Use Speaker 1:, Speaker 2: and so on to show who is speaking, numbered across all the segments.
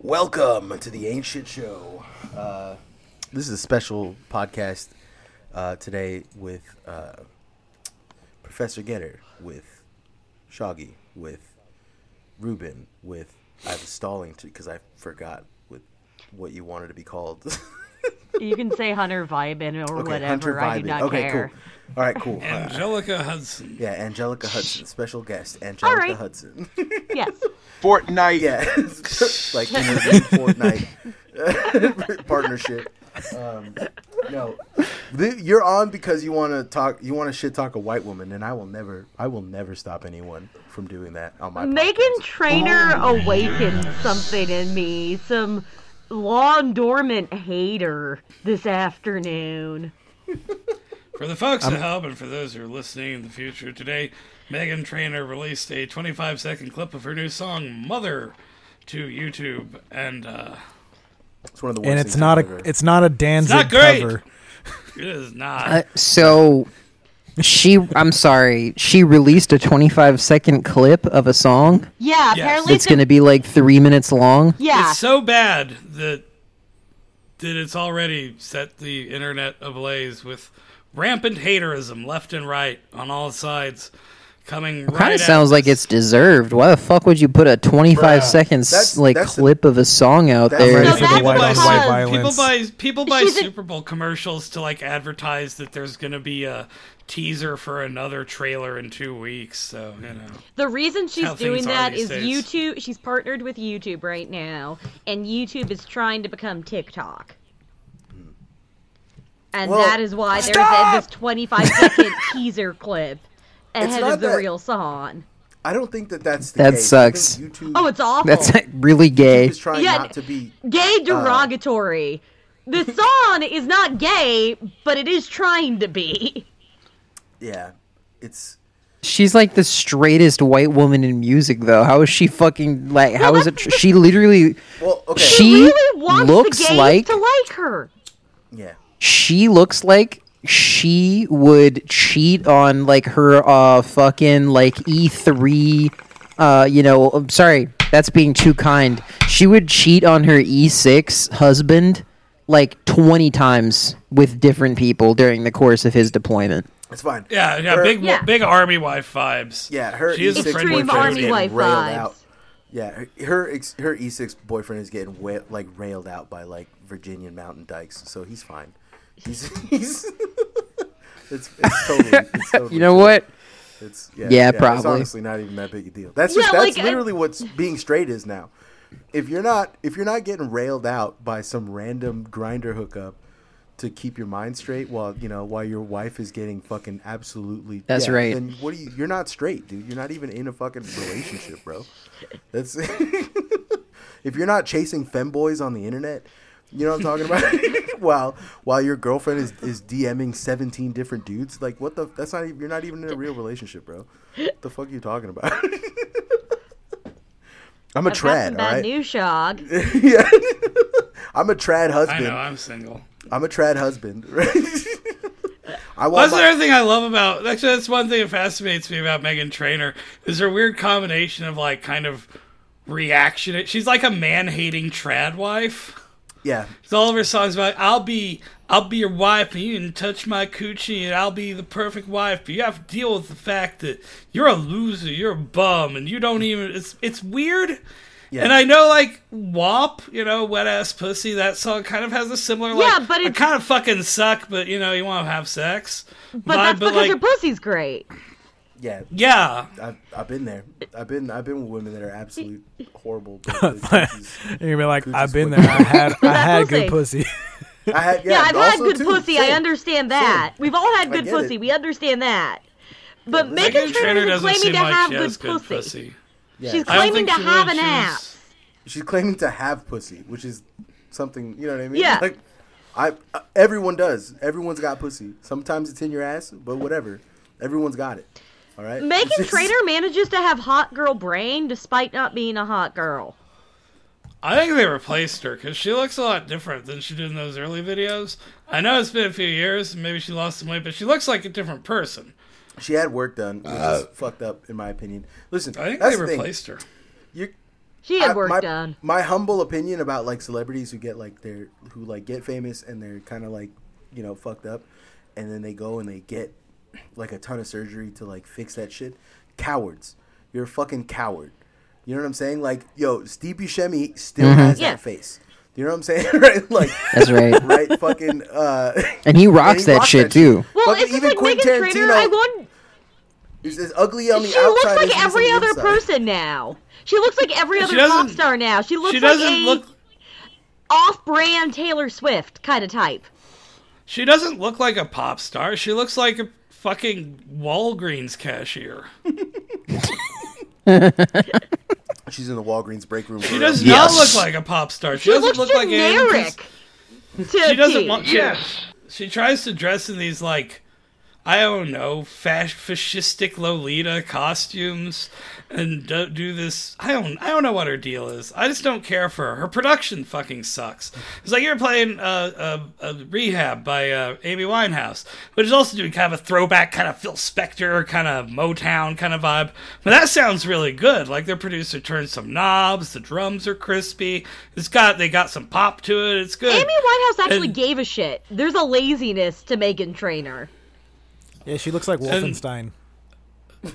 Speaker 1: Welcome to the Ancient Show. Uh, this is a special podcast uh, today with uh, Professor Getter, with Shoggy, with Ruben, with I was stalling because I forgot with what you wanted to be called.
Speaker 2: You can say Hunter vibin or
Speaker 1: Okay,
Speaker 2: whatever.
Speaker 1: Hunter
Speaker 2: I do
Speaker 1: Vibin.
Speaker 2: not
Speaker 1: okay,
Speaker 2: care.
Speaker 1: cool. All right, cool. Uh,
Speaker 3: Angelica Hudson.
Speaker 1: yeah, Angelica Hudson, special guest, Angelica
Speaker 2: right.
Speaker 1: Hudson.
Speaker 2: Yes.
Speaker 4: Fortnite.
Speaker 1: Yeah, like you know, the Fortnite partnership. Um, no, Th- you're on because you want to talk. You want to shit talk a white woman, and I will never, I will never stop anyone from doing that on my.
Speaker 2: Megan Trainer awakened something in me, some long dormant hater this afternoon.
Speaker 3: For the folks at home and for those who are listening in the future today, Megan Trainor released a 25 second clip of her new song "Mother" to YouTube, and uh,
Speaker 1: podcast. It's one of the worst
Speaker 5: and it's
Speaker 1: things
Speaker 5: not
Speaker 1: I've
Speaker 5: a
Speaker 1: ever-
Speaker 5: it's not a Danzig
Speaker 3: not great.
Speaker 5: cover.
Speaker 3: it is not.
Speaker 6: Uh, so she I'm sorry, she released a 25 second clip of a song
Speaker 2: Yeah,
Speaker 3: Yes.
Speaker 2: apparently
Speaker 6: that's going to be like 3 minutes long.
Speaker 2: yeah.
Speaker 3: It's so bad that that it's already set the internet ablaze with rampant haterism left and right on all sides, coming right.
Speaker 6: Kind
Speaker 3: at
Speaker 6: of sounds like
Speaker 3: us.
Speaker 6: it's deserved. Why the fuck would you put a 25
Speaker 4: Bruh,
Speaker 6: second s-
Speaker 1: that's-
Speaker 6: like
Speaker 1: that's a-
Speaker 6: clip of a song out
Speaker 1: that's
Speaker 6: there?
Speaker 1: right.
Speaker 2: So
Speaker 5: for the
Speaker 2: that's
Speaker 5: white on white
Speaker 2: because-
Speaker 3: People
Speaker 5: violence.
Speaker 3: buy people buy
Speaker 2: She's a-
Speaker 3: Super Bowl commercials to like advertise that there's gonna be a teaser for another trailer in two weeks. So you know,
Speaker 2: The reason she's
Speaker 3: how things
Speaker 2: doing
Speaker 3: are
Speaker 2: that is
Speaker 3: these days.
Speaker 2: YouTube. She's partnered with YouTube right now, and YouTube is trying to become TikTok. And
Speaker 1: Well,
Speaker 2: that is why there's a- this 25 second teaser clip ahead
Speaker 1: not
Speaker 2: of the
Speaker 1: that-
Speaker 2: real song.
Speaker 1: I don't think that that's the
Speaker 6: That
Speaker 1: case. I think
Speaker 6: sucks.
Speaker 1: YouTube
Speaker 2: Oh, it's awful.
Speaker 6: That's like, uh, really gay.
Speaker 1: is trying
Speaker 2: Yeah,
Speaker 1: not to be.
Speaker 2: gay derogatory. the song is not gay, but it is trying to be.
Speaker 1: Yeah, it's
Speaker 6: She's like the straightest white woman in music though. How is she fucking like how is it tr- she literally
Speaker 1: well, okay.
Speaker 6: She-
Speaker 2: He really wants
Speaker 6: looks
Speaker 2: the gays
Speaker 6: like-
Speaker 2: to like her.
Speaker 1: yeah,
Speaker 6: she looks like she would cheat on like her uh fucking like E3 uh you know I'm sorry that's being too kind she would cheat on her E6 husband like 20 times with different people during the course of his deployment
Speaker 1: it's fine.
Speaker 3: yeah, yeah,
Speaker 1: Her-
Speaker 3: big
Speaker 2: Yeah.
Speaker 3: big army wife vibes.
Speaker 1: Yeah, her
Speaker 3: She is a
Speaker 1: E6
Speaker 3: friend
Speaker 2: Extreme
Speaker 3: with
Speaker 1: boyfriend is
Speaker 2: army
Speaker 3: Jody.
Speaker 1: getting
Speaker 2: wife
Speaker 1: railed
Speaker 2: vibes.
Speaker 1: out. Yeah, her her, ex, her E6 boyfriend is getting wa- like railed out by like Virginian mountain dykes, so he's fine. He's he's it's, it's totally it's totally
Speaker 6: you know
Speaker 1: cool.
Speaker 6: what
Speaker 1: It's yeah,
Speaker 6: Yeah,
Speaker 1: It's
Speaker 6: probably.
Speaker 1: honestly not even that big a deal. That's
Speaker 2: Yeah,
Speaker 1: just that's
Speaker 2: like, I-
Speaker 1: literally what's being straight is now. If you're not if you're not getting railed out by some random grinder hookup to keep your mind straight while you know while your wife is getting fucking absolutely
Speaker 6: That's
Speaker 1: yeah,
Speaker 6: right.
Speaker 1: Then what do you? You're not straight, dude. You're not even in a fucking relationship, bro. That's if you're not chasing femboys on the internet. You know what I'm talking about? while while your girlfriend is, is DMing 17 different dudes, like what the? That's not even. You're not even in a real relationship, bro. What the fuck are you talking about? I'm a
Speaker 2: I've got some
Speaker 1: trad, all
Speaker 2: bad
Speaker 1: right.
Speaker 2: news, Shog.
Speaker 1: yeah, I'm a trad
Speaker 3: I
Speaker 1: husband.
Speaker 3: know, I'm single.
Speaker 1: I'm a trad husband. I want
Speaker 3: That's
Speaker 1: my-
Speaker 3: another thing I love about. Actually, that's one thing that fascinates me about Megan Trainor is her weird combination of like kind of reaction. She's like a man-hating trad wife.
Speaker 1: yeah.
Speaker 3: It's all of her songs about I'll be I'll be your wife and you can touch my coochie and I'll be the perfect wife, but you have to deal with the fact that you're a loser, you're a bum, and you don't even it's it's weird. And I know like WAP, you know, wet ass pussy, that song kind of has a similar like
Speaker 2: Yeah, but
Speaker 3: I
Speaker 2: it's-
Speaker 3: kind of fucking suck, but you know, you wanna have sex.
Speaker 2: But
Speaker 3: vibe,
Speaker 2: that's because
Speaker 3: like,
Speaker 2: her pussy's great.
Speaker 1: Yeah,
Speaker 3: Yeah.
Speaker 1: I've, I've been there. I've been I've been with women that are absolute horrible. but their coochies-
Speaker 5: You're gonna be like,
Speaker 1: Coochie's
Speaker 5: I've been
Speaker 1: what-
Speaker 5: there. I had I had
Speaker 2: that
Speaker 5: good pussy.
Speaker 1: I had yeah,
Speaker 2: Yeah, I've had
Speaker 1: also
Speaker 2: good
Speaker 1: too,
Speaker 2: pussy. I
Speaker 1: same.
Speaker 2: understand that. We've all had good
Speaker 1: get
Speaker 2: pussy.
Speaker 1: it.
Speaker 2: We understand that. But Megan
Speaker 3: Megan Trainor
Speaker 2: Trainor is
Speaker 3: doesn't
Speaker 2: claiming
Speaker 3: seem
Speaker 2: to
Speaker 3: like
Speaker 2: have
Speaker 3: she
Speaker 2: good
Speaker 3: has good
Speaker 2: pussy.
Speaker 3: pussy.
Speaker 1: Yeah.
Speaker 2: She's
Speaker 3: I don't
Speaker 2: claiming
Speaker 3: think
Speaker 2: to
Speaker 3: she
Speaker 2: have
Speaker 3: really-
Speaker 2: an
Speaker 3: she's-
Speaker 2: ass.
Speaker 1: She's claiming to have pussy, which is something you know what I mean.
Speaker 2: Yeah.
Speaker 1: Like, I uh, everyone does. Everyone's got pussy. Sometimes it's in your ass, but whatever. Everyone's got it. All right.
Speaker 2: Megan
Speaker 1: It's just-
Speaker 2: Trainor manages to have hot girl brain despite not being a hot girl.
Speaker 3: I think they replaced her because she looks a lot different than she did in those early videos. I know it's been a few years, and maybe she lost some weight, but she looks like a different person.
Speaker 1: She had work done, which is fucked up in my opinion. Listen,
Speaker 3: Uh, I think
Speaker 1: that's
Speaker 3: they
Speaker 1: the thing.
Speaker 3: replaced her.
Speaker 1: You
Speaker 2: She had
Speaker 1: I-
Speaker 2: work
Speaker 1: my,
Speaker 2: done.
Speaker 1: My humble opinion about like celebrities who get like their who like get famous and they're kind of like you know fucked up, and then they go and they get like a ton of surgery to like fix that shit. Cowards, you're a fucking coward. You know what I'm saying? Like, yo, Steve Buscemi still has
Speaker 2: Yeah.
Speaker 1: that face. You know what I'm saying? right? Like,
Speaker 6: That's right.
Speaker 1: right? Fucking. Uh,
Speaker 6: And he rocks that shit too.
Speaker 2: Well,
Speaker 1: Fucking
Speaker 2: it's just like Megan Trainor. I want.
Speaker 1: is as ugly on the
Speaker 2: She
Speaker 1: outside.
Speaker 2: looks
Speaker 1: as
Speaker 2: like
Speaker 1: he is on
Speaker 2: every
Speaker 1: the
Speaker 2: other
Speaker 1: inside.
Speaker 2: person now. She looks like every other pop
Speaker 3: doesn't-
Speaker 2: star now. She looks
Speaker 3: She
Speaker 2: like
Speaker 3: doesn't
Speaker 2: a
Speaker 3: look.
Speaker 2: off-brand Taylor Swift kind of type.
Speaker 3: She doesn't look like a pop star. She looks like a fucking Walgreens cashier.
Speaker 1: She's in the Walgreens break room.
Speaker 3: She does
Speaker 6: Yes.
Speaker 3: not look like a pop star. She,
Speaker 2: She
Speaker 3: doesn't
Speaker 2: looks
Speaker 3: look like anyone.
Speaker 2: generic. to
Speaker 3: She doesn't
Speaker 2: me.
Speaker 3: want. Yes. She tries to dress in these like. I don't know, fash- fascistic Lolita costumes, and do, do this. I don't, I don't know what her deal is. I just don't care for her. Her production fucking sucks. It's like you're playing uh, uh, uh, Rehab by uh, Amy Winehouse, which is also doing kind of a throwback, kind of Phil Spector, kind of Motown kind of vibe. But that sounds really good. Like their producer turned some knobs. The drums are crispy. It's got they got some pop to it. It's good.
Speaker 2: Amy Winehouse actually
Speaker 3: And-
Speaker 2: gave a shit. There's a laziness to Megan Trainor.
Speaker 4: Yeah, she looks like Wolfenstein.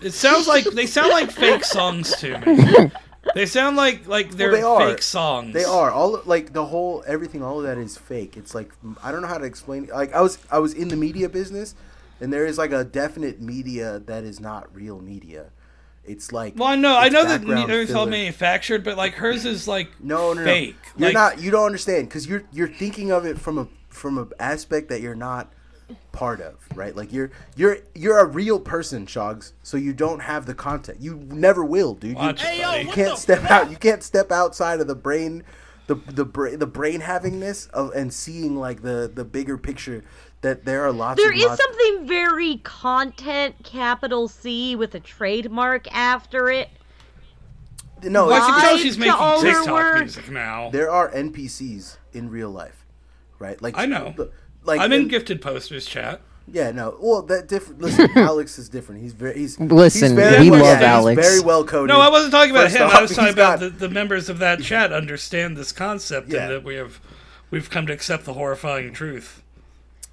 Speaker 3: It sounds like they sound like fake songs to me. They sound like like they're
Speaker 1: they are.
Speaker 3: fake songs.
Speaker 1: They are all like the whole everything. All of that is fake. It's like I don't know how to explain. Like I was I was in the media business, and there is like a definite media that is not real media. It's like
Speaker 3: Well, I know, I
Speaker 1: it's
Speaker 3: know that
Speaker 1: background
Speaker 3: neither is all
Speaker 1: filler.
Speaker 3: manufactured, but like hers is like
Speaker 1: No, no, no.
Speaker 3: fake.
Speaker 1: You're
Speaker 3: Like,
Speaker 1: not. You don't understand because you're you're thinking of it from a from an aspect that you're not part of, right? Like you're you're you're a real person, Shogs. So you don't have the content. You never will, dude. You-
Speaker 3: Watch it, Hey, yo, buddy.
Speaker 1: you
Speaker 3: what
Speaker 1: can't step out. You can't step outside of the brain, the the brain, the brain havingness of and seeing like the the bigger picture that there are lots.
Speaker 2: There
Speaker 1: and
Speaker 2: is
Speaker 1: lots-
Speaker 2: something very content capital C with a trademark after it.
Speaker 1: No,
Speaker 3: I
Speaker 1: it's,
Speaker 3: can
Speaker 2: Why?
Speaker 3: tell she's
Speaker 2: to
Speaker 3: making
Speaker 2: all her
Speaker 3: TikTok
Speaker 2: work.
Speaker 3: music now.
Speaker 1: there are NPCs in real life, right? Like
Speaker 3: I know.
Speaker 1: Like
Speaker 3: I'm in
Speaker 1: and-
Speaker 3: gifted posters chat.
Speaker 1: Yeah, no. Well, that different. Listen, Alex is different. He's very. He's
Speaker 6: Listen,
Speaker 1: He's very
Speaker 3: we
Speaker 1: well,
Speaker 3: love
Speaker 1: he's
Speaker 6: Alex.
Speaker 1: very well coded.
Speaker 3: No, I wasn't talking about
Speaker 1: First
Speaker 3: him.
Speaker 1: off,
Speaker 3: I was talking
Speaker 1: he's
Speaker 3: about the,
Speaker 1: got-
Speaker 3: the members of that chat understand this concept
Speaker 1: Yeah.
Speaker 3: and that we have we've come to accept the horrifying truth.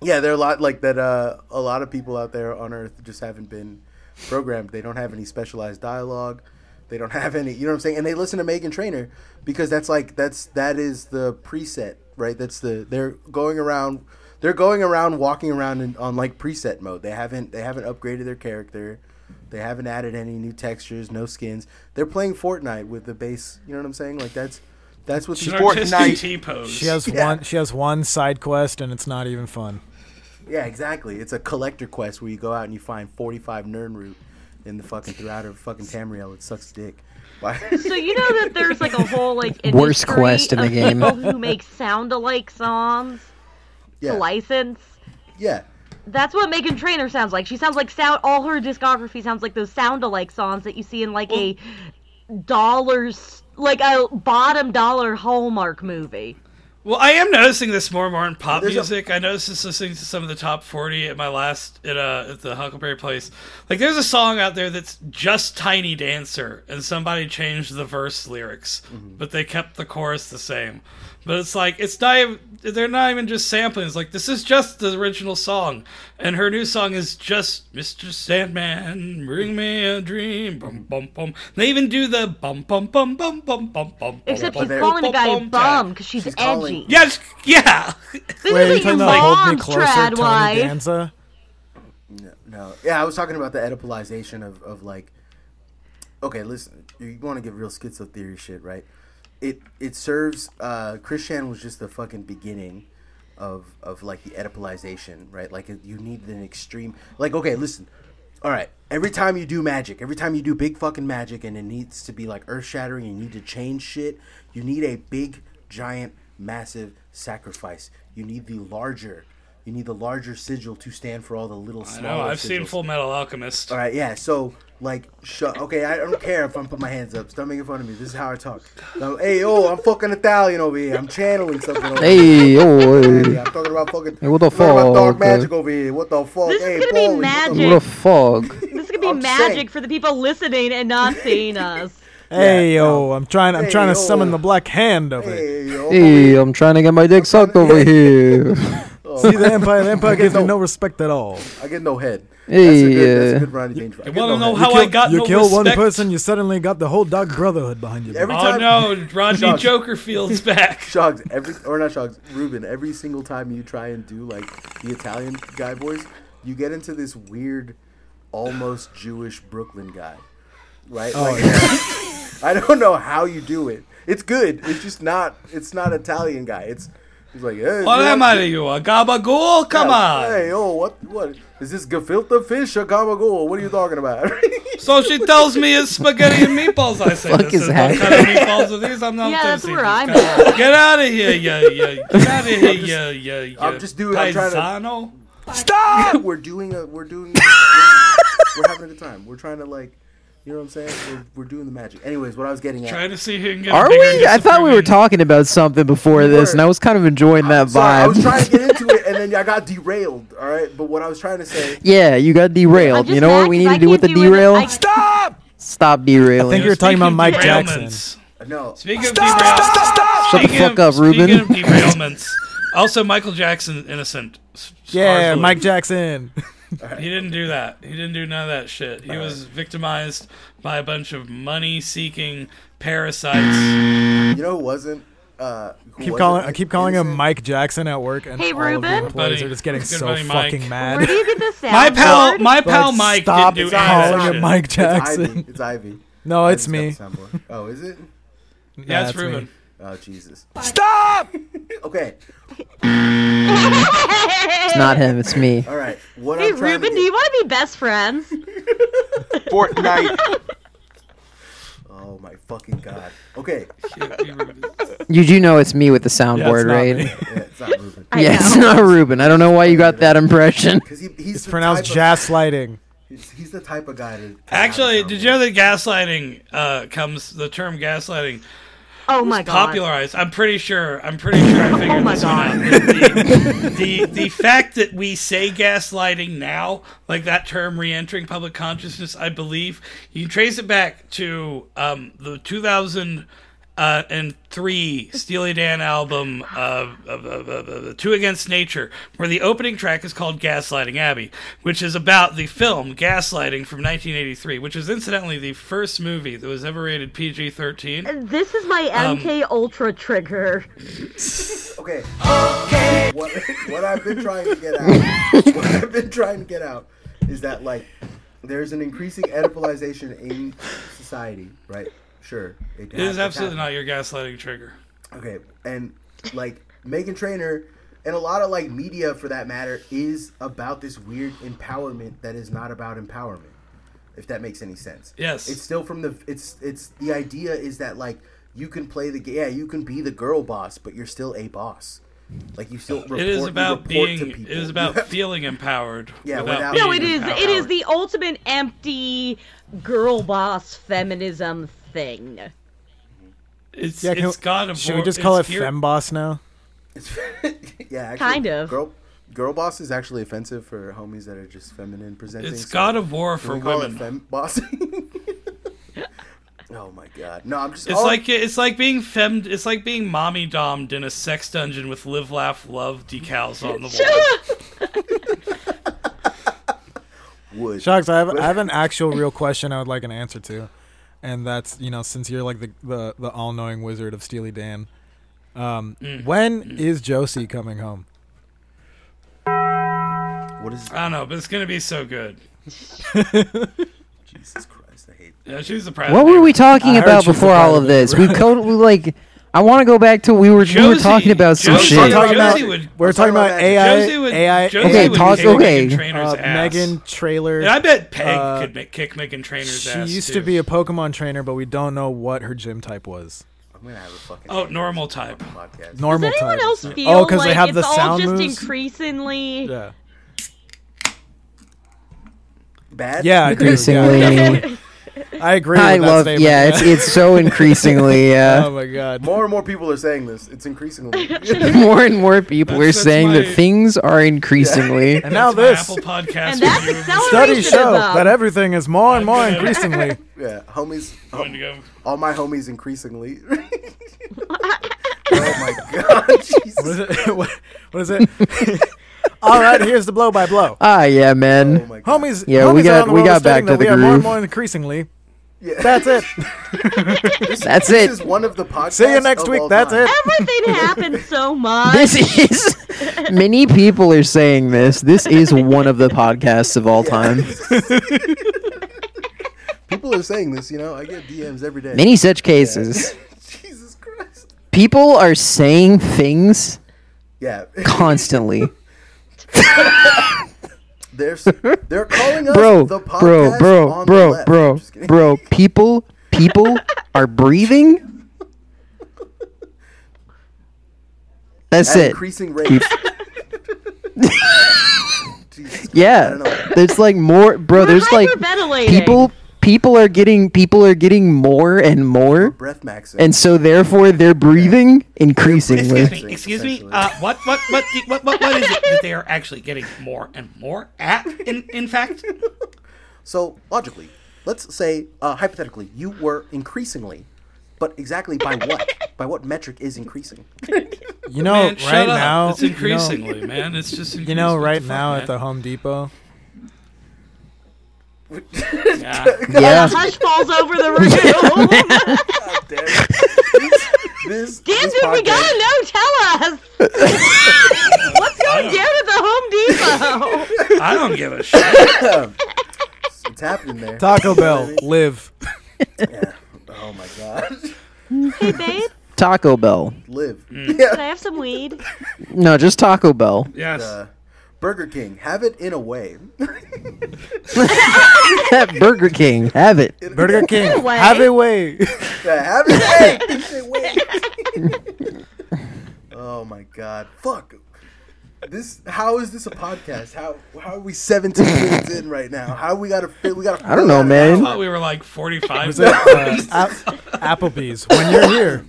Speaker 1: Yeah, there are a lot like that. Uh, a lot of people out there on Earth just haven't been programmed. They don't have any specialized dialogue. They don't have any. You know what I'm saying? And they listen to Megan Trainer because that's like that's that is the preset, right? That's the they're going around. They're going around, walking around in, on like preset mode. They haven't they haven't upgraded their character. They haven't added any new textures, no skins. They're playing Fortnite with the base. You know what I'm saying? Like that's that's what
Speaker 3: She's
Speaker 1: these
Speaker 3: an artistic
Speaker 1: Fortnite
Speaker 3: T pose.
Speaker 4: She has
Speaker 1: Yeah.
Speaker 4: one. She has one side quest, and it's not even fun.
Speaker 1: Yeah, exactly. It's a collector quest where you go out and you find 45 Nern root in the fucking throughout of fucking Tamriel. It sucks dick. Why?
Speaker 2: So you know that there's like a whole like
Speaker 6: Worst
Speaker 2: industry
Speaker 6: quest in the
Speaker 2: of
Speaker 6: game.
Speaker 2: people who make sound-alike songs to
Speaker 1: yeah.
Speaker 2: license.
Speaker 1: Yeah.
Speaker 2: That's what Megan Trainor sounds like. She sounds like sound. All her discography sounds like those sound-alike songs that you see in like a dollars, like a bottom dollar Hallmark movie.
Speaker 3: Well, I am noticing this more and more in pop
Speaker 1: There's a-
Speaker 3: music. I noticed this listening to some of the top forty at my last at uh at the Huckleberry Place. Like, there's a song out there that's just Tiny Dancer, and somebody changed the verse lyrics,
Speaker 1: Mm-hmm.
Speaker 3: but they kept the chorus the same. But it's like it's not even, they're not even just sampling. It's like this is just the original song, and her new song is just Mr. Sandman, bring me a dream. Bum bum bum. They even do the bum bum bum bum bum bum bum.
Speaker 6: Oh,
Speaker 2: Except
Speaker 1: Well,
Speaker 2: she's
Speaker 1: there-
Speaker 2: calling the guy a
Speaker 3: Bum, bum,
Speaker 2: bum because she's,
Speaker 1: She's
Speaker 2: edgy.
Speaker 1: calling-
Speaker 3: Yeah, it's- yeah.
Speaker 2: This
Speaker 4: Wait, are you
Speaker 2: isn't your
Speaker 4: talking about Hold
Speaker 2: mom,
Speaker 4: Me Closer,
Speaker 2: trad
Speaker 4: Tony
Speaker 2: wife.
Speaker 4: Danza?
Speaker 1: No, no. Yeah, I was talking about the edipalization of, of like. Okay, listen. You want to get real schizo theory shit, right? It it serves. Uh, Christian was just the fucking beginning of of like the edipalization, right? Like you need an extreme. Like okay, listen. All right. Every time you do magic, every time you do big fucking magic, and it needs to be like earth shattering, you need to change shit. You need a big, giant, massive sacrifice. You need the larger. You need the larger sigil to stand for all the little
Speaker 3: I
Speaker 1: smaller.
Speaker 3: know. I've seen
Speaker 1: sigils.
Speaker 3: Full Metal Alchemist.
Speaker 1: All right, yeah. So like, shut. Okay, I don't care if I'm putting my hands up. Stop making fun of me. This is how I talk. So, hey, oh, I'm fucking Italian over here. I'm channeling something. Over here.
Speaker 6: Hey, oh, hey.
Speaker 1: I'm talking about fucking.
Speaker 6: what the
Speaker 1: I'm talking about
Speaker 6: fuck,
Speaker 1: dark
Speaker 6: man?
Speaker 1: magic over here. What the fuck?
Speaker 2: This is
Speaker 1: hey,
Speaker 2: gonna be
Speaker 1: Paulie, what the-
Speaker 2: magic.
Speaker 6: what a fog.
Speaker 2: This is gonna be
Speaker 1: I'm just
Speaker 2: magic
Speaker 1: saying.
Speaker 2: for the people listening and not seeing us.
Speaker 4: Hey yo,
Speaker 1: no.
Speaker 4: I'm trying. I'm
Speaker 1: Hey,
Speaker 4: trying to
Speaker 1: yo.
Speaker 4: summon the black hand of it.
Speaker 1: Hey, yo.
Speaker 6: Hey, I'm trying to get my dick sucked over here.
Speaker 4: See the empire. The empire gives me
Speaker 1: No.
Speaker 4: no respect at all.
Speaker 1: I get no head. that's a
Speaker 6: Hey,
Speaker 1: good, that's
Speaker 6: uh,
Speaker 1: a good Ronnie James. I get
Speaker 3: wanna
Speaker 1: no
Speaker 3: know
Speaker 1: head.
Speaker 3: how Oh, I got
Speaker 4: you
Speaker 3: no
Speaker 4: kill one
Speaker 3: respect?
Speaker 4: person, you suddenly got the whole dog brotherhood behind you.
Speaker 1: Every
Speaker 4: baby.
Speaker 3: Oh
Speaker 1: time,
Speaker 3: no, Rodney Jokerfield's back.
Speaker 1: Shogs, every or not Shogs, Ruben, every single time you try and do like the Italian guy voice, you get into this weird, almost Jewish Brooklyn guy, right? like, I don't know how you do it. It's good. It's just not. It's not Italian guy. It's. It's like, hey,
Speaker 3: What
Speaker 1: you
Speaker 3: am
Speaker 1: know,
Speaker 3: I to you? A gabagool? uh, Come on.
Speaker 1: Hey, oh, what, what is this? Gefilte fish or gabagool? What are you talking about?
Speaker 3: So she tells me it's spaghetti and meatballs. I say,
Speaker 6: Fuck
Speaker 3: this
Speaker 6: is
Speaker 3: is what
Speaker 6: that?
Speaker 3: kind of meatballs are these? I'm not
Speaker 2: Yeah, that's
Speaker 3: thirsty.
Speaker 2: where I'm
Speaker 3: Get out of here, yeah, yeah. Get out of here,
Speaker 1: just-
Speaker 3: yeah, yeah, yeah.
Speaker 1: I'm just doing- I'm trying to-
Speaker 3: Paisano?
Speaker 1: we're doing a we're doing we're, having a good time. We're trying to like you know what I'm saying? We're, we're doing the magic. Anyways, what I was getting at.
Speaker 3: Trying to see who can get
Speaker 6: Are
Speaker 3: bigger
Speaker 6: we? I thought we were
Speaker 3: disappointment.
Speaker 6: talking about something before this,
Speaker 1: were.
Speaker 6: and I was kind of enjoying that
Speaker 1: Sorry, I was
Speaker 6: vibe.
Speaker 1: trying to get into it and then I got derailed. All right, but what I was trying to say.
Speaker 6: Yeah, you got
Speaker 2: I'm
Speaker 6: derailed.
Speaker 2: just
Speaker 6: You know what
Speaker 2: mad
Speaker 6: we
Speaker 2: 'cause
Speaker 6: need
Speaker 2: I
Speaker 6: to do with the
Speaker 2: can't do it.
Speaker 6: derail?
Speaker 2: I-
Speaker 4: Stop!
Speaker 6: Stop derailing.
Speaker 4: I think you're talking about
Speaker 3: Speaking of
Speaker 4: Mike
Speaker 3: derailments.
Speaker 1: No,
Speaker 3: Speaking of derailments.
Speaker 6: Shut the
Speaker 3: speaking
Speaker 6: fuck
Speaker 3: of-
Speaker 6: up,
Speaker 3: speaking
Speaker 6: Ruben.
Speaker 3: of derailments, also Michael Jackson innocent. S-
Speaker 4: Yeah,
Speaker 3: Scar's
Speaker 4: Mike
Speaker 3: Blue.
Speaker 4: Jackson.
Speaker 3: He didn't do that. He didn't do none of that shit. He was victimized by a bunch of money-seeking parasites.
Speaker 1: you know who wasn't. Uh, who
Speaker 4: Keep
Speaker 1: wasn't
Speaker 4: calling. I keep calling him
Speaker 1: innocent?
Speaker 4: Mike Jackson at work, and
Speaker 2: Hey,
Speaker 4: all of the
Speaker 2: Ruben?
Speaker 4: employees
Speaker 3: Buddy.
Speaker 4: are just getting
Speaker 3: Good
Speaker 4: so
Speaker 3: buddy, Mike.
Speaker 4: fucking
Speaker 2: Where
Speaker 4: mad.
Speaker 2: do you get this sound?
Speaker 3: My pal,
Speaker 2: board?
Speaker 3: my
Speaker 4: Like,
Speaker 3: pal Mike
Speaker 4: stop
Speaker 3: didn't do any of
Speaker 4: calling
Speaker 3: that
Speaker 4: him
Speaker 3: shit.
Speaker 4: Mike
Speaker 1: It's Ivy.
Speaker 4: Jackson.
Speaker 1: It's Ivy.
Speaker 4: No,
Speaker 1: I
Speaker 4: it's
Speaker 1: just got
Speaker 4: me.
Speaker 1: the soundboard. Oh, is it?
Speaker 3: Yeah, it's
Speaker 4: That's me.
Speaker 3: Ruben.
Speaker 1: Oh, Jesus.
Speaker 4: Stop!
Speaker 1: Okay.
Speaker 6: It's not him. It's me.
Speaker 1: All right. What
Speaker 2: Hey,
Speaker 1: I'm trying
Speaker 2: Ruben,
Speaker 1: to
Speaker 2: do
Speaker 1: get-
Speaker 2: you want to be best friends?
Speaker 5: Fortnite.
Speaker 1: Oh my fucking god. Okay.
Speaker 6: You do know it's me with the
Speaker 4: Yeah, it's
Speaker 6: soundboard,
Speaker 4: not
Speaker 6: right?
Speaker 4: me.
Speaker 1: Yeah, it's not Ruben.
Speaker 2: I
Speaker 6: Yeah, it's
Speaker 2: know.
Speaker 6: not Ruben. I don't know why you got that impression.
Speaker 1: Because he, he's
Speaker 4: It's pronounced
Speaker 1: the type
Speaker 4: jazz lighting.
Speaker 1: of, he's, he's the type of guy to. to
Speaker 3: Actually,
Speaker 1: have a
Speaker 3: did
Speaker 1: soundboard.
Speaker 3: you know that gaslighting uh, comes? The term gaslighting
Speaker 2: Oh my god.
Speaker 3: popularized. I'm pretty sure. I'm pretty sure. I figured
Speaker 2: Oh my
Speaker 3: this one
Speaker 2: God.
Speaker 3: out. The, the the fact that we say gaslighting now, like that term re-entering public consciousness, I believe you can trace it back to um, the 2000. Uh, and three Steely Dan album uh, of, of, of, of- of Two Against Nature, where the opening track is called "Gaslighting Abbey," which is about the film "Gaslighting" from 1983, which is incidentally the first movie that was ever rated PG-13.
Speaker 2: This is my
Speaker 4: Um,
Speaker 2: MK Ultra trigger.
Speaker 1: Okay. Okay. What, what I've been trying to get out, what I've been trying to get out, is that like there's an increasing edipalization in society, right? Sure, it,
Speaker 3: It is absolutely not your gaslighting trigger.
Speaker 1: Okay, and like Megan Trainer and a lot of like media for that matter is about this weird empowerment that is not about empowerment. If that makes any sense.
Speaker 3: Yes.
Speaker 1: It's still from the it's it's the idea is that like you can play the yeah, you can be the girl boss, but you're still a boss. Like you still report,
Speaker 3: It is
Speaker 1: you report to
Speaker 3: about being. It
Speaker 1: people.
Speaker 3: is about feeling empowered.
Speaker 1: Yeah, without-
Speaker 3: without being
Speaker 2: No, it is. It is
Speaker 3: empowered.
Speaker 2: the ultimate empty girl boss feminism thing.
Speaker 3: It's,
Speaker 4: Yeah, can
Speaker 3: it's got a.
Speaker 4: Should we
Speaker 3: more-
Speaker 4: just call it
Speaker 3: it's geared-
Speaker 4: femboss now?
Speaker 1: yeah, actually,
Speaker 2: Kind of.
Speaker 1: Girl, girl boss is actually offensive for homies that are just feminine presenting.
Speaker 3: It's
Speaker 1: so
Speaker 3: God of War
Speaker 1: can
Speaker 3: for
Speaker 1: we call
Speaker 3: women.
Speaker 1: It fem boss. oh my god! No, I'm just. oh,
Speaker 3: it's
Speaker 4: Oh.
Speaker 1: all-
Speaker 3: like it's like being fem. It's like being mommy dommed in a sex dungeon with live, laugh, love decals on the wall.
Speaker 1: wood.
Speaker 4: Shucks, I have, I have an actual real question I would like an answer to, and that's you know since you're like the the, the all knowing wizard of Steely Dan, um,
Speaker 3: Mm.
Speaker 4: when is Josie coming home?
Speaker 1: What is
Speaker 3: I don't know, but it's gonna be so good.
Speaker 1: Jesus Christ? I hate.
Speaker 3: Yeah, she's the president.
Speaker 6: What were we talking
Speaker 4: I heard
Speaker 6: about
Speaker 4: she was a
Speaker 6: before
Speaker 4: part
Speaker 6: all
Speaker 4: of
Speaker 6: of
Speaker 4: it,
Speaker 6: this?
Speaker 4: right?
Speaker 6: We co- we, like. I want to go back to we were we were
Speaker 3: Josie-
Speaker 6: talking about some
Speaker 3: Josie-
Speaker 6: shit.
Speaker 4: Talking about-
Speaker 3: Josie would.
Speaker 4: We're talking
Speaker 1: talking
Speaker 4: about
Speaker 1: about
Speaker 4: AI,
Speaker 3: Josie would.
Speaker 4: AI,
Speaker 3: Josie
Speaker 6: Okay,
Speaker 3: would
Speaker 6: talk-
Speaker 3: kick
Speaker 6: okay.
Speaker 3: Meghan Trainor's
Speaker 4: uh,
Speaker 3: ass.
Speaker 4: Megan trailer.
Speaker 3: And I bet Peg
Speaker 4: uh,
Speaker 3: could ma- kick Megan Trainor's
Speaker 4: She
Speaker 3: ass.
Speaker 4: used
Speaker 3: too.
Speaker 4: to be a Pokemon trainer, but we don't know what her gym type was.
Speaker 1: I'm gonna have a fucking.
Speaker 3: Oh, normal type.
Speaker 1: podcast.
Speaker 4: Normal
Speaker 2: Does anyone
Speaker 4: type.
Speaker 2: else feel
Speaker 4: oh,
Speaker 2: like
Speaker 4: because they have
Speaker 2: it's
Speaker 4: the
Speaker 2: all
Speaker 4: sound
Speaker 2: just
Speaker 4: moves.
Speaker 2: increasingly?
Speaker 4: yeah,
Speaker 1: Bad.
Speaker 4: yeah, I do.
Speaker 6: Increasingly.
Speaker 4: Yeah, definitely. I agree.
Speaker 6: I
Speaker 4: with that
Speaker 6: love.
Speaker 4: statement,
Speaker 6: Yeah, it's it's so increasingly.
Speaker 4: oh
Speaker 6: Uh,
Speaker 4: my god.
Speaker 1: More and more people are saying this. It's increasingly.
Speaker 6: more and more people
Speaker 3: That's-
Speaker 6: are
Speaker 3: that's
Speaker 6: saying
Speaker 3: my-
Speaker 6: that things are increasingly.
Speaker 4: And now
Speaker 3: That's my
Speaker 4: this
Speaker 3: Apple Podcast
Speaker 2: And that's
Speaker 3: review of
Speaker 2: accelerating.
Speaker 4: studies show
Speaker 2: Racism.
Speaker 4: that everything is more and more
Speaker 3: Okay.
Speaker 4: increasingly.
Speaker 1: yeah, homies.
Speaker 3: going to go.
Speaker 1: all my homies increasingly. oh my god,
Speaker 4: What
Speaker 1: Jesus!
Speaker 4: is it? What what is it? All right, here's the blow by blow.
Speaker 6: Ah, yeah,
Speaker 1: Oh
Speaker 6: man.
Speaker 1: my god,
Speaker 4: Homies,
Speaker 6: Yeah,
Speaker 4: homies
Speaker 6: we got-
Speaker 4: around the
Speaker 6: we
Speaker 4: world are
Speaker 6: got back
Speaker 4: stating
Speaker 6: to
Speaker 4: that
Speaker 6: the
Speaker 4: we are more and
Speaker 6: groove.
Speaker 4: more increasingly.
Speaker 1: Yeah.
Speaker 4: That's it.
Speaker 6: That's
Speaker 1: this
Speaker 6: it.
Speaker 1: is one of the podcasts.
Speaker 4: See you next
Speaker 1: of
Speaker 4: week.
Speaker 1: all
Speaker 4: That's
Speaker 1: time.
Speaker 4: it.
Speaker 2: Everything happens so much.
Speaker 6: This is many people are saying this. This is one of the podcasts of all time.
Speaker 1: People are saying this. You know, I get DMs every day.
Speaker 6: Many such cases.
Speaker 1: Jesus Christ.
Speaker 6: People are saying things
Speaker 1: Yeah,
Speaker 6: constantly.
Speaker 1: there's they're calling us
Speaker 6: Bro,
Speaker 1: the podcast
Speaker 6: bro, bro,
Speaker 1: on the
Speaker 6: bro,
Speaker 1: left.
Speaker 6: bro,
Speaker 1: Just kidding.
Speaker 6: bro. People people are breathing. That's
Speaker 1: At
Speaker 6: it.
Speaker 1: increasing rates. Jesus Christ, I
Speaker 6: Yeah.
Speaker 1: don't know.
Speaker 6: There's like more bro,
Speaker 2: We're
Speaker 6: there's like
Speaker 2: hyperventilating.
Speaker 6: people people are getting people are getting more and more
Speaker 1: Breath maxing.
Speaker 6: and so therefore they're breathing
Speaker 3: Excuse
Speaker 6: increasingly.
Speaker 3: me. Excuse me.
Speaker 1: Essentially.
Speaker 3: Uh, what, what, what, the- what, what, what is it that they are actually getting more and more at? In, in fact,
Speaker 1: So logically, let's say uh, hypothetically, you were increasingly, but exactly by what? by what metric is increasing?
Speaker 4: You know,
Speaker 3: man,
Speaker 4: Oh, right
Speaker 3: shut up.
Speaker 4: now,
Speaker 3: it's
Speaker 4: you know-
Speaker 3: increasingly, man. It's just
Speaker 4: You know,
Speaker 3: increasing.
Speaker 4: right
Speaker 3: What
Speaker 4: now at
Speaker 3: the
Speaker 4: the Home Depot,
Speaker 3: fuck, man? Yeah.
Speaker 6: Yeah.
Speaker 2: Hush falls over the room.
Speaker 1: God damn it. This,
Speaker 2: Damn,
Speaker 1: this
Speaker 2: dude, we gotta
Speaker 1: podcast-
Speaker 2: know. Tell us. What's going down at the Home Depot?
Speaker 3: I don't give a shit.
Speaker 1: It's happening there.
Speaker 4: Taco Bell, live.
Speaker 1: Yeah. Oh my god.
Speaker 2: hey, babe,
Speaker 6: Taco Bell.
Speaker 1: Live. Yeah.
Speaker 2: can I have some weed?
Speaker 6: No, just Taco Bell.
Speaker 3: Yes.
Speaker 1: Uh, Burger King, have it in a way.
Speaker 6: That Burger King, have it.
Speaker 4: Burger King,
Speaker 2: Way.
Speaker 4: have a way.
Speaker 1: Yeah, have it in a way. oh my god. Fuck. This how is this a podcast? How how are we 17 minutes in right now? How we gotta fill we gotta
Speaker 6: I don't know,
Speaker 1: fill-
Speaker 3: I
Speaker 6: man.
Speaker 3: thought we were like 45
Speaker 4: Uh, App- Applebee's, when you're here,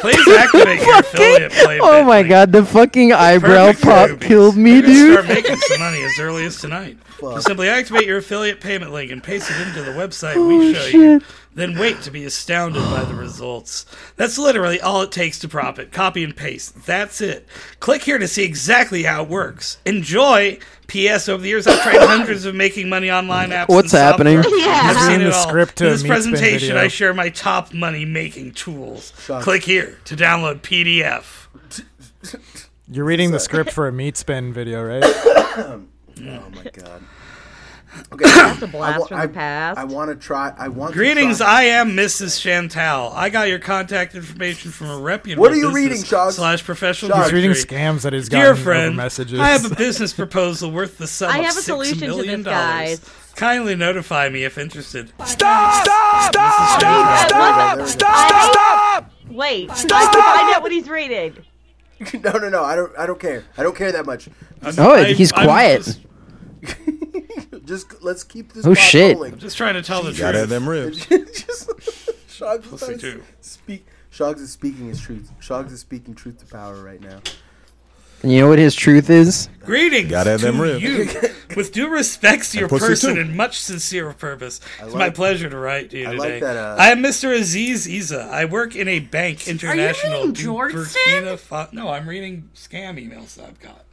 Speaker 3: Please activate your affiliate play.
Speaker 6: Oh
Speaker 3: bit,
Speaker 6: my
Speaker 3: like,
Speaker 6: god, the fucking eyebrow
Speaker 3: perfect for
Speaker 6: pop
Speaker 3: movies.
Speaker 6: killed me,
Speaker 3: We're gonna Start
Speaker 6: dude.
Speaker 3: making some money as early as tonight. Just simply activate your affiliate payment link and paste it into the website
Speaker 6: Oh,
Speaker 3: we show you. Then wait to be astounded by the results. That's literally all it takes to profit. Copy and paste. That's it. Click here to see exactly how it works. Enjoy. P.S. Over the years, I've tried hundreds of making money online apps.
Speaker 6: What's
Speaker 3: and
Speaker 6: happening?
Speaker 3: software.
Speaker 2: Yeah.
Speaker 3: I've seen
Speaker 4: Reading
Speaker 3: it
Speaker 4: the
Speaker 3: all.
Speaker 4: script to
Speaker 3: In
Speaker 4: a
Speaker 3: this
Speaker 4: meat spin
Speaker 3: presentation,
Speaker 4: video.
Speaker 3: I share my top money making tools. Click here to download PDF.
Speaker 4: you're reading the script for a meat spin video, right?
Speaker 1: Oh my god. Okay. That's
Speaker 2: a blast from the past.
Speaker 1: I want to try. I want.
Speaker 3: Greetings,
Speaker 1: To try.
Speaker 3: I am Mrs. Chantal. I got your contact information from a reputable
Speaker 1: What are you
Speaker 3: business
Speaker 1: reading, Shogs?
Speaker 3: slash professional.
Speaker 1: Shogs.
Speaker 4: He's reading
Speaker 3: directory.
Speaker 4: scams that he's
Speaker 3: Dear
Speaker 4: gotten over
Speaker 3: friend,
Speaker 4: messages.
Speaker 3: I have a business proposal worth the sum
Speaker 2: I
Speaker 3: of
Speaker 2: have a
Speaker 3: six
Speaker 2: solution to
Speaker 3: million
Speaker 2: this,
Speaker 3: dollars.
Speaker 2: guys.
Speaker 3: Kindly notify me if interested.
Speaker 2: Uh, what the-
Speaker 1: There we go.
Speaker 2: I- Wait, I have to find out what he's reading.
Speaker 1: No, no, no. I don't. I don't care. I don't care that much.
Speaker 3: I'm-
Speaker 6: Oh, he's
Speaker 3: I'm
Speaker 6: quiet.
Speaker 3: Just,
Speaker 1: Just let's keep this.
Speaker 6: Oh,
Speaker 1: pod
Speaker 6: shit.
Speaker 1: rolling.
Speaker 3: just trying to tell the
Speaker 7: Gotta
Speaker 3: truth.
Speaker 7: have them ribs.
Speaker 1: Just- Shogs is
Speaker 3: Pussy
Speaker 1: trying to
Speaker 3: too.
Speaker 1: speak. Shogs is speaking his truth. Shogs is speaking truth to power right now.
Speaker 6: And you know what his truth is?
Speaker 3: Greetings
Speaker 7: Gotta have
Speaker 3: to
Speaker 7: them ribs.
Speaker 3: you. With due respects to your
Speaker 7: pussy
Speaker 3: person
Speaker 7: too.
Speaker 3: and much sincere purpose, it's
Speaker 1: like-
Speaker 3: my pleasure to write to you
Speaker 1: I
Speaker 3: today.
Speaker 1: like that, uh,
Speaker 3: I am Mr. Aziz Isa. I work in a bank international.
Speaker 2: reading
Speaker 3: in
Speaker 2: Georgeson?
Speaker 3: Burkina Fa- no, I'm reading scam emails that I've got.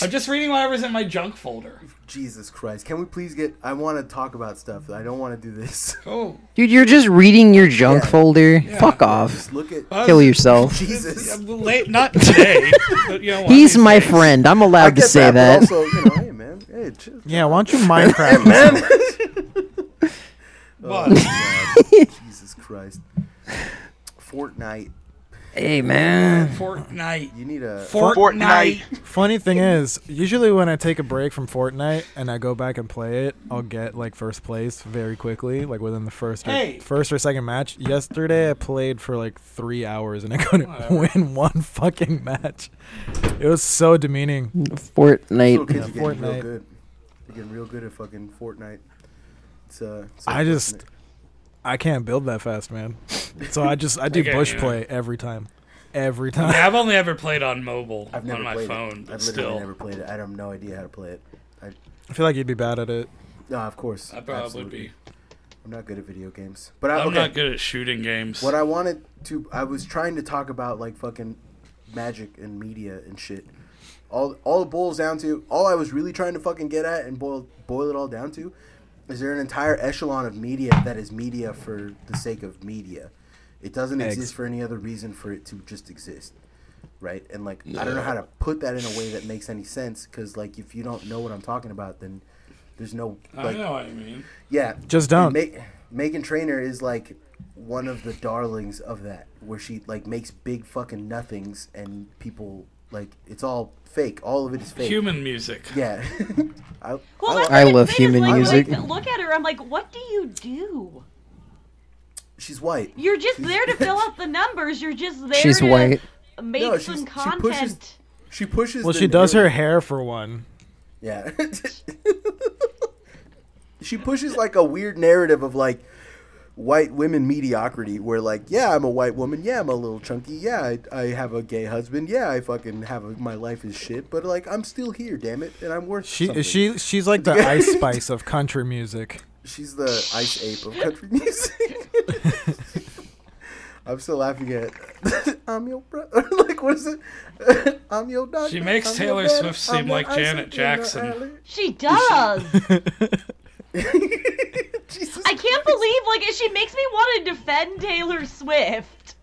Speaker 3: I'm just reading whatever's in my junk folder.
Speaker 1: Jesus Christ! Can we please get? I want to talk about stuff. I don't want to do this.
Speaker 3: Oh,
Speaker 6: Dude, you're just reading your junk
Speaker 1: Yeah.
Speaker 6: folder. Fuck off.
Speaker 1: Just look at
Speaker 3: uh,
Speaker 6: Kill yourself.
Speaker 1: Jesus.
Speaker 3: I'm late, uh, not today. but, you know, one
Speaker 6: He's
Speaker 3: of these
Speaker 6: my
Speaker 3: days.
Speaker 6: friend. I'm
Speaker 1: I
Speaker 6: allowed to
Speaker 1: get
Speaker 6: say
Speaker 1: that.
Speaker 6: that.
Speaker 1: but Also, you know, hey man, hey, chill.
Speaker 4: yeah, why don't you Minecraft?
Speaker 3: But
Speaker 1: Jesus Christ. Fortnite.
Speaker 6: Hey man.
Speaker 3: Fortnite.
Speaker 1: You need a.
Speaker 3: Fortnite.
Speaker 4: Funny thing is, usually when I take a break from Fortnite and I go back and play it, I'll get like first place very quickly, like within the first or,
Speaker 3: Hey.
Speaker 4: first or second match. Yesterday I played for like three hours and I couldn't win one fucking match. It was so demeaning.
Speaker 1: Little
Speaker 6: Fortnite.
Speaker 1: kids are getting real
Speaker 4: Fortnite.
Speaker 1: good. You're getting real good at fucking Fortnite. It's, uh, it's
Speaker 4: I just-
Speaker 1: unfortunate.
Speaker 4: I can't build that fast, man. So I just I do
Speaker 3: Okay,
Speaker 4: bush
Speaker 3: yeah.
Speaker 4: play every time, every
Speaker 3: I
Speaker 4: time.
Speaker 3: have only ever played on mobile
Speaker 1: I've never
Speaker 3: on my
Speaker 1: played it.
Speaker 3: phone,
Speaker 1: I've literally
Speaker 3: but still,
Speaker 1: never played it. I have no idea how to play it. I,
Speaker 4: I feel like you'd be bad at it.
Speaker 1: no, of course.
Speaker 3: I probably
Speaker 1: absolutely.
Speaker 3: would be.
Speaker 1: I'm not good at video games, but I,
Speaker 3: I'm
Speaker 1: okay.
Speaker 3: not good at shooting games.
Speaker 1: What I wanted to, I was trying to talk about like fucking magic and media and shit. All all it boils down to, all I was really trying to fucking get at and boil boil it all down to, is there an entire echelon of media that is media for the sake of media. It doesn't
Speaker 4: Eggs.
Speaker 1: exist for any other reason for it to just exist, right? And like I don't know how to put that in a way that makes any sense because like if you don't know what I'm talking about, then there's no
Speaker 3: I
Speaker 1: like
Speaker 3: know what you mean.
Speaker 1: yeah.
Speaker 4: Just don't.
Speaker 1: Ma- Megan Trainer is like one of the darlings of that, where she like makes big fucking nothings and people like it's all fake. All of it is fake.
Speaker 3: Human music.
Speaker 1: Yeah. I,
Speaker 2: Well,
Speaker 1: I-
Speaker 2: that's the
Speaker 6: I love
Speaker 2: thing is,
Speaker 6: human
Speaker 2: like,
Speaker 6: music.
Speaker 2: like, look at her. I'm like, what do you do?
Speaker 1: she's white.
Speaker 2: You're just there to fill out the numbers. You're just there
Speaker 6: She's
Speaker 2: to
Speaker 6: white.
Speaker 2: make
Speaker 1: No, she's- she
Speaker 2: some content.
Speaker 1: pushes- She pushes.
Speaker 4: Well,
Speaker 1: the
Speaker 4: she does her
Speaker 1: narrative-
Speaker 4: hair for one.
Speaker 1: Yeah. she pushes like a weird narrative of like white women mediocrity where like yeah i'm a white woman yeah i'm a little chunky yeah i, I have a gay husband yeah i fucking have a, my life is shit but like i'm still here damn it and i'm worth
Speaker 4: She
Speaker 1: something.
Speaker 4: she she's like the Ice Spice of country music.
Speaker 1: She's the ice ape of country music. I'm still laughing at I'm your brother. like what is it? I'm your doctor.
Speaker 3: She makes
Speaker 1: I'm
Speaker 3: Taylor
Speaker 1: your man,
Speaker 3: Swift
Speaker 1: I'm
Speaker 3: seem
Speaker 1: your
Speaker 3: like
Speaker 1: ice
Speaker 3: Janet
Speaker 1: ape in the
Speaker 3: Jackson.
Speaker 1: alley.
Speaker 2: She does.
Speaker 1: Jesus.
Speaker 2: I can't believe like she makes me want to defend Taylor Swift.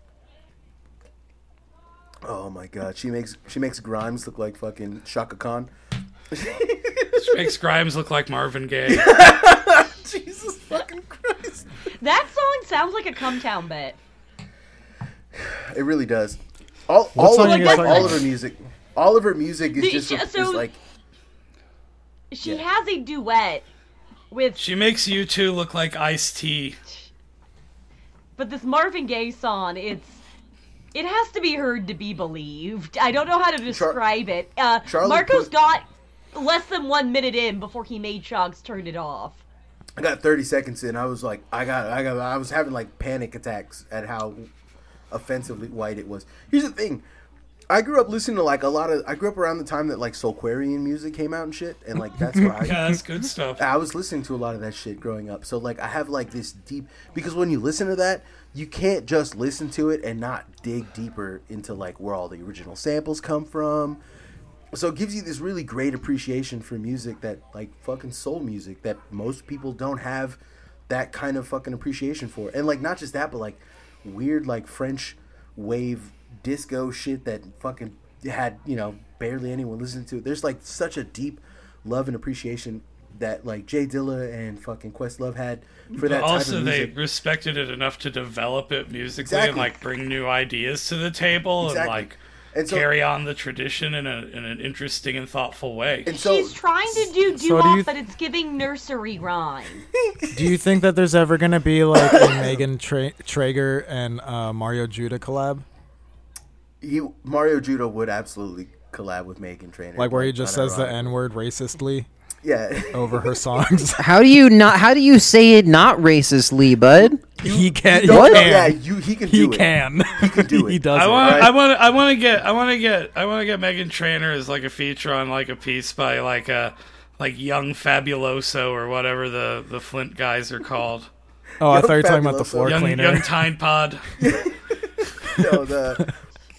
Speaker 1: Oh my god, she makes she makes Grimes look like fucking Shaka Khan.
Speaker 3: She makes Grimes look like Marvin Gaye.
Speaker 1: Jesus fucking Christ.
Speaker 2: That song sounds like a come town bit.
Speaker 1: It really does. All
Speaker 4: What
Speaker 1: all
Speaker 4: song
Speaker 1: of,
Speaker 4: are you
Speaker 1: like,
Speaker 4: guys talking
Speaker 1: all of
Speaker 4: about?
Speaker 1: her music. All of her music is
Speaker 2: The-
Speaker 1: just
Speaker 2: yeah,
Speaker 1: is
Speaker 2: so-
Speaker 1: like
Speaker 2: She
Speaker 1: Yeah.
Speaker 2: has a duet with
Speaker 3: she makes you two look like Ice T.
Speaker 2: but this Marvin Gaye song, it's it has to be heard to be believed. I don't know how to describe it. Uh,
Speaker 1: Charlie
Speaker 2: Marcos
Speaker 1: Puth-
Speaker 2: got less than one minute in before he made Shogs turn it off.
Speaker 1: I got 30 seconds in. I was like, I got, I got, I was having like panic attacks at how offensively white it was. Here's the thing. I grew up listening to like a lot of, I grew up around the time that like Soulquarian music came out and shit. And like, that's why I,
Speaker 3: Yeah, that's good stuff.
Speaker 1: I was listening to a lot of that shit growing up. So like, I have like this deep, because when you listen to that, you can't just listen to it and not dig deeper into like where all the original samples come from. So it gives you this really great appreciation for music that like fucking soul music that most people don't have that kind of fucking appreciation for. And like not just that, but like weird like French wave disco shit that fucking had, you know, barely anyone listened to. There's like such a deep love and appreciation that like Jay Dilla and fucking Questlove had for that type
Speaker 3: Also,
Speaker 1: of
Speaker 3: they
Speaker 1: music.
Speaker 3: respected it enough to develop it musically and
Speaker 1: Exactly.
Speaker 3: like bring new ideas to the table
Speaker 1: Exactly.
Speaker 3: and like
Speaker 1: and so,
Speaker 3: carry on the tradition in, a, in an interesting and thoughtful way.
Speaker 1: and so
Speaker 2: She's trying to do
Speaker 4: So do
Speaker 2: doo-wop,
Speaker 4: you-
Speaker 2: but it's giving nursery rhyme.
Speaker 4: Do you think that there's ever gonna be like a Megan Tra- Traeger and uh, Mario Judah collab?
Speaker 1: he, Mario Judo would absolutely collab with Megan Trainor.
Speaker 4: Like where he just says the
Speaker 1: unironically.
Speaker 4: N word racistly
Speaker 1: Yeah.
Speaker 4: over her songs.
Speaker 6: How do you not? How do you say it not racistly, bud?
Speaker 4: he can.
Speaker 1: No,
Speaker 6: What?
Speaker 1: no, yeah, you, he can
Speaker 4: He
Speaker 1: do it.
Speaker 4: can. He
Speaker 1: can do
Speaker 4: he
Speaker 1: it.
Speaker 4: does
Speaker 3: I
Speaker 4: it.
Speaker 3: want,
Speaker 1: right?
Speaker 3: I want, I want to get, I want to get, I want to get Megan Trainer as like a feature on like a piece by like a, like young Fabuloso or whatever the the Flint guys are called,
Speaker 4: Oh, I thought you were talking about the
Speaker 1: Fabuloso.
Speaker 4: floor
Speaker 3: young
Speaker 4: cleaner.
Speaker 3: young Tide Pod.
Speaker 1: No, the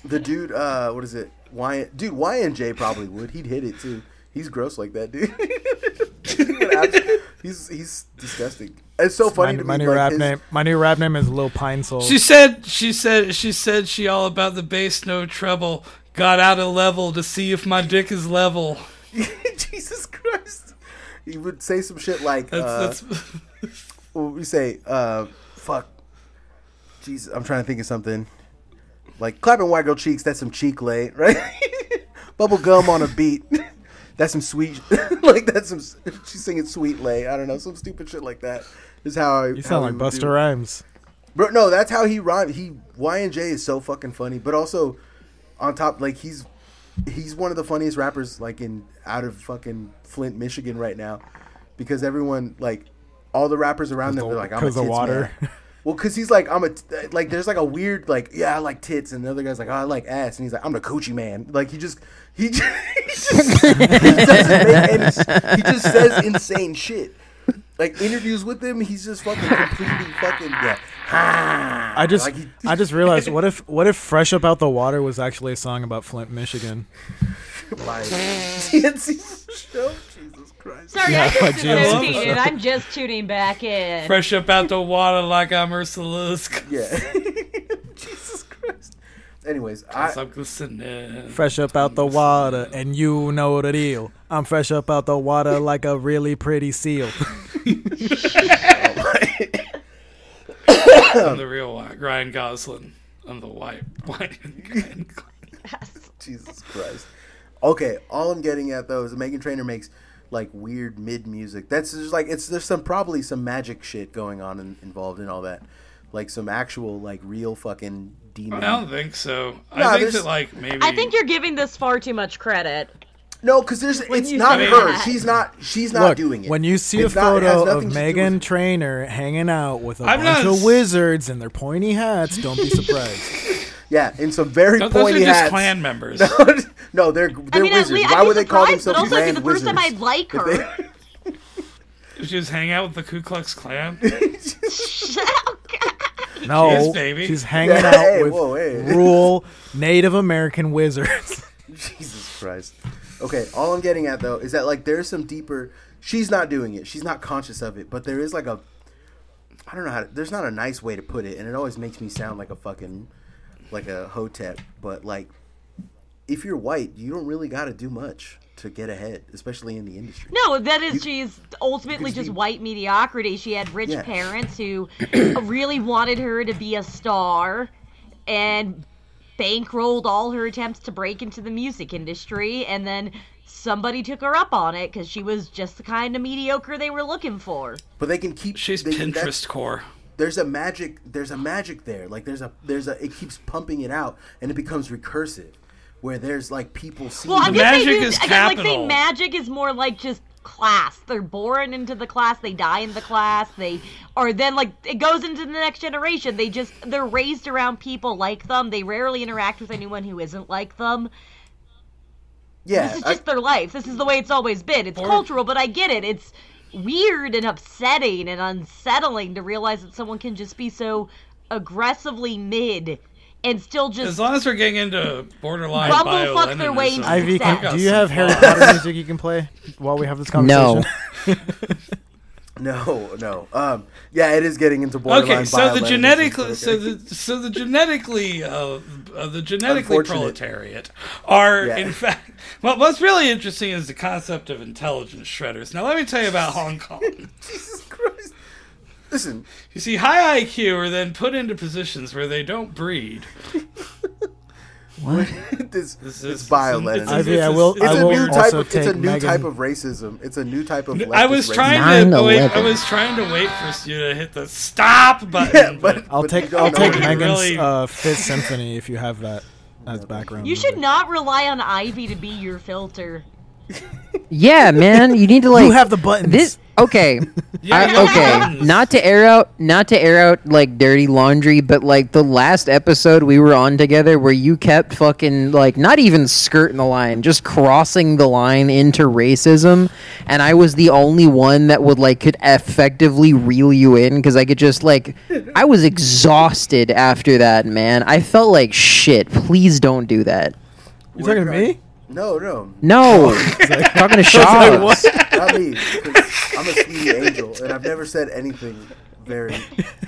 Speaker 1: the dude, uh, what is it? Y dude, YNJ probably would. He'd hit it too. He's gross like that, dude. He would abs- he's he's disgusting. It's so
Speaker 4: my,
Speaker 1: funny to
Speaker 4: my
Speaker 1: me.
Speaker 4: new
Speaker 1: like,
Speaker 4: rap
Speaker 1: his-
Speaker 4: name. My new rap name is Lil Pine Soul.
Speaker 3: She said, she said, she said she all about the bass, no trouble. Got out of level to see if my dick is level.
Speaker 1: Jesus Christ. He would say some shit like,
Speaker 3: That's,
Speaker 1: uh,
Speaker 3: that's,
Speaker 1: what would we say? Uh, fuck. Jesus, I'm trying to think of something. Like clapping white girl cheeks. That's some cheek late, right? Bubble gum on a beat. That's some sweet, like that's some. She's singing sweet lay. I don't know, some stupid shit like that. Is how I.
Speaker 4: you sound like Buster Rhymes.
Speaker 1: Bro, no, that's how he rhymes. He Y and J is so fucking funny, but also on top, like he's he's one of the funniest rappers like in out of fucking Flint, Michigan right now, because everyone like all the rappers around them
Speaker 4: the-
Speaker 1: they're like I'm a
Speaker 4: 'cause
Speaker 1: tits
Speaker 4: the water.
Speaker 1: man. Well, because he's like I'm a t- like there's like a weird like yeah I like tits and the other guy's like oh, I like ass and he's like I'm the coochie man like he just he just, he just, he, doesn't make any, s- he just says insane shit. Like interviews with him, he's just fucking completely fucking yeah.
Speaker 4: I just
Speaker 1: Like he-
Speaker 4: I just realized what if what if Fresh Up Out the Water was actually a song about Flint, Michigan?
Speaker 1: Like TNC show, Jesus Christ.
Speaker 2: Sorry, I
Speaker 4: Yeah,
Speaker 2: just
Speaker 4: James is
Speaker 2: dissociated.
Speaker 4: upset.
Speaker 2: I'm just tuning back in.
Speaker 3: Fresh up out the water like I'm merciless.
Speaker 1: Yeah. Jesus Christ. Anyways, I,
Speaker 3: I'm glistening.
Speaker 4: Fresh up out the water, and you know the deal. I'm fresh up out the water like a really pretty seal.
Speaker 3: I'm the real one. Ryan Gosling. I'm the white, white Ryan Gosling.
Speaker 1: Jesus Christ. Okay, all I'm getting at though is Megan Trainer makes like weird mid music. That's just like it's there's some probably some magic shit going on in, involved in all that, like some actual like real fucking demon.
Speaker 3: I don't think so.
Speaker 1: Nah,
Speaker 3: I think
Speaker 1: this-
Speaker 3: that like maybe.
Speaker 2: I think you're giving this far too much credit.
Speaker 1: No, because there's it's
Speaker 2: you
Speaker 1: not
Speaker 2: say
Speaker 1: her.
Speaker 2: that.
Speaker 1: She's not. She's not
Speaker 4: Look,
Speaker 1: doing it.
Speaker 4: when you see
Speaker 1: It's
Speaker 4: a
Speaker 1: not- it has
Speaker 4: photo
Speaker 1: nothing
Speaker 4: of
Speaker 1: to do
Speaker 4: Megan
Speaker 1: with-
Speaker 4: Trainer hanging out with a
Speaker 3: I'm
Speaker 4: bunch
Speaker 3: not-
Speaker 4: of wizards in their pointy hats, don't be surprised.
Speaker 1: yeah, in some very
Speaker 3: No, those are
Speaker 1: pointy
Speaker 3: just
Speaker 1: hats.
Speaker 3: clan members.
Speaker 1: no, they're they're
Speaker 2: I mean,
Speaker 1: wizards.
Speaker 2: at least
Speaker 1: Why
Speaker 2: I'd be
Speaker 1: would they call themselves
Speaker 2: surprised, But also,
Speaker 1: grand
Speaker 2: it'd be the first time I'd
Speaker 1: wizards?
Speaker 2: like
Speaker 1: If
Speaker 2: her.
Speaker 1: they-
Speaker 3: Just hang out with the Ku Klux Klan.
Speaker 2: Oh,
Speaker 4: No,
Speaker 3: Yes, baby.
Speaker 4: she's hanging
Speaker 1: Yeah,
Speaker 4: out
Speaker 1: hey,
Speaker 4: with
Speaker 1: whoa, hey.
Speaker 4: rural Native American wizards.
Speaker 1: Jesus Christ. Okay, all I'm getting at though is that like there's some deeper. She's not doing it. She's not conscious of it, but there is like a. I don't know how. To, there's not a nice way to put it, and it always makes me sound like a fucking, like a hotep. But like, if you're white, you don't really got to do much to get ahead, especially in the industry.
Speaker 2: No, that is she's ultimately just white mediocrity. She had rich
Speaker 1: Yeah.
Speaker 2: parents who really wanted her to be a star and bankrolled all her attempts to break into the music industry and then somebody took her up on it cuz she was just the kind of mediocre they were looking for.
Speaker 1: But they can keep.
Speaker 3: She's
Speaker 1: they, that's-
Speaker 3: Pinterest core.
Speaker 1: there's a magic there's a magic there like there's a there's a it keeps pumping it out and it becomes recursive where there's like people seeing
Speaker 2: Well, I'm
Speaker 3: The
Speaker 2: just saying
Speaker 3: magic
Speaker 2: this-
Speaker 3: is
Speaker 2: I guess, like
Speaker 3: capital.
Speaker 2: saying magic is more like just class. They're born into the class, they die in the class, they or then like it goes into the next generation. They just they're raised around people like them. They rarely interact with anyone who isn't like them.
Speaker 1: yeah
Speaker 2: This is
Speaker 1: I-
Speaker 2: just their life. This is the way it's always been. It's cultural, but I get it. It's weird and upsetting and unsettling to realize that someone can just be so aggressively mid and still
Speaker 3: As
Speaker 2: just
Speaker 3: long as we're getting into borderline
Speaker 2: Rumble fuck their way
Speaker 3: bio-Leninism,
Speaker 2: into Ivy,
Speaker 4: Ivy,
Speaker 2: can-
Speaker 4: can,
Speaker 2: Success.
Speaker 4: do you have Harry Potter music you can play while we have this conversation?
Speaker 6: No.
Speaker 1: no no um yeah it is getting into borderline
Speaker 3: Okay, so the
Speaker 1: bioleninism,
Speaker 3: genetically,
Speaker 1: okay.
Speaker 3: so the so the genetically, uh, uh, the genetically
Speaker 1: Unfortunate.
Speaker 3: proletariat are
Speaker 1: Yeah.
Speaker 3: in fact. Well, what's really interesting is the concept of intelligence shredders. Now, let me tell you about Hong Kong.
Speaker 1: Jesus Christ. listen
Speaker 3: You see, high IQ are then put into positions where they don't breed.
Speaker 1: this
Speaker 3: This
Speaker 1: this
Speaker 3: is-
Speaker 1: is bio-Leninism.
Speaker 3: it's-
Speaker 4: Ivy,
Speaker 3: This
Speaker 4: I
Speaker 3: is-
Speaker 4: will.
Speaker 3: it's
Speaker 4: I
Speaker 1: it's a
Speaker 4: will
Speaker 1: new type
Speaker 4: also
Speaker 1: of, it's a
Speaker 4: take
Speaker 1: new type
Speaker 4: Megan-
Speaker 1: of racism it's a new type of
Speaker 3: I
Speaker 1: leftist
Speaker 3: was
Speaker 1: racism.
Speaker 3: trying to wait. I
Speaker 6: 9/11.
Speaker 3: was trying to wait for you to hit the stop button.
Speaker 1: yeah, but,
Speaker 4: I'll
Speaker 1: but you
Speaker 4: take.
Speaker 1: don't
Speaker 4: I'll
Speaker 1: know
Speaker 4: take
Speaker 1: it.
Speaker 3: Megan-
Speaker 4: Megan's
Speaker 3: Really-
Speaker 4: uh, Fifth Symphony if you have that as background.
Speaker 2: You
Speaker 4: music.
Speaker 2: should not rely on Ivy to be your filter.
Speaker 6: Yeah, man, you need to like
Speaker 4: You have the buttons.
Speaker 6: This okay.
Speaker 3: Yeah,
Speaker 6: I-
Speaker 3: you have the
Speaker 6: okay,
Speaker 3: buttons.
Speaker 6: not to air out, not to air out like dirty laundry, but like the last episode we were on together, where you kept fucking like not even skirting the line, just crossing the line into racism, and I was the only one that would like could effectively reel you in because I could just like I was exhausted after that, man. I felt like shit. Please don't do that.
Speaker 4: You talking to me?
Speaker 1: no no
Speaker 6: No, talking to Shaw.
Speaker 1: Not me. 'cause I'm a sweetie angel, and I've never said anything very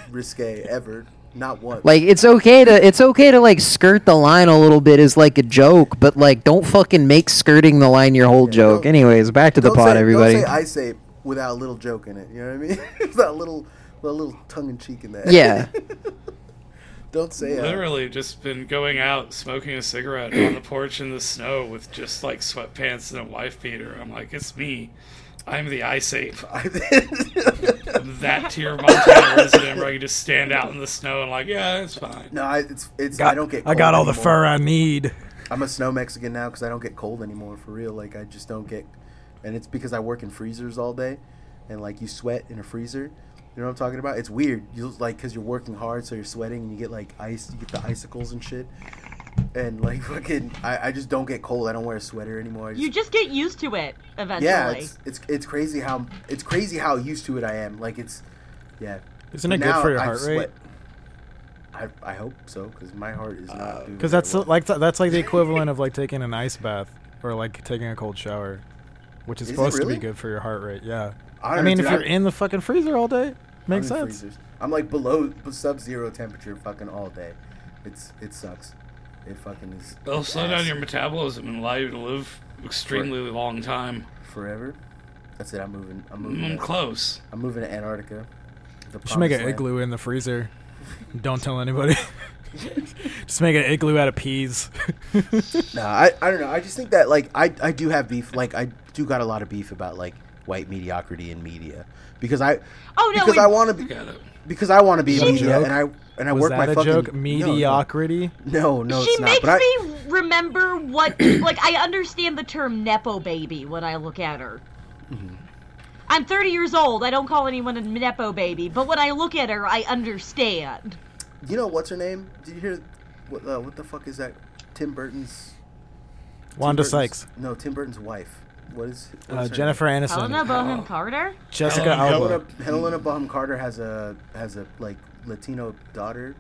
Speaker 1: risque ever. Not once.
Speaker 6: Like it's okay to it's okay to like skirt the line a little bit is like a joke, but like don't fucking make skirting the line your whole joke.
Speaker 1: don't-
Speaker 6: Anyways, back to the
Speaker 1: don't
Speaker 6: pot,
Speaker 1: say,
Speaker 6: everybody.
Speaker 1: Don't say I say without a little joke in it. You know what I mean? without a little, without a little tongue in cheek in that.
Speaker 6: yeah,
Speaker 1: don't say it.
Speaker 3: Literally just been going out smoking a cigarette on the porch in the snow with just like sweatpants and a wife beater. I'm like, it's me. I'm the ice ape. I'm that tier of Montana resident where I can just stand out in the snow and like, yeah, it's fine.
Speaker 1: no, I, it's it's. I don't get.
Speaker 4: I got
Speaker 1: cold
Speaker 4: all the
Speaker 1: anymore.
Speaker 4: fur I need.
Speaker 1: I'm a snow Mexican now because I don't get cold anymore for real. Like I just don't get, and it's because I work in freezers all day, and like you sweat in a freezer. You know what I'm talking about? It's weird. You like because you're working hard, so you're sweating, and you get like ice. You get the icicles and shit. And like fucking, I, I just don't get cold. I don't wear a sweater anymore. I just,
Speaker 2: You just get used to it eventually.
Speaker 1: yeah, it's, it's it's crazy how it's crazy how used to it I am. Like it's, yeah.
Speaker 4: Isn't
Speaker 1: But
Speaker 4: it good
Speaker 1: now
Speaker 4: for your
Speaker 1: I
Speaker 4: heart rate?
Speaker 1: sweat. I, I hope so because my heart is not.
Speaker 3: Uh,
Speaker 1: doing
Speaker 4: Because that's
Speaker 1: very well.
Speaker 4: like that's like the equivalent of like taking an ice bath or like taking a cold shower, which is,
Speaker 1: Is it
Speaker 4: supposed to
Speaker 1: really?
Speaker 4: be good for your heart rate. Yeah,
Speaker 1: I
Speaker 4: I,
Speaker 1: don't
Speaker 4: mean,
Speaker 1: know,
Speaker 4: if
Speaker 1: dude,
Speaker 4: you're
Speaker 1: I-
Speaker 4: in the fucking freezer all day, makes
Speaker 1: I'm in
Speaker 4: sense.
Speaker 1: freezers. I'm like below sub zero temperature fucking all day. It's it sucks. It fucking is
Speaker 3: It'll slow down
Speaker 1: ass
Speaker 3: your metabolism and allow you to live extremely long time.
Speaker 1: forever. That's it. I'm moving. I'm
Speaker 3: I'm
Speaker 1: moving. to-
Speaker 3: close.
Speaker 1: I'm moving to Antarctica. The
Speaker 4: Just make
Speaker 1: promised
Speaker 4: an
Speaker 1: land.
Speaker 4: igloo in the freezer. Don't tell anybody. Just make an igloo out of peas.
Speaker 1: Nah, I, I don't know. I just think that like I I do have beef. Like I do got a lot of beef about like white mediocrity in media because I
Speaker 2: Oh no,
Speaker 1: because
Speaker 2: it-
Speaker 1: I want to be
Speaker 3: Got it.
Speaker 1: because I want to be in
Speaker 4: She-
Speaker 1: media
Speaker 4: Joke?
Speaker 1: and I and I
Speaker 4: Was
Speaker 1: work
Speaker 4: that
Speaker 1: my
Speaker 4: a
Speaker 1: fucking
Speaker 4: joke?
Speaker 1: no, no.
Speaker 4: Mediocrity.
Speaker 1: No, no,
Speaker 2: she
Speaker 1: it's not.
Speaker 2: makes
Speaker 1: but I,
Speaker 2: me remember what like I understand the term nepo baby when I look at her.
Speaker 1: Mm-hmm.
Speaker 2: I'm 30 years old. I don't call anyone a nepo baby, but when I look at her, I understand.
Speaker 1: you know what's her name? Did you hear? What, uh, what the fuck is that? Tim Burton's
Speaker 4: Wanda
Speaker 1: Burton's-
Speaker 4: Sykes,
Speaker 1: No, Tim Burton's wife. What is what
Speaker 4: uh,
Speaker 1: is her
Speaker 4: Jennifer
Speaker 2: Helena
Speaker 4: Aniston,
Speaker 2: Bonham Carter.
Speaker 4: Jessica
Speaker 3: Helena-
Speaker 1: name?
Speaker 4: Alba.
Speaker 1: Helena, Helena Bonham Carter has a has a like Latino daughter.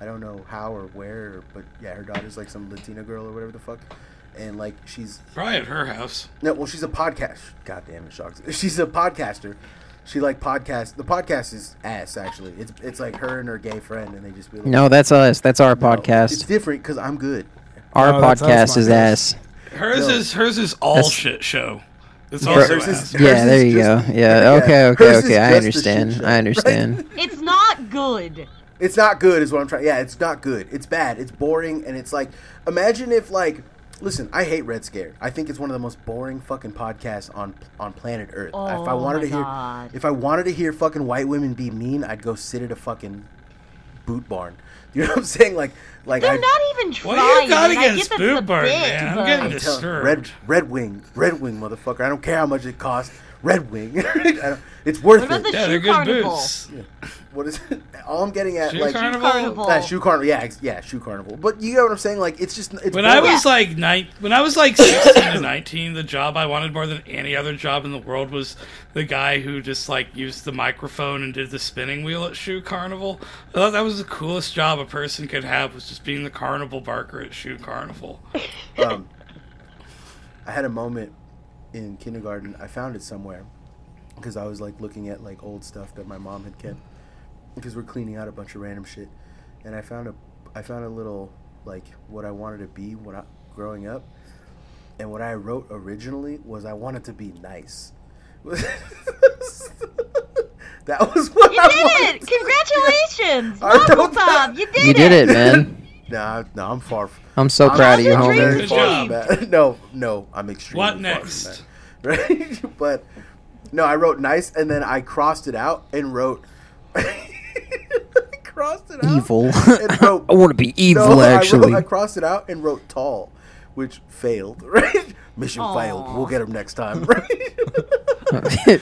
Speaker 1: I don't know how or where, but yeah, her daughter's like some Latina girl or whatever the fuck. And like she's
Speaker 3: Probably at her house.
Speaker 1: no, well, she's a podcast. God damn it, shocks. She's a podcaster. She like podcast. The podcast is ass. Actually, it's it's like her and her gay friend, and they just be like, oh,
Speaker 6: No, that's us. That's our
Speaker 1: It's
Speaker 6: podcast.
Speaker 1: different because I'm good.
Speaker 6: Our
Speaker 4: Oh, that's us,
Speaker 6: podcast is
Speaker 4: podcast.
Speaker 6: ass.
Speaker 3: Hers
Speaker 1: No.
Speaker 3: is hers is all
Speaker 6: That's-
Speaker 3: shit show. It's also
Speaker 1: hers is-
Speaker 3: ass.
Speaker 1: Hers
Speaker 6: Yeah, there
Speaker 1: is
Speaker 6: you
Speaker 1: just-
Speaker 6: go.
Speaker 1: yeah,
Speaker 6: Yeah, okay, okay,
Speaker 1: hers is
Speaker 6: okay. I
Speaker 1: just a
Speaker 6: understand.
Speaker 1: shit show,
Speaker 6: I understand.
Speaker 2: It's not good.
Speaker 1: It's not good, is what I'm trying. Yeah, it's not good. It's bad. It's boring, and it's like, imagine if like, listen, I hate Red Scare. I think it's one of the most boring fucking podcasts on on planet Earth. if I
Speaker 2: Oh
Speaker 1: wanted
Speaker 2: my
Speaker 1: to hear,
Speaker 2: God.
Speaker 1: if I wanted to hear fucking white women be mean, I'd go sit at a fucking boot barn. You know what I'm saying? Like, like
Speaker 2: They're
Speaker 1: I,
Speaker 2: not even trying.
Speaker 3: What you got
Speaker 2: and I get
Speaker 3: against
Speaker 2: that's the
Speaker 3: Boot Barn,
Speaker 2: big,
Speaker 3: man? I'm
Speaker 2: but-
Speaker 3: getting
Speaker 1: I'm telling-
Speaker 3: disturbed.
Speaker 1: Red Red Wing, Red Wing, motherfucker. I don't care how much it costs. Red Wing, I don't- it's worth
Speaker 2: What about
Speaker 1: it.
Speaker 2: the
Speaker 3: yeah, they're
Speaker 2: shoe
Speaker 3: good
Speaker 2: carnival?
Speaker 3: boots.
Speaker 1: What is it? All I'm getting at,
Speaker 3: Shoe
Speaker 1: like.
Speaker 3: carnival?
Speaker 2: Carnival.
Speaker 1: Uh, shoe carnival, yeah, ex- yeah, shoe carnival. But you know what I'm saying? Like, it's just it's
Speaker 3: When I
Speaker 1: boring.
Speaker 3: was like nine, when I was like sixteen to nineteen, the job I wanted more than any other job in the world was the guy who just like used the microphone and did the spinning wheel at Shoe Carnival. I thought that was the coolest job a person could have was just being the carnival barker at Shoe Carnival.
Speaker 1: um, I had a moment in kindergarten. I found it somewhere because I was like looking at like old stuff that my mom had kept because we're cleaning out a bunch of random shit, and I found a I found a little like what I wanted to be when I growing up, and what I wrote originally was I wanted to be nice. that was what
Speaker 2: You
Speaker 1: I
Speaker 2: did
Speaker 1: wanted.
Speaker 2: it! Congratulations,
Speaker 1: I don't
Speaker 2: Waffle
Speaker 1: know.
Speaker 2: Bob! You did
Speaker 6: You
Speaker 2: it!
Speaker 6: did it, man.
Speaker 1: Nah, no, I'm far. From,
Speaker 6: I'm so
Speaker 1: I'm
Speaker 6: proud of you,
Speaker 2: How's your
Speaker 6: homie.
Speaker 2: dream?
Speaker 1: very
Speaker 3: Good
Speaker 1: far
Speaker 3: job.
Speaker 1: from that. No, no, I'm extremely.
Speaker 3: What
Speaker 1: far from
Speaker 3: next?
Speaker 1: that. Right, but no, I wrote nice, and then I crossed it out and wrote. crossed it out.
Speaker 6: Evil.
Speaker 1: And wrote
Speaker 6: I want to be evil,
Speaker 1: no,
Speaker 6: actually.
Speaker 1: I, wrote, I crossed it out and wrote tall, which failed. Right, mission
Speaker 2: Aw.
Speaker 1: failed. We'll get him next time. Right,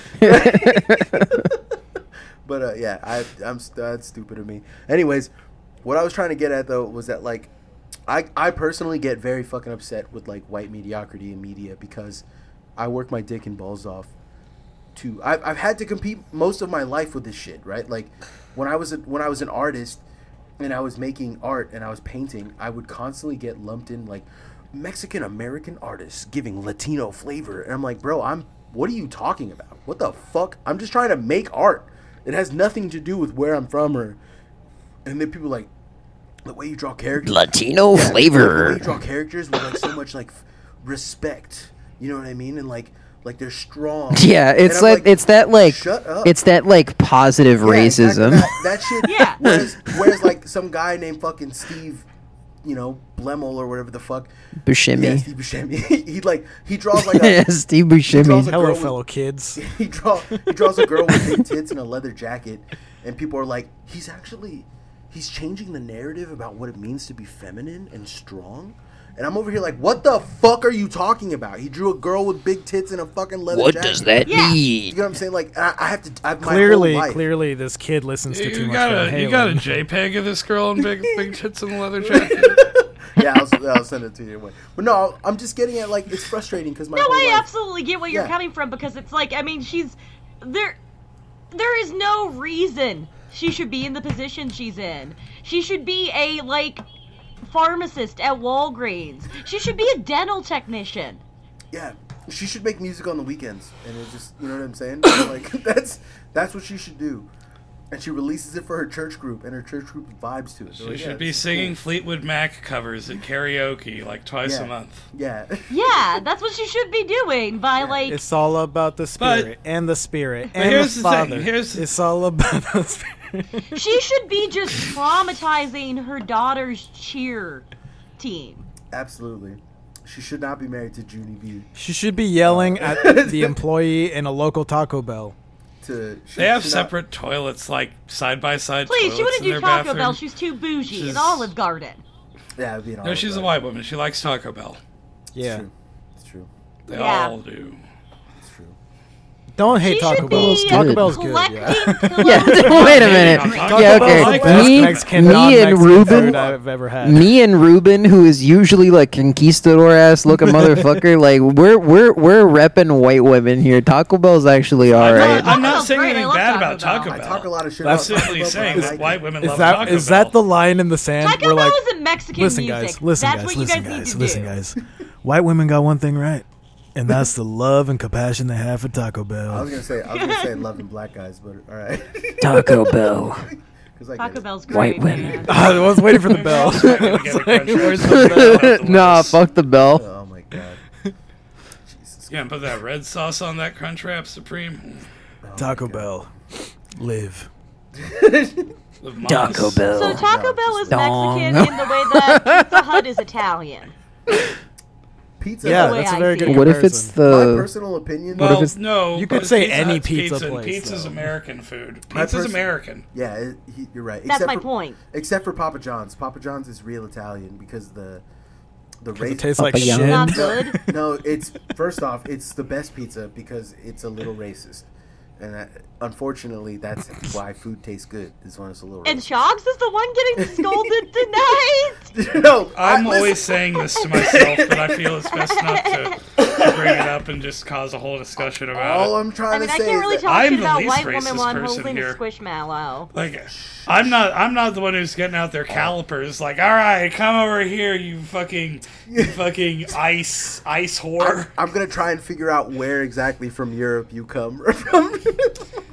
Speaker 1: but uh, yeah, I, I'm st- that's stupid of me. Anyways, what I was trying to get at though was that like, I I personally get very fucking upset with like white mediocrity in media because I work my dick and balls off to I've, I've had to compete most of my life with this shit right like when i was a, when i was an artist and i was making art and i was painting i would constantly get lumped in like mexican american artists giving latino flavor and i'm like bro i'm what are you talking about what the fuck i'm just trying to make art it has nothing to do with where i'm from or and then people like the way you draw characters
Speaker 6: Latino
Speaker 1: yeah, like,
Speaker 6: flavor.
Speaker 1: they draw characters with like so much like f- respect. You know what I mean? And like like they're strong.
Speaker 6: Yeah,
Speaker 1: And
Speaker 6: it's
Speaker 1: I'm
Speaker 6: like, it's that like
Speaker 1: shut up.
Speaker 6: it's that like positive
Speaker 1: Yeah, exactly.
Speaker 6: racism.
Speaker 1: That, that shit.
Speaker 2: Yeah.
Speaker 1: Whereas, whereas like some guy named fucking Steve, you know Blemel or whatever the fuck. Yeah,
Speaker 6: Buscemi.
Speaker 1: Steve Buscemi. he like he draws like a
Speaker 6: Steve
Speaker 1: draws
Speaker 6: Buscemi.
Speaker 1: a-
Speaker 4: Hello,
Speaker 1: girl with-
Speaker 4: fellow kids.
Speaker 1: he draw he draws a girl with big tits and a leather jacket, and people are like, he's actually he's changing the narrative about what it means to be feminine and strong. And I'm over here like, what the fuck are you talking about? He drew a girl with big tits and a fucking leather
Speaker 6: What
Speaker 1: jacket.
Speaker 6: does that
Speaker 2: Yeah.
Speaker 1: You
Speaker 6: mean?
Speaker 1: know what I'm saying? Like, I, I have to. I've my
Speaker 4: Clearly,
Speaker 1: whole life.
Speaker 4: clearly, this kid listens to too
Speaker 3: You
Speaker 4: much
Speaker 3: got
Speaker 4: Van
Speaker 3: a you
Speaker 4: Halen.
Speaker 3: got a JPEG of this girl in big big tits and a leather jacket.
Speaker 1: yeah, I'll, I'll send it to you anyway. But no, I'm just getting at like it's frustrating because my
Speaker 2: No,
Speaker 1: whole
Speaker 2: I
Speaker 1: life.
Speaker 2: absolutely get where you're
Speaker 1: Yeah.
Speaker 2: coming from because it's like, I mean, she's there. There is no reason she should be in the position she's in. She should be a like pharmacist at Walgreens. She should be a dental technician.
Speaker 1: Yeah, she should make music on the weekends, and it's just you know what I'm saying. like that's that's what she should do. And she releases it for her church group, and her church group vibes to it. They're
Speaker 3: You
Speaker 1: like, yeah,
Speaker 3: should be
Speaker 1: this is
Speaker 3: singing Fleetwood Mac covers at karaoke like twice
Speaker 1: Yeah.
Speaker 3: a month.
Speaker 1: cool. Yeah,
Speaker 2: Yeah, that's what she should be doing by like
Speaker 4: It's all about the
Speaker 3: But-
Speaker 4: spirit and the spirit
Speaker 3: but
Speaker 4: and
Speaker 3: here's
Speaker 4: the
Speaker 3: the thing,
Speaker 4: father.
Speaker 3: here's the-
Speaker 4: it's all about the spirit.
Speaker 2: she should be just traumatizing her daughter's cheer team.
Speaker 1: absolutely. She should not be married to Junie B.
Speaker 4: She should be yelling at the employee in a local Taco Bell.
Speaker 1: To she
Speaker 3: They have
Speaker 1: should not-
Speaker 3: separate toilets like side by side.
Speaker 2: Please, she
Speaker 3: toilets
Speaker 2: wouldn't
Speaker 3: in
Speaker 2: do
Speaker 3: their
Speaker 2: Taco
Speaker 3: bathroom.
Speaker 2: Bell. She's too bougie.
Speaker 3: She's-
Speaker 2: An Olive Garden.
Speaker 1: Yeah, it'd be an
Speaker 3: No, she's a white woman. She likes Taco Bell.
Speaker 1: It's
Speaker 4: Yeah,
Speaker 1: true. It's true.
Speaker 3: They
Speaker 2: Yeah.
Speaker 3: all do.
Speaker 1: It's true.
Speaker 4: don't hate
Speaker 2: She
Speaker 4: Taco
Speaker 2: should be
Speaker 4: Bell. Taco
Speaker 6: good.
Speaker 4: Bell's good.
Speaker 2: collecting pillows.
Speaker 4: Yeah.
Speaker 6: Yeah, wait a minute.
Speaker 3: Taco
Speaker 6: Yeah,
Speaker 3: Bell's
Speaker 6: okay.
Speaker 3: the best
Speaker 6: Me,
Speaker 4: Mexican
Speaker 6: me and
Speaker 4: non-Mexican
Speaker 6: Ruben,
Speaker 4: food I've ever had.
Speaker 6: me and Ruben, who is usually like conquistador ass looking motherfucker, like we're we're we're repping white women here. Taco Bell's actually all
Speaker 3: I'm not,
Speaker 6: right.
Speaker 3: I'm not
Speaker 1: Oh,
Speaker 2: Taco Bell's
Speaker 3: saying
Speaker 2: great. I
Speaker 3: anything
Speaker 2: love
Speaker 3: bad
Speaker 2: Taco
Speaker 3: about Taco Bell.
Speaker 2: Bell.
Speaker 1: I talk a lot of shit.
Speaker 4: That's
Speaker 1: about Taco
Speaker 3: Simply
Speaker 1: Bell,
Speaker 3: saying
Speaker 1: but I
Speaker 3: that
Speaker 1: like
Speaker 3: white
Speaker 1: it.
Speaker 3: women
Speaker 4: Is
Speaker 3: love
Speaker 4: that
Speaker 3: Taco
Speaker 4: is
Speaker 3: Bell.
Speaker 4: that the line in the sand?
Speaker 2: Taco
Speaker 4: We're
Speaker 2: Bell
Speaker 4: like,
Speaker 2: isn't Mexican
Speaker 4: listen,
Speaker 2: music.
Speaker 4: guys, listen,
Speaker 2: That's
Speaker 4: guys,
Speaker 2: what
Speaker 4: listen,
Speaker 2: you guys,
Speaker 4: guys,
Speaker 2: need to
Speaker 4: listen,
Speaker 2: do.
Speaker 4: guys. White women got one thing right, and that's the love and compassion they have for Taco
Speaker 1: I
Speaker 4: Bell.
Speaker 1: was gonna say I was gonna say loving black guys, but all right.
Speaker 6: Taco Bell.
Speaker 1: 'Cause I get
Speaker 2: Taco
Speaker 1: it.
Speaker 2: Bell's
Speaker 6: White
Speaker 2: great.
Speaker 6: women.
Speaker 2: man.
Speaker 4: I was waiting for the bell.
Speaker 3: We get a crunch
Speaker 4: where's
Speaker 3: fries
Speaker 4: the
Speaker 3: off the
Speaker 6: nah,
Speaker 3: lips.
Speaker 6: fuck the bell.
Speaker 1: Oh my god. Jesus.
Speaker 3: Yeah, and put that red sauce on that Crunchwrap Supreme.
Speaker 4: Taco Bell, live.
Speaker 3: The mice.
Speaker 6: Taco
Speaker 2: So
Speaker 6: Bell.
Speaker 2: Taco Bell is
Speaker 6: Dong.
Speaker 2: Mexican in the way that Pizza Hut is Italian.
Speaker 1: Pizza.
Speaker 4: yeah,
Speaker 1: Hut.
Speaker 2: way
Speaker 4: that's a
Speaker 2: I
Speaker 4: very
Speaker 2: see
Speaker 4: good.
Speaker 2: it.
Speaker 6: What if it's
Speaker 4: comparison.
Speaker 1: my
Speaker 6: the?
Speaker 1: personal opinion.
Speaker 3: Well,
Speaker 6: if it's-
Speaker 3: no.
Speaker 4: You could
Speaker 3: but
Speaker 4: say
Speaker 3: Pizza
Speaker 4: any
Speaker 3: Hut's
Speaker 4: pizza
Speaker 3: and
Speaker 4: place,
Speaker 3: Pizza's
Speaker 4: though.
Speaker 3: American food. Pizza's
Speaker 1: person-
Speaker 3: American.
Speaker 1: yeah, it, he, you're right.
Speaker 2: That's
Speaker 1: except
Speaker 2: my
Speaker 1: for,
Speaker 2: point.
Speaker 1: Except for Papa John's. Papa John's is real Italian because the the
Speaker 4: It
Speaker 1: race.
Speaker 4: tastes like
Speaker 6: Papa
Speaker 4: shit.
Speaker 6: Young.
Speaker 2: Not good.
Speaker 1: no, it's first off, it's the best pizza because it's a little racist, and that, unfortunately, that's why food tastes good. Is when it's a little.
Speaker 2: And
Speaker 1: racist.
Speaker 2: Shogs is the one getting scolded tonight.
Speaker 1: no,
Speaker 3: I'm
Speaker 1: I-
Speaker 3: always saying this to myself, but I feel it's best not to, to bring it up and just cause a whole discussion about
Speaker 1: All
Speaker 3: it.
Speaker 1: I'm
Speaker 2: I
Speaker 1: trying
Speaker 2: mean,
Speaker 1: to
Speaker 2: I
Speaker 1: say
Speaker 2: can't
Speaker 1: is
Speaker 2: really
Speaker 1: that-
Speaker 2: talk
Speaker 3: I'm
Speaker 2: shit
Speaker 3: the
Speaker 2: about
Speaker 3: least
Speaker 2: white
Speaker 3: racist
Speaker 2: women while I'm
Speaker 3: person
Speaker 2: holding
Speaker 3: here.
Speaker 2: a squishmallow.
Speaker 3: Like I'm not I'm not the one who's getting out their calipers like, alright, come over here, you fucking you fucking ice ice whore.
Speaker 1: I'm gonna try and figure out where exactly from Europe you come from.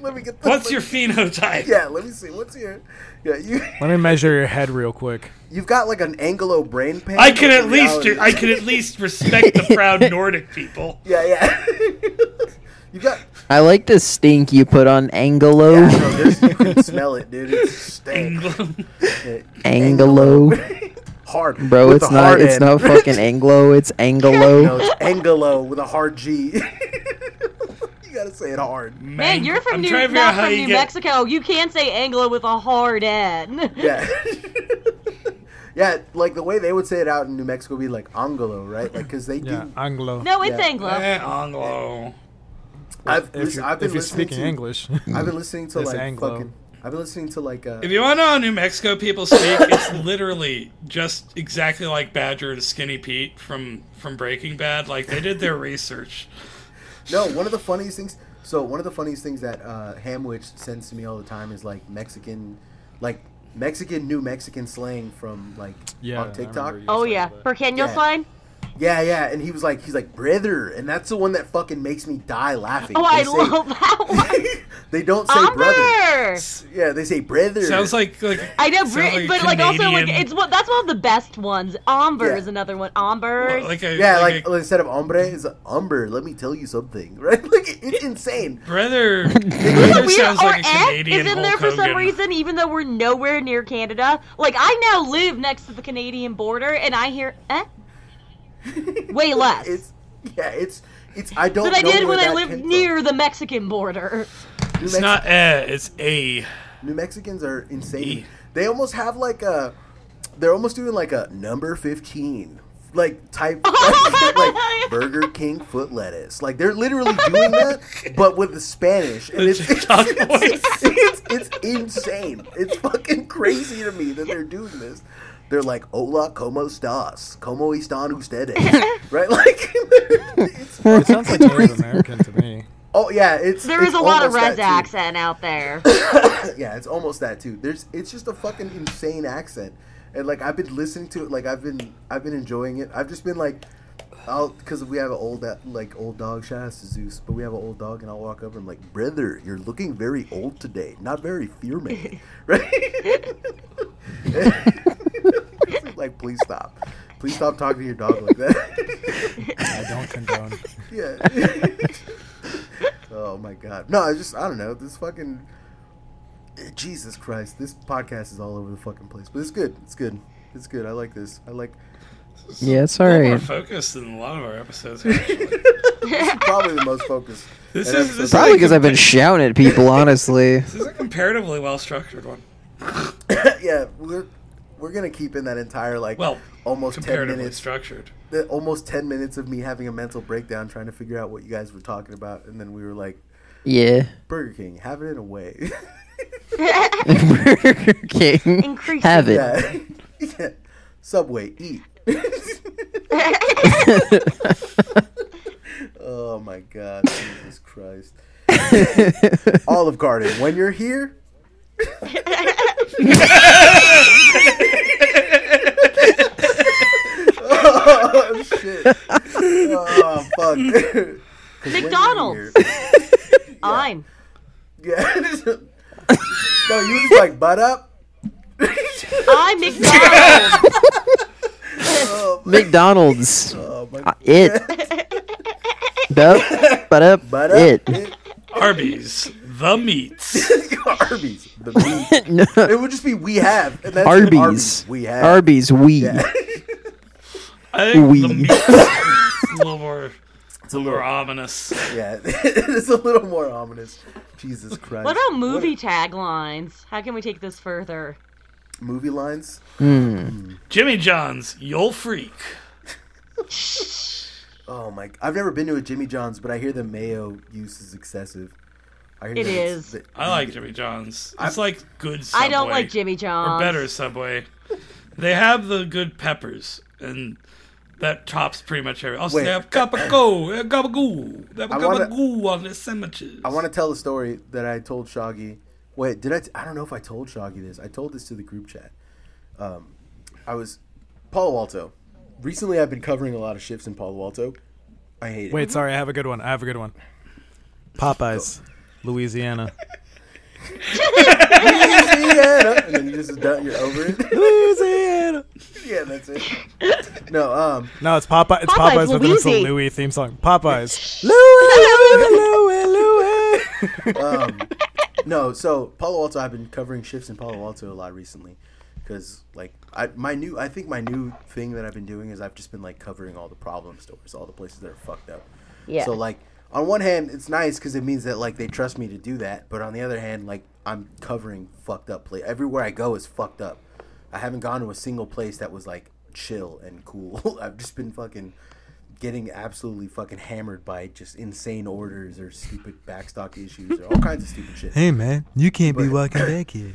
Speaker 1: let me get. The,
Speaker 3: What's your phenotype?
Speaker 1: Yeah, let me see. What's your? Yeah, you.
Speaker 4: Let me measure your head real quick.
Speaker 1: You've got like an Anglo brain pan.
Speaker 3: I can
Speaker 1: but
Speaker 3: at
Speaker 1: in
Speaker 3: least
Speaker 1: reality-
Speaker 3: I can at least respect the proud Nordic people.
Speaker 1: Yeah, yeah. you got.
Speaker 6: I like the stink you put on Anglo.
Speaker 1: Yeah, no, there's, you can smell it, dude. It's stank.
Speaker 3: England.
Speaker 6: Anglo,
Speaker 1: hard,
Speaker 6: bro.
Speaker 1: with
Speaker 6: It's
Speaker 1: a hard
Speaker 6: not. It's
Speaker 1: N.
Speaker 6: not fucking Anglo. It's
Speaker 1: No,
Speaker 6: Anglo.
Speaker 1: it's Anglo with a hard G. you gotta say it hard.
Speaker 2: Man, you're from
Speaker 3: I'm
Speaker 2: New,
Speaker 3: trying to figure
Speaker 2: not
Speaker 3: out how
Speaker 2: from
Speaker 3: you
Speaker 2: New
Speaker 3: get-
Speaker 2: Mexico. You can say Anglo with a hard N.
Speaker 1: Yeah. yeah, like the way they would say it out in New Mexico would be like Anglo, right? Like because they
Speaker 4: Yeah,
Speaker 1: do.
Speaker 4: Anglo.
Speaker 2: No, it's
Speaker 1: Yeah.
Speaker 2: Anglo.
Speaker 3: Eh, Anglo.
Speaker 1: I've,
Speaker 4: If
Speaker 1: listen,
Speaker 4: you're,
Speaker 1: I've been
Speaker 4: if you're
Speaker 1: listening
Speaker 4: speaking
Speaker 1: to,
Speaker 4: English,
Speaker 1: I've been listening to
Speaker 4: It's
Speaker 1: like
Speaker 4: Anglo.
Speaker 1: fucking. I've been listening to like. Uh,
Speaker 3: If you want to know how New Mexico people speak, it's literally just exactly like Badger and Skinny Pete from from Breaking Bad. Like they did their research.
Speaker 1: No, one of the funniest things. So one of the funniest things that uh, Hamwich sends to me all the time is like Mexican, like Mexican New Mexican slang from like
Speaker 4: yeah. I
Speaker 1: on TikTok.
Speaker 4: remember you
Speaker 2: Oh
Speaker 4: said
Speaker 2: yeah,
Speaker 4: that.
Speaker 2: for Kenya
Speaker 1: Yeah.
Speaker 2: sign.
Speaker 1: Yeah, yeah, and he was like, he's like brother, and that's the one that fucking makes me die laughing.
Speaker 2: Oh,
Speaker 1: They
Speaker 2: I
Speaker 1: say-
Speaker 2: love that one.
Speaker 1: they don't say brother.
Speaker 2: Amber.
Speaker 1: Yeah, they say brother.
Speaker 3: Sounds like like
Speaker 2: I know,
Speaker 3: sounds
Speaker 2: Brit-
Speaker 3: a
Speaker 2: but like also like
Speaker 3: Canadian-
Speaker 2: it's one that's one of the best ones. Amber
Speaker 1: Yeah.
Speaker 2: is another one. Amber.
Speaker 3: like a,
Speaker 1: yeah, like,
Speaker 3: like, a
Speaker 1: instead of hombre, it's umber. Let me tell you something, right? Like it- it's insane.
Speaker 3: brother.
Speaker 2: Isn't it
Speaker 3: brother
Speaker 2: weird?
Speaker 3: sounds
Speaker 2: Our
Speaker 3: like a
Speaker 2: aunt
Speaker 3: Canadian
Speaker 2: is in there
Speaker 3: Hulk
Speaker 2: for some
Speaker 3: Hogan.
Speaker 2: reason, even though we're nowhere near Canada. Like I now live next to the Canadian border, and I hear eh, way less
Speaker 1: It's yeah, it's it's. I don't.
Speaker 2: than I
Speaker 1: know
Speaker 2: did
Speaker 1: where
Speaker 2: when I
Speaker 1: that
Speaker 2: lived
Speaker 1: came from.
Speaker 2: near the Mexican border.
Speaker 1: New
Speaker 3: It's
Speaker 1: Mexico-
Speaker 3: not eh, it's a.
Speaker 1: New Mexicans are insane.
Speaker 3: Yeah.
Speaker 1: They almost have like a. They're almost doing like a number fifteen. like type like, Burger King foot lettuce. Like they're literally doing that, but with the Spanish, and it's it's,
Speaker 3: TikTok voice.
Speaker 1: it's it's insane. It's fucking crazy to me that they're doing this. They're like, "Hola, cómo estás? ¿Cómo están ustedes?" right? Like, it's,
Speaker 4: It sounds like Native American to me.
Speaker 1: oh yeah, it's
Speaker 2: There is
Speaker 1: it's
Speaker 2: a lot of
Speaker 1: almost that,
Speaker 2: Red's
Speaker 1: too.
Speaker 2: accent out there.
Speaker 1: yeah, it's almost that too. There's it's just a fucking insane accent. And like I've been listening to it, like I've been I've been enjoying it. I've just been like I'll because we have an old uh, like old dog, shout out to Zeus, but we have an old dog and I'll walk over and I'm like, Brother, you're looking very old today. Not very fear man. right? like, please stop. Please stop talking to your dog like that.
Speaker 4: I don't condone.
Speaker 1: Yeah. oh my god. No, I just I don't know. This fucking Jesus Christ. This podcast is all over the fucking place, but it's good. It's good. It's good. I like this. I like
Speaker 6: Yeah, it's
Speaker 3: We're more
Speaker 6: alright.
Speaker 3: focused than a lot of our episodes. actually.
Speaker 1: probably the most focused.
Speaker 3: This
Speaker 1: And
Speaker 3: is-
Speaker 1: that's-
Speaker 3: this
Speaker 6: Probably
Speaker 3: like
Speaker 6: because I've been shouting at people, honestly.
Speaker 3: this is a comparatively well structured one.
Speaker 1: yeah, we're we're gonna keep in that entire like
Speaker 3: Well,
Speaker 1: almost ten
Speaker 3: Comparatively
Speaker 1: minutes,
Speaker 3: structured.
Speaker 1: the- almost ten minutes of me having a mental breakdown trying to figure out what you guys were talking about, and then we were like
Speaker 6: Yeah.
Speaker 1: Burger King, have it in a way.
Speaker 6: Burger King.
Speaker 2: Increasing.
Speaker 6: Have it.
Speaker 1: yeah. yeah, Subway, eat. Oh my God, Jesus Christ! Olive Garden, when you're here, oh shit! Oh fuck! 'Cause when you're
Speaker 2: McDonald's.
Speaker 1: here-
Speaker 2: I'm.
Speaker 1: yeah. no, you just like butt up.
Speaker 2: I'm McDonald's.
Speaker 6: McDonald's.
Speaker 1: Oh my
Speaker 6: Uh, It. Up, but up,
Speaker 1: butt up.
Speaker 6: it.
Speaker 3: Arby's, the meats.
Speaker 1: Arby's, the meat.
Speaker 6: No.
Speaker 1: It would just be we have. And that's
Speaker 6: Arby's.
Speaker 1: Arby's. We have.
Speaker 6: Arby's, we.
Speaker 3: I think
Speaker 6: We.
Speaker 3: the meats is a little more, it's a little more ominous.
Speaker 1: Yeah, it's a little more ominous. Jesus Christ.
Speaker 2: What about movie taglines? How can we take this further?
Speaker 1: movie lines?
Speaker 3: Jimmy John's, you'll freak.
Speaker 1: Oh my! I've never been to a Jimmy John's, but I hear the mayo use is excessive. I hear
Speaker 2: It
Speaker 1: that it's-
Speaker 2: is.
Speaker 1: that-
Speaker 3: I like Jimmy John's. It's like good Subway.
Speaker 2: I don't like Jimmy
Speaker 3: Or
Speaker 2: John's.
Speaker 3: better Subway. They have the good peppers, and that tops pretty much every. Also,
Speaker 1: Wait.
Speaker 3: they have capaco, gabagoo, they have
Speaker 1: I wanna-
Speaker 3: gabagoo on the sandwiches.
Speaker 1: I want to tell the story that I told Shaggy. Wait, did I? T- I don't know if I told Shaggy this. I told this to the group chat. Um, I was Palo Alto. Recently, I've been covering a lot of shifts in Palo Alto. I hate it.
Speaker 4: Wait, sorry, I have a good one. I have a good one. Popeyes, Louisiana.
Speaker 1: Louisiana, and then you just done. You're over it.
Speaker 4: Louisiana.
Speaker 1: yeah, that's it. No, um,
Speaker 4: No, it's Popeye. It's
Speaker 2: Popeyes,
Speaker 4: Popeyes, but then it's the
Speaker 2: Louisi.
Speaker 4: Louis theme song. Popeyes. Louis, Louis, Louis.
Speaker 1: no. So Palo Alto, I've been covering shifts in Palo Alto a lot recently, because like I my new I think my new thing that I've been doing is I've just been like covering all the problem stores, all the places that are fucked up.
Speaker 2: Yeah.
Speaker 1: So like on one hand, it's nice because it means that like they trust me to do that, but on the other hand, like I'm covering fucked up place. Everywhere I go is fucked up. I haven't gone to a single place that was like chill and cool. I've just been fucking getting absolutely fucking hammered by just insane orders or stupid backstock issues or all kinds of stupid shit.
Speaker 4: Hey man, you can't be walking back here.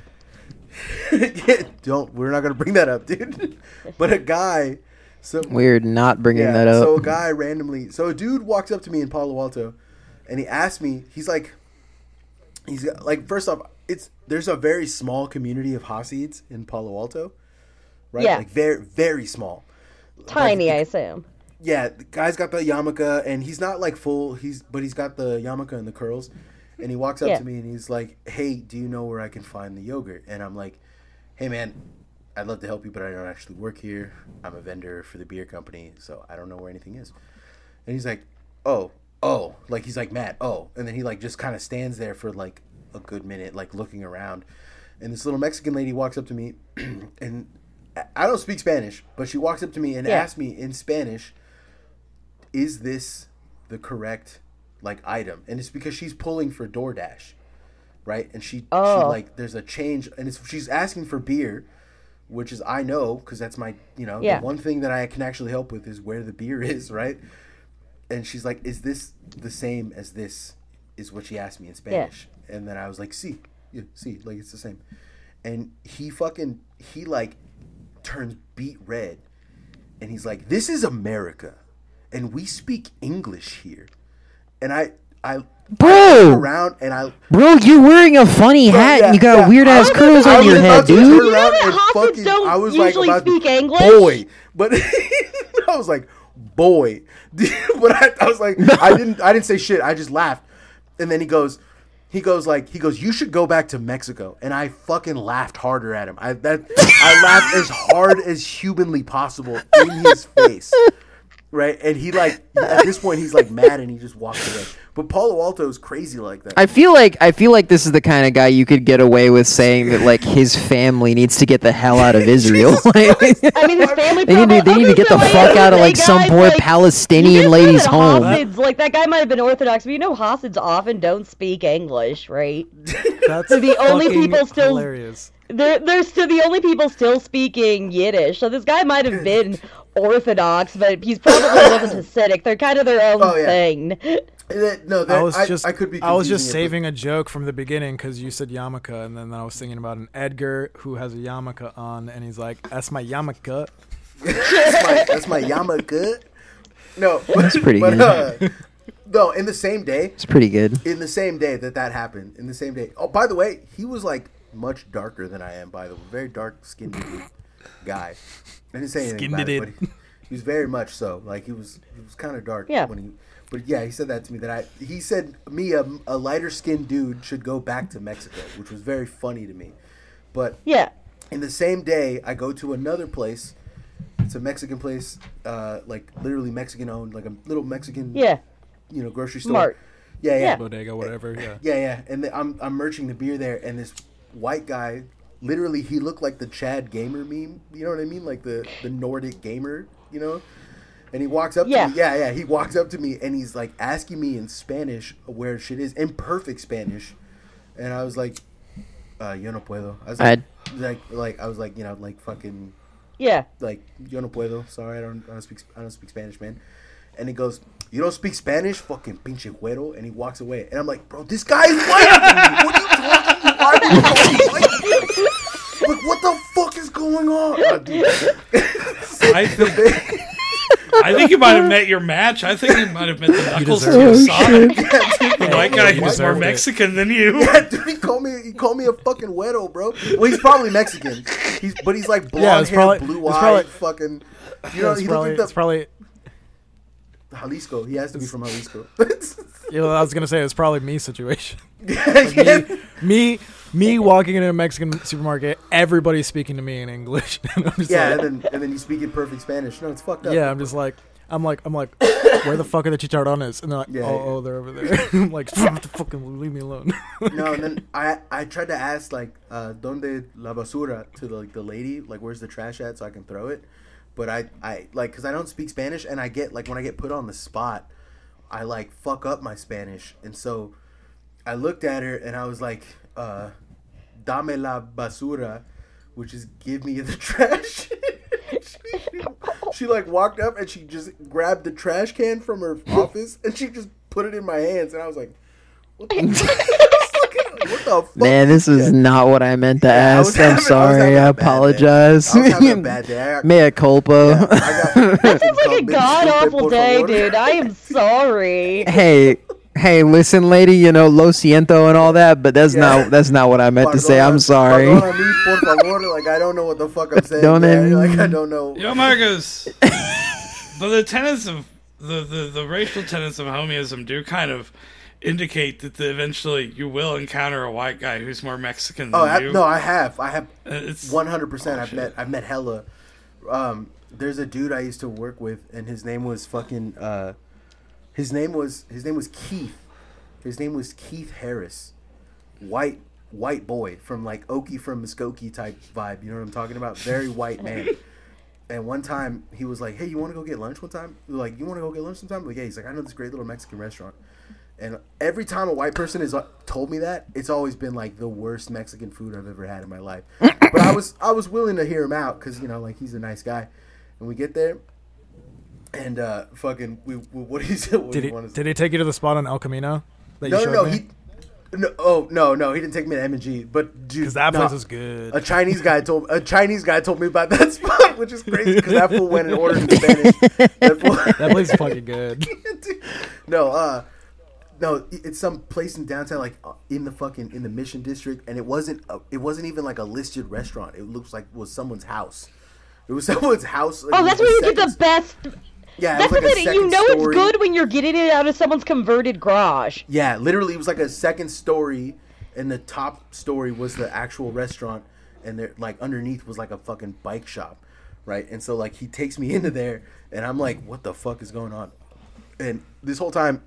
Speaker 1: don't we're not gonna bring that up, dude. but a guy, so
Speaker 6: Weird not bringing
Speaker 1: yeah,
Speaker 6: that up.
Speaker 1: so a guy randomly, so a dude walks up to me in Palo Alto, and he asked me, he's like, he's got- like, first off, it's there's a very small community of Hasids in Palo Alto, right?
Speaker 2: Yeah.
Speaker 1: Like very very small.
Speaker 2: Tiny, I assume.
Speaker 1: Yeah, the guy's got the yarmulke, and he's not like full. He's but he's got the yarmulke and the curls, and he walks up
Speaker 2: Yeah.
Speaker 1: to me and he's like, "Hey, do you know where I can find the yogurt?" And I'm like, "Hey, man, I'd love to help you, but I don't actually work here. I'm a vendor for the beer company, so I don't know where anything is." And he's like, "Oh, oh," like he's like Matt, oh, and then he like just kind of stands there for like a good minute, like looking around, and this little Mexican lady walks up to me, and I- I don't speak Spanish, but she walks up to me and
Speaker 2: Yeah.
Speaker 1: asks me in Spanish is this the correct like item? And it's because she's pulling for DoorDash, right? And she, she
Speaker 2: Oh.
Speaker 1: like there's a change, and it's she's asking for beer which is I know because that's my you know
Speaker 2: Yeah.
Speaker 1: the one thing that I can actually help with is where the beer is, right? And she's like, "Is this the same as this?" Is what she asked me in Spanish, and then I was like, "See, yeah, see, like it's the same." And he fucking he like turns beet red, and he's like, "This is America, and we speak English here." And I I I
Speaker 6: Bro!
Speaker 1: look around and I
Speaker 6: Bro, you're wearing a funny hat
Speaker 1: yeah,
Speaker 6: and you got
Speaker 1: yeah.
Speaker 6: weird ass
Speaker 2: I was
Speaker 6: curls
Speaker 2: about
Speaker 6: on
Speaker 2: to-
Speaker 6: your
Speaker 2: I was
Speaker 6: head,
Speaker 1: about to
Speaker 6: dude.
Speaker 1: turn
Speaker 2: You know
Speaker 1: around
Speaker 2: that
Speaker 1: and
Speaker 2: Hoffmans
Speaker 1: fucking-
Speaker 2: don't
Speaker 1: I was
Speaker 2: usually
Speaker 1: like, about to-
Speaker 2: speak English?
Speaker 1: Boy, but I was like, boy, but I, I was like, I didn't, I didn't say shit. I just laughed, and then he goes, he goes like, he goes, you should go back to Mexico, and I fucking laughed harder at him. I that I laughed as hard as humanly possible in his face. Right, and he like at this point he's like mad and he just walks away. But Paulo Alto is crazy like that.
Speaker 6: I feel like I feel like this is the kind of guy you could get away with saying that like his family needs to get the hell out of Israel. Like,
Speaker 2: I mean, his family.
Speaker 6: they need
Speaker 2: probably-
Speaker 6: to they need to get the
Speaker 2: Okay, so
Speaker 6: fuck
Speaker 2: wait,
Speaker 6: out of
Speaker 2: they
Speaker 6: like some
Speaker 2: guys,
Speaker 6: poor
Speaker 2: like, you
Speaker 6: Palestinian
Speaker 2: just
Speaker 6: lady's
Speaker 2: said
Speaker 6: home.
Speaker 2: Hasids, like that guy might have been Orthodox, but you know Hasids often don't speak English, right?
Speaker 4: That's
Speaker 2: the only
Speaker 4: fucking
Speaker 2: people still-
Speaker 4: hilarious.
Speaker 2: They're they're still the only people still speaking Yiddish. So this guy might have been Orthodox, but he's probably wasn't Hasidic. They're kind of their own
Speaker 1: Oh, yeah.
Speaker 2: thing.
Speaker 1: And that- no, that,
Speaker 4: I was just
Speaker 1: I, could be.
Speaker 4: I was just
Speaker 1: confusing it, but-
Speaker 4: saving a joke from the beginning because you said yarmulke, and then I was thinking about an Edgar who has a yarmulke on, and he's like, "That's my yarmulke."
Speaker 1: that's my, that's my yarmulke. No, that's
Speaker 6: pretty
Speaker 1: Uh, no, in the same day,
Speaker 6: It's pretty good.
Speaker 1: in the same day that that happened, in the same day. Oh, by the way, he was like much darker than I am. By the way, very dark skinned guy. I didn't say anything about it,
Speaker 4: Skinned
Speaker 1: but
Speaker 4: it.
Speaker 1: he, he was very much so. Like he was, he was kind of dark.
Speaker 2: Yeah.
Speaker 1: When he, but yeah, he said that to me. That I, he said me a, a lighter skinned dude should go back to Mexico, which was very funny to me. But
Speaker 2: Yeah.
Speaker 1: in the same day, I go to another place. It's a Mexican place, uh, like literally Mexican owned, like a little Mexican,
Speaker 2: Yeah.
Speaker 1: you know, grocery store.
Speaker 2: Mart.
Speaker 1: Yeah, yeah,
Speaker 2: Yeah.
Speaker 1: yeah,
Speaker 4: Bodega, whatever. Yeah.
Speaker 1: yeah. And the, I'm I'm merching the beer there, and this white guy, literally, he looked like the Chad gamer meme. You know what I mean? Like the the Nordic gamer. You know. And he walks up
Speaker 2: Yeah.
Speaker 1: to me. Yeah, yeah. He walks up to me and he's like asking me in Spanish where shit is, in perfect Spanish. And I was like, uh, yo no puedo. I was like, like, like, I was like, you know, like fucking
Speaker 2: Yeah.
Speaker 1: like yo no puedo. Sorry, I don't, I don't speak, I don't speak Spanish, man. And he goes, you don't speak Spanish, fucking pinche güero. And he walks away. And I'm like, bro, this guy is white. what are you talking? Why are you talking white? Like, what the fuck is going on? Uh, dude,
Speaker 3: I think, I think you might have met your match. I think you might have met the knuckles to your side. The white guy who's more
Speaker 4: Oh, deserved it.
Speaker 3: Mexican than you.
Speaker 1: dude, he called me, he called me a fucking güero, bro. Well, he's probably Mexican. He's, but he's like blonde
Speaker 4: Yeah, it's
Speaker 1: hair,
Speaker 4: probably-
Speaker 1: blue
Speaker 4: it's
Speaker 1: eyed,
Speaker 4: probably-
Speaker 1: fucking. You know,
Speaker 4: It's
Speaker 1: he
Speaker 4: probably,
Speaker 1: looked like
Speaker 4: it's probably.
Speaker 1: the Jalisco. He has to be from Jalisco.
Speaker 4: You know, I was gonna say it's probably me situation.
Speaker 1: Yeah.
Speaker 4: me, me walking into a Mexican supermarket, everybody's speaking to me in English. And I'm just
Speaker 1: Yeah,
Speaker 4: like-
Speaker 1: and then and then you speak in perfect Spanish. No, it's fucked up.
Speaker 4: yeah. I'm just like, I'm like, I'm like, where the fuck are the chicharrones? And they're like,
Speaker 1: Yeah,
Speaker 4: oh,
Speaker 1: yeah.
Speaker 4: oh, they're over there. I'm like, fucking leave me alone.
Speaker 1: No, and then I I tried to ask like uh donde la basura to the, like the lady like where's the trash at so I can throw it, but I I like cuz I don't speak Spanish and I get like when I get put on the spot, I like fuck up my Spanish. And so I looked at her and I was like uh dame la basura, which is give me the trash. she, she like walked up and she just grabbed the trash can from her office and she just put it in my hands and I was like what the what the fuck?
Speaker 6: Man, this is not what I meant to
Speaker 1: I was
Speaker 6: ask. I'm
Speaker 1: having- I was having
Speaker 6: sorry.
Speaker 1: a
Speaker 6: I
Speaker 1: bad day.
Speaker 6: apologize.
Speaker 1: I was having a bad day. I,
Speaker 6: Mea culpa.
Speaker 1: I got
Speaker 2: That sounds like a god awful day, dude. I am sorry.
Speaker 6: hey, hey, listen, lady. You know, lo siento and all that, but that's
Speaker 1: Yeah.
Speaker 6: not that's not what I meant to say. I'm sorry.
Speaker 1: Perdona me, por favor. Like I don't know what the fuck I'm saying.
Speaker 6: Don't
Speaker 1: man.
Speaker 6: end-
Speaker 1: Like I don't know.
Speaker 3: Yo, Marcos. the, the tenets of the, the, the racial tenets of homeism do kind of indicate that the, eventually you will encounter a white guy who's more Mexican than
Speaker 1: Oh I,
Speaker 3: you.
Speaker 1: no, I have. I have
Speaker 3: Uh, it's
Speaker 1: one hundred percent. I've met. I've met hella. Um, there's a dude I used to work with, and his name was fucking. Uh, his name was his name was Keith. His name was Keith Harris, white white boy from like Okie from Muskogee type vibe. You know what I'm talking about? Very white man. And one time he was like, "Hey, you want to go get lunch one time? We were like, you want to go get lunch sometime?" We're like, yeah. He's like, "I know this great little Mexican restaurant." And every time a white person has uh, told me that, it's always been like the worst Mexican food I've ever had in my life. but I was I was willing to hear him out because you know like he's a nice guy. And we get there, and uh, fucking we, we what he said. What
Speaker 4: Did
Speaker 1: he
Speaker 4: he,
Speaker 1: wanted to-
Speaker 4: did he take you to the spot on El Camino? That
Speaker 1: no,
Speaker 4: you
Speaker 1: no,
Speaker 4: showed
Speaker 1: no,
Speaker 4: me?
Speaker 1: he. No, oh no, no, he didn't take me to M and G, but dude,
Speaker 4: 'Cause that
Speaker 1: nah.
Speaker 4: place was good.
Speaker 1: A Chinese guy told a Chinese guy told me about that spot, which is crazy because that fool went and ordered in Spanish. That fool,
Speaker 4: that place is fucking good.
Speaker 1: no, uh, no, it's some place in downtown, like uh, in the fucking in the Mission District, and it wasn't a, it wasn't even like a listed restaurant. It looks like was somene's house. It was someone's house. like,
Speaker 2: Oh,
Speaker 1: it
Speaker 2: that's
Speaker 1: was
Speaker 2: where
Speaker 1: a
Speaker 2: you get the
Speaker 1: second-
Speaker 2: best.
Speaker 1: Yeah,
Speaker 2: That's
Speaker 1: it was like
Speaker 2: the thing.
Speaker 1: a second
Speaker 2: You know
Speaker 1: story.
Speaker 2: it's good when you're getting it out of someone's converted garage.
Speaker 1: Yeah, literally, it was like a second story, and the top story was the actual restaurant, and there, like underneath was like a fucking bike shop, right? And so like he takes me into there, and I'm like, what the fuck is going on? And this whole time,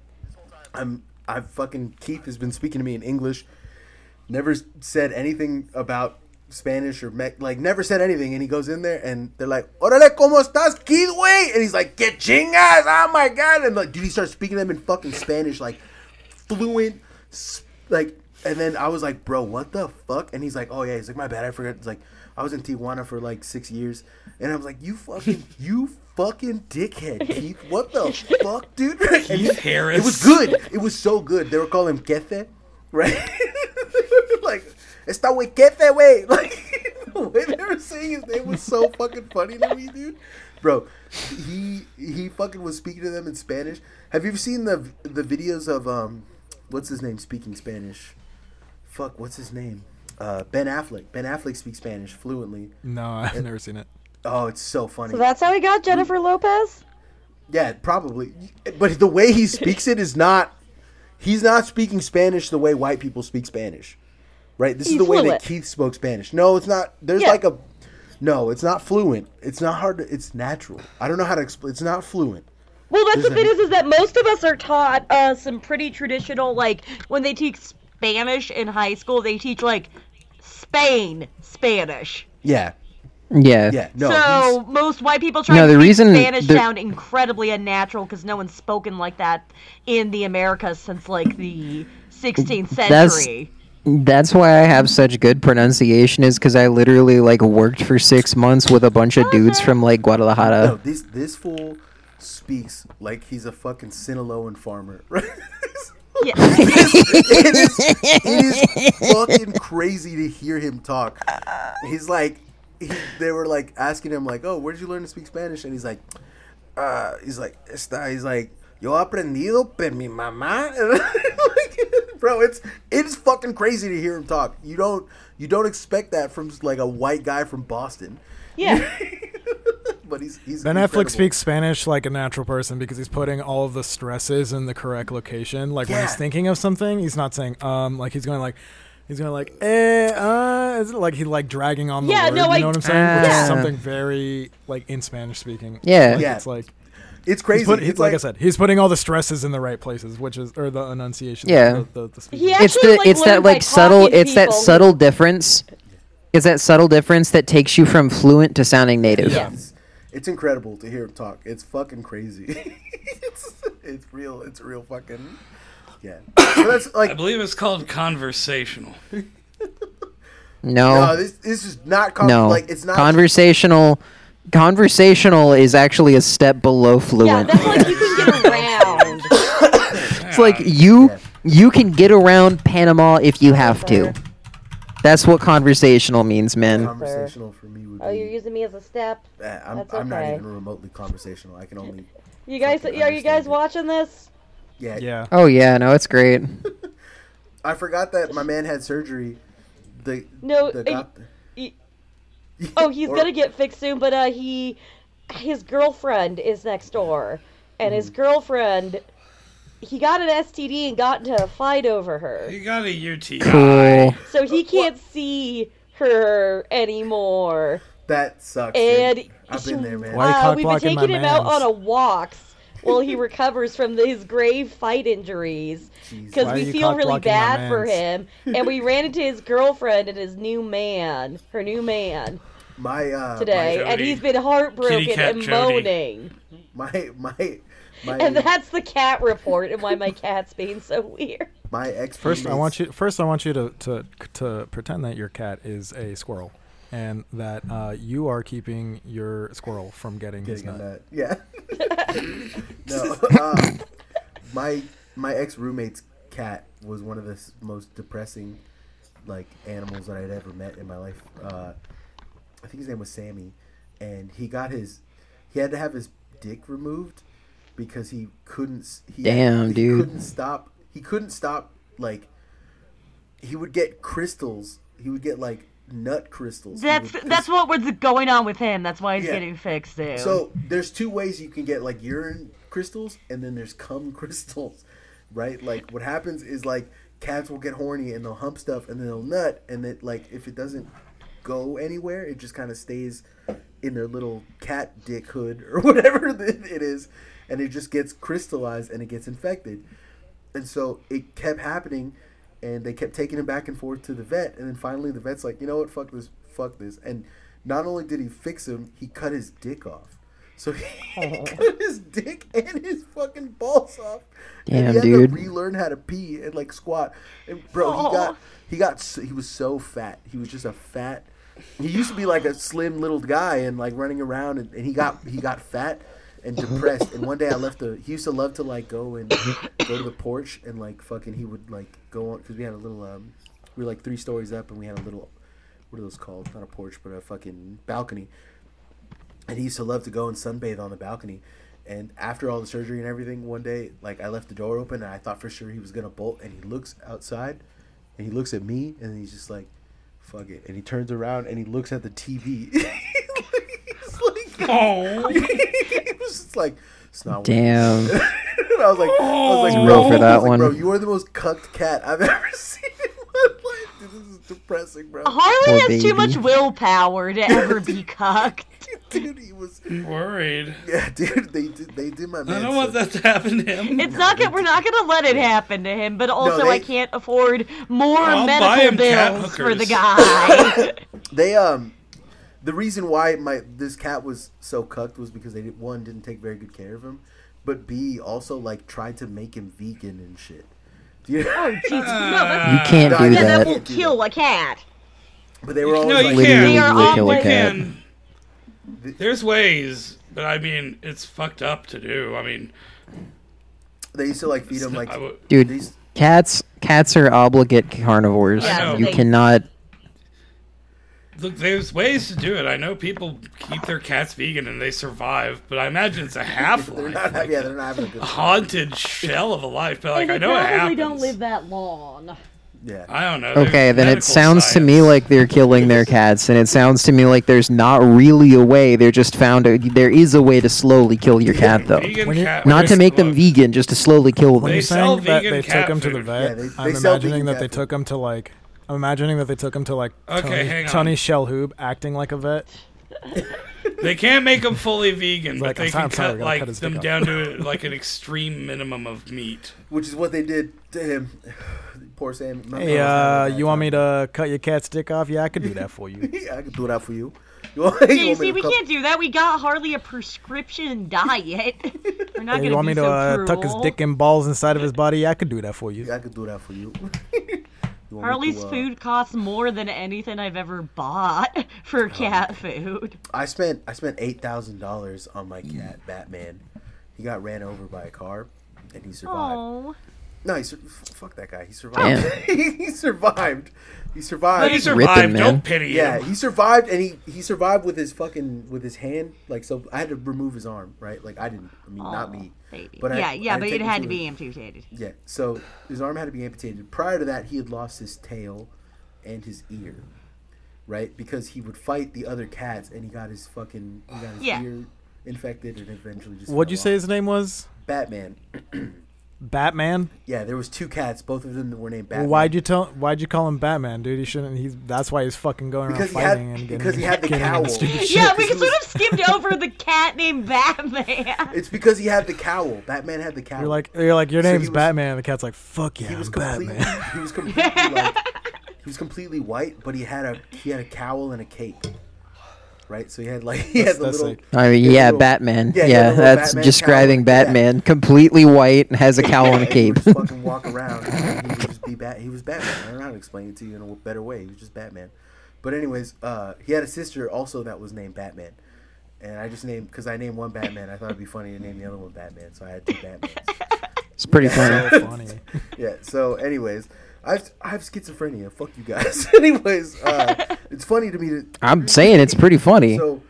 Speaker 1: I'm I fucking Keith has been speaking to me in English, never s- said anything about Spanish or me- like never said anything, and he goes in there and they're like, "Órale, cómo estás, kid, wey?" And he's like, "Que chingas! Oh my god!" And like, dude, he starts speaking to them in fucking Spanish, like fluent, s- like. And then I was like, "Bro, what the fuck?" And he's like, "Oh yeah." He's like, "My bad, I forgot." It's like I was in Tijuana for like six years, and I was like, "You fucking, you fucking dickhead, Keith! What the fuck, dude?" And he-
Speaker 3: Keith Harris.
Speaker 1: It was good good. It was so good. They were calling him Kefe, right? like, esta wey Kefe, wey. Like, the way they were saying his name was so fucking funny to me, dude. Bro, he he fucking was speaking to them in Spanish. Have you ever seen the the videos of um, what's his name speaking Spanish? Fuck, what's his name? Uh, ben Affleck. Ben Affleck speaks Spanish fluently.
Speaker 4: No, I've never seen it.
Speaker 1: Oh, it's so funny.
Speaker 2: So that's how he got Jennifer Lopez.
Speaker 1: Yeah, probably. But the way he speaks it is not. He's not speaking Spanish the way white people speak Spanish, right? This
Speaker 2: He's
Speaker 1: is the way
Speaker 2: fluent.
Speaker 1: that Keith spoke Spanish. No, it's not. There's
Speaker 2: Yeah.
Speaker 1: like a. No, it's not fluent. It's not hard. To, it's natural. I don't know how to explain. It's not fluent.
Speaker 2: Well, that's the
Speaker 1: There's
Speaker 2: thing
Speaker 1: a-
Speaker 2: is, is that most of us are taught uh, some pretty traditional, like when they teach Spanish in high school, they teach like Spain Spanish.
Speaker 1: Yeah,
Speaker 6: Yeah.
Speaker 1: yeah. No,
Speaker 2: so
Speaker 1: he's-
Speaker 2: most white people try
Speaker 6: No,
Speaker 2: to
Speaker 6: the
Speaker 2: make
Speaker 6: reason-
Speaker 2: Spanish
Speaker 6: the-
Speaker 2: sound incredibly unnatural because no one's spoken like that in the Americas since like the 16th
Speaker 6: That's-
Speaker 2: century.
Speaker 6: That's why I have such good pronunciation is because I literally like worked for six months with a bunch of dudes from like
Speaker 1: no.
Speaker 6: Guadalajara.
Speaker 1: This this fool speaks like he's a fucking Sinaloan farmer, right?
Speaker 2: Yeah.
Speaker 1: it is it is fucking crazy to hear him talk. He's like, he, they were like asking him like, oh, where did you learn to speak Spanish? And he's like, uh, he's like, está, he's like, yo aprendido por mi mamá. Like, Bro, it's it's fucking crazy to hear him talk. You don't you don't expect that from like a white guy from Boston,
Speaker 2: yeah.
Speaker 1: but he's he's
Speaker 4: Ben
Speaker 1: incredible.
Speaker 4: Affleck speaks Spanish like a natural person because he's putting all of the stresses in the correct location. Like when he's
Speaker 1: Yeah.
Speaker 4: thinking of something, he's not saying um. Like he's going like, he's going like eh uh. Is it like he like dragging on the
Speaker 2: Yeah,
Speaker 4: word?
Speaker 2: no,
Speaker 4: you
Speaker 2: I-
Speaker 4: know what I'm saying? Which
Speaker 6: Yeah.
Speaker 4: is something very like in Spanish speaking.
Speaker 6: Yeah.
Speaker 4: Like,
Speaker 1: Yeah.
Speaker 4: It's like
Speaker 1: It's
Speaker 4: he's
Speaker 1: crazy.
Speaker 4: put, he-
Speaker 1: it's
Speaker 4: like, I said, he's putting all the stresses in the right places, which is or the enunciation.
Speaker 6: Yeah.
Speaker 4: The, the, the speaking.
Speaker 2: He
Speaker 6: It's
Speaker 2: actually,
Speaker 6: the
Speaker 2: like,
Speaker 6: it's that
Speaker 2: learned by
Speaker 6: like subtle
Speaker 2: talking to
Speaker 6: it's that
Speaker 2: people.
Speaker 6: subtle difference. It's that subtle difference that takes you from fluent to sounding native.
Speaker 2: Yeah.
Speaker 1: It's, it's incredible to hear him talk. It's fucking crazy. it's, it's real. It's real fucking. Yeah. So that's
Speaker 3: I
Speaker 1: like.
Speaker 3: believe it's called conversational.
Speaker 6: No.
Speaker 1: No, uh, this, this is not. Con-
Speaker 6: no.
Speaker 1: Like, it's not.
Speaker 6: conversational conversational is actually a step below
Speaker 2: Yeah,
Speaker 6: fluent.
Speaker 2: that's like you can get around.
Speaker 6: it's like you you can get around Panama if you have to. That's what conversational means, man.
Speaker 1: conversational for me would be.
Speaker 2: Oh, you're using me as a step.
Speaker 1: Eh, I'm,
Speaker 2: that's
Speaker 1: I'm not
Speaker 2: okay.
Speaker 1: even remotely conversational. I can only.
Speaker 2: You guys,
Speaker 1: Fucking
Speaker 2: are you
Speaker 1: understand
Speaker 2: guys
Speaker 1: it.
Speaker 2: watching this?
Speaker 1: Yeah.
Speaker 4: Yeah.
Speaker 6: Oh yeah, no, it's great.
Speaker 1: I forgot that my man had surgery. The
Speaker 2: No,
Speaker 1: The
Speaker 2: it-
Speaker 1: doc-
Speaker 2: Oh, he's
Speaker 1: Or-
Speaker 2: gonna get fixed soon, but uh, he, his girlfriend is next door, and his
Speaker 1: Mm-hmm.
Speaker 2: girlfriend, he got an STD and got into a fight over her,
Speaker 3: You got a UTI.
Speaker 6: Cool.
Speaker 2: so he can't see her anymore.
Speaker 1: that sucks.
Speaker 2: And
Speaker 1: dude. I've been there, man.
Speaker 4: Why you
Speaker 2: uh, we've
Speaker 4: cock
Speaker 2: been
Speaker 4: blocking my
Speaker 2: taking him out on
Speaker 4: mans?
Speaker 2: a walks while he recovers from the, his grave fight injuries because
Speaker 4: Why are
Speaker 2: we
Speaker 4: you
Speaker 2: feel
Speaker 4: cock
Speaker 2: really
Speaker 4: blocking my
Speaker 2: bad for him.
Speaker 4: mans?
Speaker 2: And we ran into his girlfriend and his new man, her new man
Speaker 1: My uh,
Speaker 2: today,
Speaker 3: Jody.
Speaker 2: and he's been heartbroken
Speaker 3: Kitty cat
Speaker 2: and
Speaker 3: Jody.
Speaker 2: moaning.
Speaker 1: My my My,
Speaker 2: And that's the cat report and why my cat's being so weird.
Speaker 1: my ex
Speaker 4: First, I want you. First, I want you to to to pretend that your cat is a squirrel, and that uh, you are keeping your squirrel from getting, his
Speaker 1: getting on
Speaker 4: nut.
Speaker 1: that. Yeah. no. Um, my my ex roommate's cat was one of the s- most depressing like animals that I'd ever met in my life. Uh, I think his name was Sammy, and he got his he had to have his dick removed because he couldn't. s- He,
Speaker 6: Damn,
Speaker 1: he
Speaker 6: dude.
Speaker 1: Couldn't stop. He couldn't stop like. He would get crystals. He would get like nut crystals. He
Speaker 2: That's
Speaker 1: would-
Speaker 2: that's what was going on with him. That's why he's
Speaker 1: Yeah.
Speaker 2: getting fixed, dude.
Speaker 1: so there's two ways you can get like urine crystals, and then there's cum crystals, right? Like what happens is like cats will get horny and they'll hump stuff and then they'll nut, and it like if it doesn't go anywhere, it just kind of stays in their little cat dick hood or whatever it is, and it just gets crystallized and it gets infected, and so it kept happening. And they kept taking him back and forth to the vet, and then finally the vet's like, you know what, fuck this, fuck this. And not only did he fix him, he cut his dick off. So he cut his dick and his fucking balls off. and
Speaker 6: Damn,
Speaker 1: he had
Speaker 6: dude.
Speaker 1: to relearn how to pee and like squat. And bro, he got he got s- he was so fat. He was just a fat. He used to be like a slim little guy and like running around, and, and he got he got fat and depressed. And one day I left the. He used to love to like go and go to the porch and like fucking. He would like go on because we had a little um, we were like three stories up, and we had a little what are those called? Not a porch, but a fucking balcony and he used to love to go and sunbathe on the balcony. And after all the surgery and everything, one day, like I left the door open and I thought for sure he was gonna bolt. And he looks outside, and he looks at me, and he's just like, "Fuck it." And he turns around and he looks at the TV. he's like,
Speaker 3: Oh,
Speaker 1: he was just like, "It's not." working."
Speaker 6: Damn.
Speaker 1: And I was like, I was like, bro,
Speaker 6: It's real for that
Speaker 1: I was like, bro,
Speaker 6: one.
Speaker 1: you are the most cucked cat I've ever seen in my life. Dude, this is depressing, bro.
Speaker 3: Uh-huh.
Speaker 2: Harley
Speaker 6: Poor
Speaker 2: has
Speaker 6: baby.
Speaker 2: too much willpower to ever be cucked.
Speaker 1: Dude, he was.
Speaker 3: I'm worried.
Speaker 1: Yeah, dude, they did. They did my man.
Speaker 3: I don't want
Speaker 1: so-
Speaker 3: that to happen to him.
Speaker 2: It's not gonna, we're not gonna let it happen to him, but also
Speaker 1: they-
Speaker 2: I can't afford more
Speaker 3: I'll buy
Speaker 2: medical
Speaker 3: him cat
Speaker 2: bills for the
Speaker 3: hookers.
Speaker 2: guy.
Speaker 1: They um, the reason why my this cat was so cucked was because they did, one didn't take very good care of him, but B also like tried to make him vegan and shit. Do you-
Speaker 2: oh Jesus! No, that's,
Speaker 6: You can't
Speaker 1: Nah,
Speaker 6: do
Speaker 1: yeah,
Speaker 2: yeah, that
Speaker 6: that.
Speaker 2: will kill a cat.
Speaker 1: But they were all
Speaker 3: no, you
Speaker 1: like,
Speaker 6: Literally
Speaker 3: can't.
Speaker 2: They are
Speaker 6: would kill
Speaker 2: all
Speaker 6: a cat.
Speaker 3: can. There's ways, but I mean, it's fucked up to do. I mean,
Speaker 1: they used to like feed him like
Speaker 3: I would-
Speaker 6: Dude.
Speaker 1: these-
Speaker 6: Cats cats are obligate carnivores.
Speaker 2: Yeah,
Speaker 3: know.
Speaker 6: you
Speaker 2: they-
Speaker 6: cannot
Speaker 3: look, there's ways to do it. I know people keep their cats vegan and they survive, but I imagine it's a half
Speaker 1: they're
Speaker 3: life,
Speaker 1: not
Speaker 3: like
Speaker 1: yeah, they're not having a good
Speaker 3: a haunted shell of a life. But like, I know it happens.
Speaker 2: that long.
Speaker 1: yeah.
Speaker 3: I don't know.
Speaker 6: Okay,
Speaker 3: There's
Speaker 6: then
Speaker 3: medical
Speaker 6: it sounds to me
Speaker 3: science.
Speaker 6: like they're killing their cats, and it sounds to me like there's not really a way. They're just found. A, there is a way to slowly kill your cat, though.
Speaker 3: Vegan
Speaker 4: When you-
Speaker 3: cat
Speaker 6: Not to
Speaker 3: food,
Speaker 6: make them
Speaker 3: look.
Speaker 6: vegan, just to slowly kill them.
Speaker 4: When
Speaker 3: They
Speaker 4: you're
Speaker 3: sell
Speaker 4: saying that
Speaker 3: vegan
Speaker 4: they
Speaker 3: cat
Speaker 4: took him to the
Speaker 3: food.
Speaker 4: vet,
Speaker 1: Yeah, they- they
Speaker 4: I'm
Speaker 1: sell vegan
Speaker 4: imagining that
Speaker 1: cat
Speaker 4: they
Speaker 1: food.
Speaker 4: took him to like. I'm imagining that they took him to like
Speaker 3: Okay,
Speaker 4: Tony,
Speaker 3: hang on.
Speaker 4: Tony Shellhoop acting like a vet.
Speaker 3: They can't make them fully vegan, but
Speaker 4: like,
Speaker 3: they
Speaker 4: "I'm
Speaker 3: can
Speaker 4: sorry, I'm sorry,
Speaker 3: cut
Speaker 4: we gotta
Speaker 3: like
Speaker 4: cut his dick
Speaker 3: them
Speaker 4: off."
Speaker 3: down to like an extreme minimum of meat.
Speaker 1: Which is what they did to him. Poor Sam. My man was
Speaker 4: Hey,
Speaker 1: having
Speaker 4: uh,
Speaker 1: a bad
Speaker 4: you want
Speaker 1: time.
Speaker 4: me to cut your cat's dick off? Yeah, I could do that for you.
Speaker 1: Yeah, I can do that for you. You want, you
Speaker 2: Yeah, you
Speaker 1: want me
Speaker 2: see,
Speaker 1: to
Speaker 2: we
Speaker 1: cup-
Speaker 2: can't do that. We got hardly a prescription diet. We're not gonna
Speaker 4: Hey, you want
Speaker 2: be
Speaker 4: me to
Speaker 2: so
Speaker 4: uh, tuck his
Speaker 2: cruel.
Speaker 4: dick and balls inside of his body? Yeah, I could do that for you.
Speaker 1: I could do that for you. You want me
Speaker 2: Harley's
Speaker 1: to, uh,
Speaker 2: food costs more than anything I've ever bought
Speaker 1: Um,
Speaker 2: for cat food.
Speaker 1: I spent I spent eight thousand dollars on my cat Batman. He got ran over by a car, and he survived.
Speaker 2: Oh,
Speaker 1: No, he sur- f- fuck that guy. He survived. he survived. He
Speaker 3: But he
Speaker 1: survived.
Speaker 3: survived.
Speaker 6: man.
Speaker 3: Don't pity
Speaker 1: yeah,
Speaker 3: him.
Speaker 1: he survived, and he he survived with his fucking with his hand. Like so, I had to remove his arm, right? Like I didn't. I mean, not me.
Speaker 2: baby.
Speaker 1: But I-
Speaker 2: yeah,
Speaker 1: I
Speaker 2: yeah, but
Speaker 1: take
Speaker 2: it
Speaker 1: him
Speaker 2: had
Speaker 1: to a-
Speaker 2: to be amputated.
Speaker 1: Yeah. So his arm had to be amputated. Prior to that, he had lost his tail and his ear, right? Because he would fight the other cats, and he got his fucking he got his
Speaker 2: Yeah.
Speaker 1: ear infected, and eventually just.
Speaker 4: What'd
Speaker 1: fell
Speaker 4: you
Speaker 1: off.
Speaker 4: say his name was?
Speaker 1: Batman.
Speaker 4: Batman.
Speaker 1: Yeah, there was two cats. Both of them were named Batman.
Speaker 4: Well, why'd you tell? Why'd you call him Batman, dude? He shouldn't. He's that's why he's fucking going around
Speaker 1: Because he
Speaker 4: fighting
Speaker 1: had
Speaker 4: and getting.
Speaker 1: because he had the
Speaker 4: getting into
Speaker 1: cowl.
Speaker 4: stupid
Speaker 2: Yeah, we sort of skimmed over the cat named Batman.
Speaker 1: It's because he had the cowl. Batman had the cowl.
Speaker 4: You're like, you're like, your name's
Speaker 1: was-
Speaker 4: Batman. And the cat's like, fuck yeah,
Speaker 1: he was
Speaker 4: I'm
Speaker 1: completely
Speaker 4: Batman.
Speaker 1: he was completely like he was completely white, but he had a he had a cowl and a cape. right? So he had like he had the
Speaker 4: that's
Speaker 1: little
Speaker 4: like-
Speaker 6: I mean,
Speaker 1: Yeah,
Speaker 6: yeah,
Speaker 1: little-
Speaker 6: Batman.
Speaker 1: yeah,
Speaker 6: Yeah,
Speaker 1: he had a little
Speaker 6: that's
Speaker 1: Batman
Speaker 6: describing
Speaker 1: cowl. Yeah.
Speaker 6: Batman, completely white and has a cowl and a
Speaker 1: yeah, he
Speaker 6: cape.
Speaker 1: would just fucking walk around. And he would just be bat. He was Batman. I don't know how to explain it to you in a better way. He was just Batman. But anyways, uh, he had a sister also that was named Batman, and I just named because I named one Batman. I thought it'd be funny to name the other one Batman, so I had two Batmans.
Speaker 6: It's pretty funny.
Speaker 4: So funny.
Speaker 1: yeah. So, anyways, I've I have schizophrenia. Fuck you guys. anyways, uh, it's funny to me to
Speaker 6: I'm saying it's pretty funny.
Speaker 1: so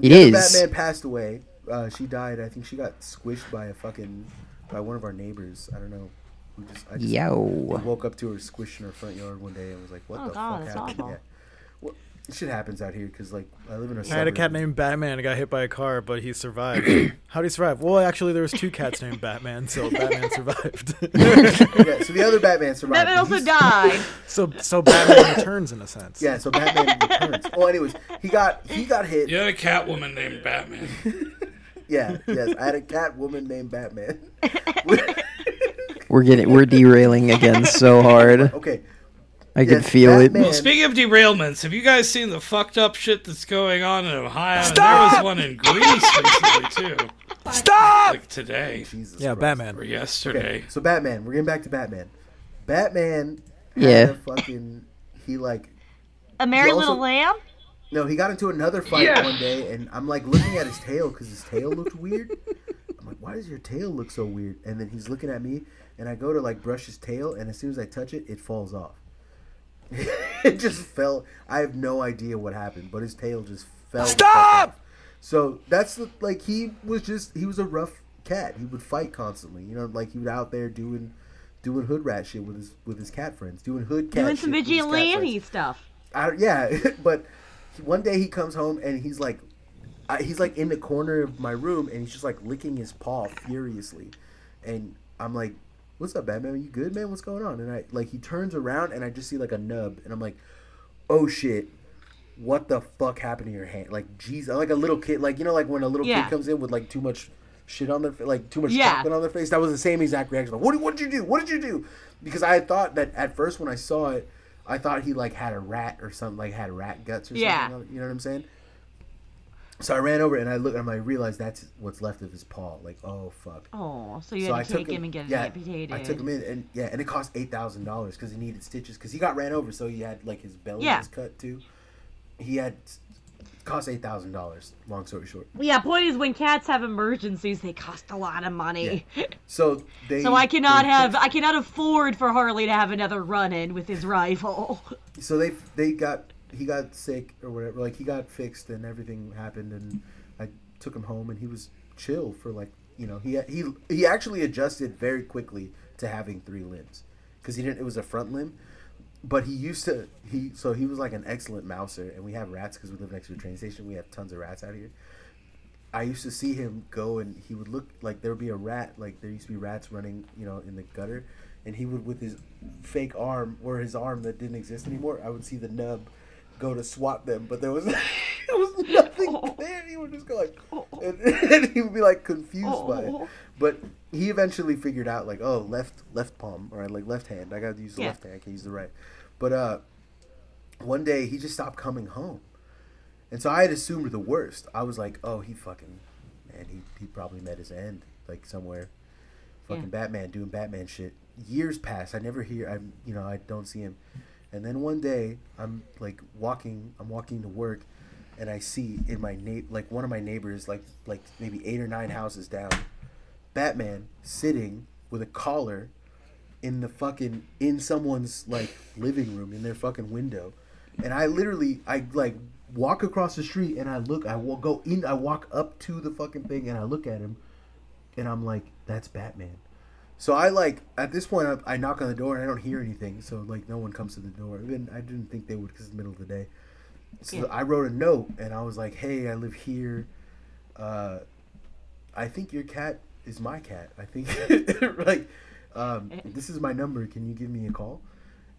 Speaker 6: It
Speaker 1: the other
Speaker 6: is.
Speaker 1: Batman passed away. Uh, she died. I think she got squished by a fucking by one of our neighbors. I don't know. Who just, I just
Speaker 6: Yo.
Speaker 1: I woke up to her squished in her front yard one day and was like, "What
Speaker 2: Oh,
Speaker 1: the
Speaker 2: God,
Speaker 1: fuck
Speaker 2: that's
Speaker 1: happened?"
Speaker 2: awful.
Speaker 1: Yeah. Well, shit happens out here because like I live in a.
Speaker 4: I had a
Speaker 1: suburb.
Speaker 4: cat named Batman. He got hit by a car, but he survived. How would he survive? Well, actually, there was two cats named Batman, so Batman survived.
Speaker 1: Yeah, so the other Batman survived.
Speaker 2: Batman
Speaker 1: but
Speaker 2: also
Speaker 1: he's-
Speaker 2: died.
Speaker 4: so, so Batman returns in a sense.
Speaker 1: Yeah, so Batman returns. Oh, anyways, he got he got hit.
Speaker 3: You had a Catwoman named Batman.
Speaker 1: Yeah, yes, I had a cat woman named Batman.
Speaker 6: We're getting we're derailing again so hard.
Speaker 1: Okay,
Speaker 6: I can
Speaker 1: Yes,
Speaker 6: feel
Speaker 1: Batman-
Speaker 6: it.
Speaker 3: Well, speaking of derailments, have you guys seen the fucked up shit that's going on in Ohio? And there was one in Greece recently too,
Speaker 5: Stop!
Speaker 3: like today
Speaker 1: Jesus.
Speaker 4: Yeah,
Speaker 1: Christ.
Speaker 3: or
Speaker 4: Batman.
Speaker 3: yesterday.
Speaker 1: So Batman, we're getting back to Batman. Batman had
Speaker 6: Yeah.
Speaker 1: a fucking he like
Speaker 2: A Merry
Speaker 1: also-
Speaker 2: Little Lamb?
Speaker 1: no, he got into another fight one day and I'm like looking at his tail cuz his tail looked weird. I'm like, "Why does your tail look so weird?" And then he's looking at me and I go to like brush his tail and as soon as I touch it, it falls off. it just fell. I have no idea what happened, but his tail just fell. the fuck
Speaker 5: Stop!
Speaker 1: off. So that's the- like he was just he was a rough cat. He would fight constantly. You know, like he was out there doing doing hood rat shit with his with his cat friends, doing hood cat
Speaker 2: Doing some
Speaker 1: shit with his cat
Speaker 2: vigilante
Speaker 1: friends.
Speaker 2: stuff.
Speaker 1: I, yeah, but one day he comes home and he's like, I, he's like in the corner of my room and he's just like licking his paw furiously, and I'm like, "What's up, Batman? You good, man? What's going on?" And I like he turns around and I just see like a nub and I'm like, "Oh shit." What the fuck happened to your hand? Like, jeez, I'm like a little kid, like you know, like when a little
Speaker 2: Yeah.
Speaker 1: kid comes in with like too much shit on their, fa- like too much
Speaker 2: Yeah.
Speaker 1: chocolate on their face. That was the same exact reaction. Like, what, what did you do? What did you do? Because I had thought that at first when I saw it, I thought he like had a rat or something, like had rat guts or
Speaker 2: Yeah.
Speaker 1: something. on it, You know what I'm saying? So I ran over and I looked and I realized that's what's left of his paw. Like, oh fuck.
Speaker 2: Oh, so you
Speaker 1: so
Speaker 2: had
Speaker 1: I
Speaker 2: to
Speaker 1: took
Speaker 2: take him, and get
Speaker 1: yeah,
Speaker 2: it amputated.
Speaker 1: I took him in and yeah, and it cost eight thousand dollars because he needed stitches because he got ran over, so he had like his belly
Speaker 2: Yeah.
Speaker 1: was cut too. He had it cost eight thousand dollars. Long story short,
Speaker 2: Yeah, point is when cats have emergencies, they cost a lot of money.
Speaker 1: so they
Speaker 2: So I cannot
Speaker 1: they
Speaker 2: have I cannot afford for Harley to have another run in with his rival.
Speaker 1: so they they got he got sick or whatever like he got fixed and everything happened and i took him home and he was chill for like you know he he he actually adjusted very quickly to having three limbs because he didn't it was a front limb but he used to he so he was like an excellent mouser and we have rats because we live next to a train station we have tons of rats out here I used to see him go and he would look like there would be a rat, like there used to be rats running, you know, in the gutter, and he would with his fake arm or his arm that didn't exist anymore. I would see the nub go to swat them, but there was there was nothing there. He would just go like, and, and he would be like confused by it. But he eventually figured out like, oh, left left palm or like left hand. I got to use the
Speaker 2: Yeah.
Speaker 1: left hand. I can't use the right. But uh, one day he just stopped coming home. And so I had assumed the worst. I was like, oh, he fucking, man, he, he probably met his end, like somewhere. Fucking
Speaker 2: Yeah.
Speaker 1: Batman doing Batman shit. Years pass. I never hear, I, am you know, I don't see him. And then one day, I'm like walking, I'm walking to work, and I see in my na- like one of my neighbors, like like maybe eight or nine houses down, Batman sitting with a collar in the fucking in someone's like living room in their fucking window and i literally i like walk across the street and i look i will go in i walk up to the fucking thing and i look at him and i'm like that's batman so i like at this point i, I knock on the door and i don't hear anything so like no one comes to the door and i didn't think they would because it's the middle of the day so
Speaker 2: Yeah.
Speaker 1: i wrote a note and i was like hey i live here uh I think your cat is my cat. I think like um, this is my number. Can you give me a call?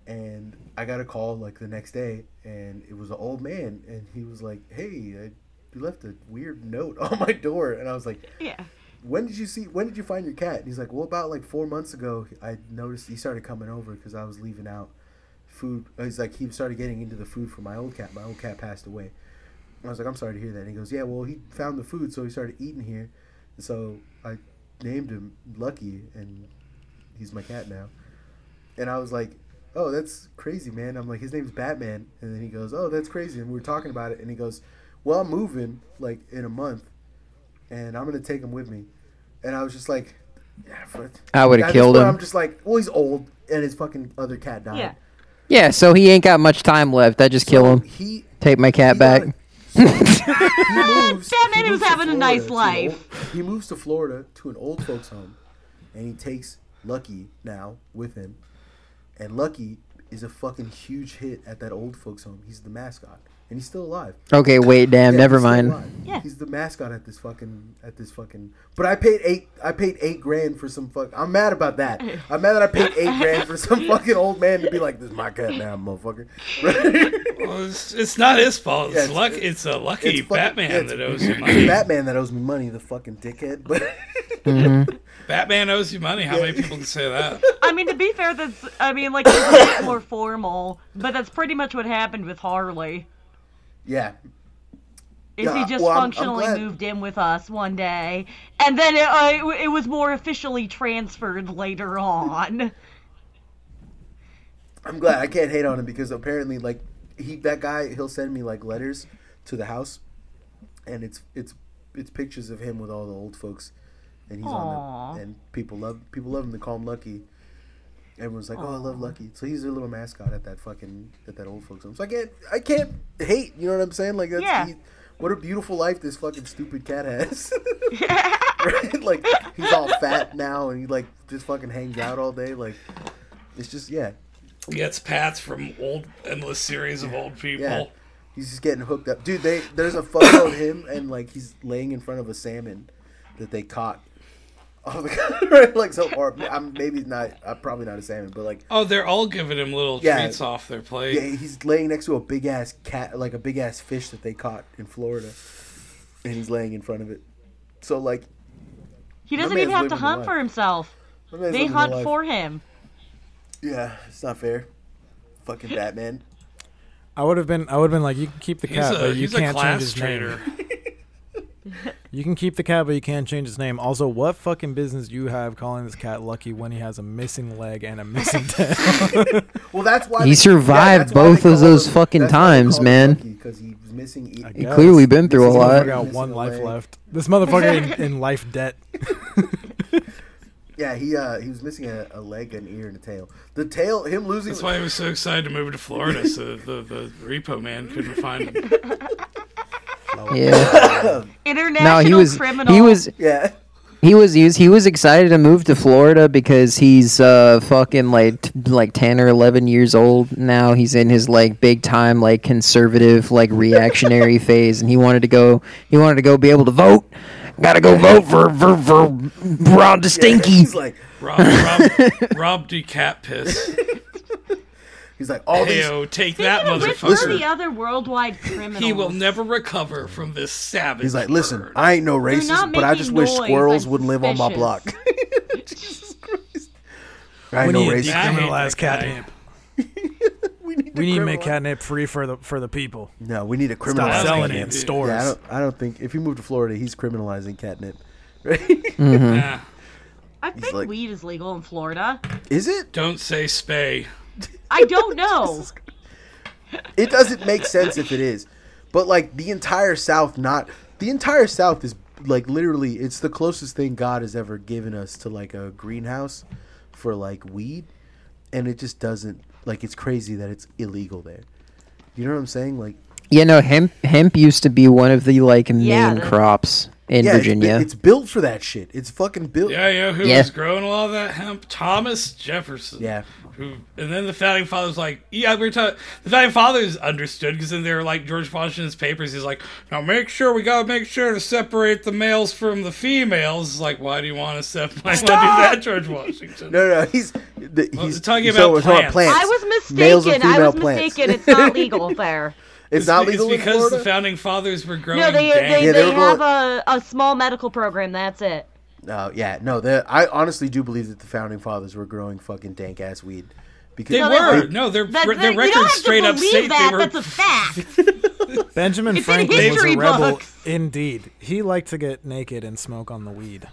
Speaker 1: And I got a call like the next day, and it was an old man, and he was like, "Hey, I, you left a weird note on my door," and I was like,
Speaker 2: Yeah.
Speaker 1: when did you see when did you find your cat and he's like well about like four months ago i noticed he started coming over because i was leaving out food he's like he started getting into the food for my old cat my old cat passed away I was like, I'm sorry to hear that. And he goes, Yeah, well, he found the food, so he started eating here. And so I named him Lucky, and he's my cat now. And I was like, Oh, that's crazy, man. I'm like, His name's Batman. And then he goes, Oh, that's crazy. And we were talking about it, and he goes, Well, I'm moving like in a month, and I'm going to take him with me. And I was just like, yeah, for-
Speaker 6: I would've
Speaker 1: At this
Speaker 6: killed
Speaker 1: point,
Speaker 6: him.
Speaker 1: I'm just like, Well, he's old, and his fucking other cat died.
Speaker 2: Yeah.
Speaker 6: Yeah, so he ain't got much time left. I just kill
Speaker 1: So
Speaker 6: him.
Speaker 1: He
Speaker 6: Take my cat
Speaker 1: he
Speaker 6: back.
Speaker 1: got- he moves,
Speaker 2: Batman
Speaker 1: he
Speaker 2: was
Speaker 1: moves to
Speaker 2: having a
Speaker 1: Florida
Speaker 2: nice
Speaker 1: to an
Speaker 2: life.
Speaker 1: old- he moves to Florida to an old folks' home, and he takes Lucky now with him. And Lucky is a fucking huge hit at that old folks' home. He's the mascot, and he's still alive.
Speaker 6: Okay, wait, damn,
Speaker 1: Yeah,
Speaker 6: never
Speaker 1: he's still
Speaker 6: mind.
Speaker 1: alive.
Speaker 2: Yeah.
Speaker 1: he's the mascot at this fucking at this fucking. But I paid eight. I paid eight grand for some fuck. I'm mad about that. I'm mad that I paid eight grand for some fucking old man to be like, "This is my cat now, motherfucker."
Speaker 3: Well, it's, it's not his fault. It's,
Speaker 1: Yeah, it's-
Speaker 3: luck. It's a lucky
Speaker 1: it's fucking-
Speaker 3: Batman
Speaker 1: yeah, it's-
Speaker 3: that owes you money.
Speaker 1: Batman that owes me money, the fucking dickhead. But
Speaker 3: Batman owes you money. How many people can say that?
Speaker 2: I mean, to be fair, that's I mean, like it's a bit more formal, but that's pretty much what happened with Harley.
Speaker 1: yeah,
Speaker 2: Is
Speaker 1: Yeah,
Speaker 2: he just
Speaker 1: well, I'm- I'm
Speaker 2: functionally
Speaker 1: glad-
Speaker 2: moved in with us one day, and then it, uh, it, w- it was more officially transferred later on?
Speaker 1: I'm glad I can't hate on him because apparently, like he that guy, he'll send me like letters to the house, and it's it's it's pictures of him with all the old folks, and he's on
Speaker 2: Aw.
Speaker 1: them, and people love people love him. They call him Lucky. Everyone's like, "Oh, I love Lucky." So he's their little mascot at that fucking at that old folks home. So I can't I can't hate. You know what I'm saying? Like that's
Speaker 2: Yeah.
Speaker 1: he- what a beautiful life this fucking stupid cat has. right? Like he's all fat now, and he like just fucking hangs out all day. Like it's just yeah.
Speaker 3: He gets pats from old endless series of old people.
Speaker 1: Yeah. He's just getting hooked up. Dude, they there's a photo of him and like he's laying in front of a salmon that they caught. Oh my god. Right? Like so or I'm maybe not I'm probably not a salmon, but like
Speaker 3: Oh, they're all giving him little
Speaker 1: Yeah.
Speaker 3: treats off their plate.
Speaker 1: yeah, he's laying next to a big ass cat like a big ass fish that they caught in Florida. And he's laying in front of it. So like
Speaker 2: He doesn't
Speaker 1: man's
Speaker 2: even have
Speaker 1: living
Speaker 2: to
Speaker 1: the
Speaker 2: hunt
Speaker 1: life.
Speaker 2: for himself.
Speaker 1: my man's
Speaker 2: They
Speaker 1: living the
Speaker 2: hunt
Speaker 1: life.
Speaker 2: for him.
Speaker 1: Yeah, it's not fair. Fucking Batman.
Speaker 4: I would have been. I would have been like, you can keep the
Speaker 3: He's
Speaker 4: cat,
Speaker 3: a
Speaker 4: but you
Speaker 3: he's a
Speaker 4: can't change
Speaker 3: class
Speaker 4: his
Speaker 3: trader.
Speaker 4: name. You can keep the cat, but you can't change his name. Also, what fucking business do you have calling this cat Lucky when he has a missing leg and a missing tail?
Speaker 1: Well, that's why
Speaker 6: He survived both of those fucking times, man.
Speaker 1: Because he was missing. e-
Speaker 6: He clearly been through a
Speaker 1: This is
Speaker 4: I
Speaker 1: what
Speaker 6: lot.
Speaker 1: we
Speaker 4: got
Speaker 1: Missing
Speaker 4: one
Speaker 1: a
Speaker 4: life
Speaker 1: leg.
Speaker 4: left. This motherfucker in, in life debt.
Speaker 1: Yeah, he uh, he was missing a, a leg, an ear, and a tail. The tail, him losing.
Speaker 3: That's why he was so excited to move to Florida, so the, the repo man couldn't find him.
Speaker 6: Yeah.
Speaker 2: International
Speaker 6: No, he was.
Speaker 2: criminal.
Speaker 6: He was.
Speaker 1: yeah,
Speaker 6: He was. He was. He was excited to move to Florida because he's uh fucking like t- like ten or eleven years old now. He's in his like big time like conservative like reactionary phase, and he wanted to go. He wanted to go be able to vote. Gotta go vote for for for Ron DeStinky.
Speaker 1: he's like
Speaker 3: Rob Rob Rob D cat piss.
Speaker 1: he's like all these.
Speaker 3: Heyo, oh, take that
Speaker 2: Speaking of which, who are
Speaker 3: motherfucker.
Speaker 2: the other worldwide criminals?
Speaker 3: He will never recover from this savage.
Speaker 1: He's like, listen,
Speaker 3: bird."
Speaker 1: I ain't no
Speaker 2: not
Speaker 1: racist, but I
Speaker 2: making
Speaker 1: just wish
Speaker 2: noise.
Speaker 1: squirrels
Speaker 2: I'm
Speaker 1: would live on my
Speaker 2: suspicious.
Speaker 1: block. Jesus Christ. I ain't no
Speaker 4: need
Speaker 1: racist.
Speaker 3: I hate that
Speaker 4: decriminalize
Speaker 3: guy.
Speaker 4: catnip. We need to make catnip free for the for the people.
Speaker 1: No, we need to
Speaker 4: Stop
Speaker 1: criminalize
Speaker 4: selling
Speaker 1: catnip.
Speaker 4: it in
Speaker 3: dude.
Speaker 4: stores.
Speaker 1: Yeah, I don't. I don't think if he moved to Florida, he's criminalizing catnip.
Speaker 3: Nah,
Speaker 2: I think
Speaker 1: like-
Speaker 2: weed is legal in Florida.
Speaker 1: Is it?
Speaker 3: don't say spay.
Speaker 2: I don't know.
Speaker 1: It doesn't make sense if it is. But like the entire South, not the entire South is like literally it's the closest thing God has ever given us to like a greenhouse for like weed, and it just doesn't like it's crazy that it's illegal there. You know what I'm saying? Like
Speaker 6: You know, hemp hemp used to be one of the like main
Speaker 2: Yeah, the-
Speaker 6: crops in
Speaker 1: yeah, it's bu-
Speaker 6: Virginia.
Speaker 1: it's, built for that shit. It's fucking built.
Speaker 3: Yeah, you know who
Speaker 6: Yeah.
Speaker 3: was growing a lot of that hemp? Thomas Jefferson.
Speaker 1: Yeah.
Speaker 3: Who, and then the founding fathers like yeah we're talking the founding fathers understood because then they were like George Washington's papers he's like now make sure we gotta make sure to separate the males from the females It's like why do you want to separate why do that George Washington
Speaker 1: No, no, no, he's the, he's
Speaker 3: talking
Speaker 1: so
Speaker 3: about
Speaker 1: we're talking
Speaker 3: plants.
Speaker 2: I was
Speaker 1: Males and
Speaker 2: mistaken. I
Speaker 1: female
Speaker 2: was
Speaker 1: plants.
Speaker 2: mistaken. It's not legal there.
Speaker 1: It's,
Speaker 3: it's,
Speaker 1: not
Speaker 3: be-
Speaker 1: legal
Speaker 3: it's
Speaker 1: in
Speaker 3: because the
Speaker 1: Florida?
Speaker 3: founding fathers were growing
Speaker 2: No, they
Speaker 3: dank.
Speaker 2: they,
Speaker 1: Yeah, they
Speaker 2: they
Speaker 1: were going-
Speaker 2: have a, a small medical program. That's it.
Speaker 1: Uh, No, yeah, no. The I honestly do believe that the founding fathers were growing fucking dank ass weed, Because
Speaker 3: They
Speaker 2: No, they
Speaker 3: were.
Speaker 2: were.
Speaker 3: No, their
Speaker 2: That,
Speaker 3: their
Speaker 2: we don't
Speaker 3: records
Speaker 2: have
Speaker 3: straight
Speaker 2: to
Speaker 3: up
Speaker 2: believe
Speaker 3: state
Speaker 2: that.
Speaker 3: they were.
Speaker 2: That's a fact.
Speaker 4: Benjamin
Speaker 2: It's in
Speaker 4: Franklin was
Speaker 2: history
Speaker 4: a rebel
Speaker 2: books.
Speaker 4: indeed. He liked to get naked and smoke on the weed.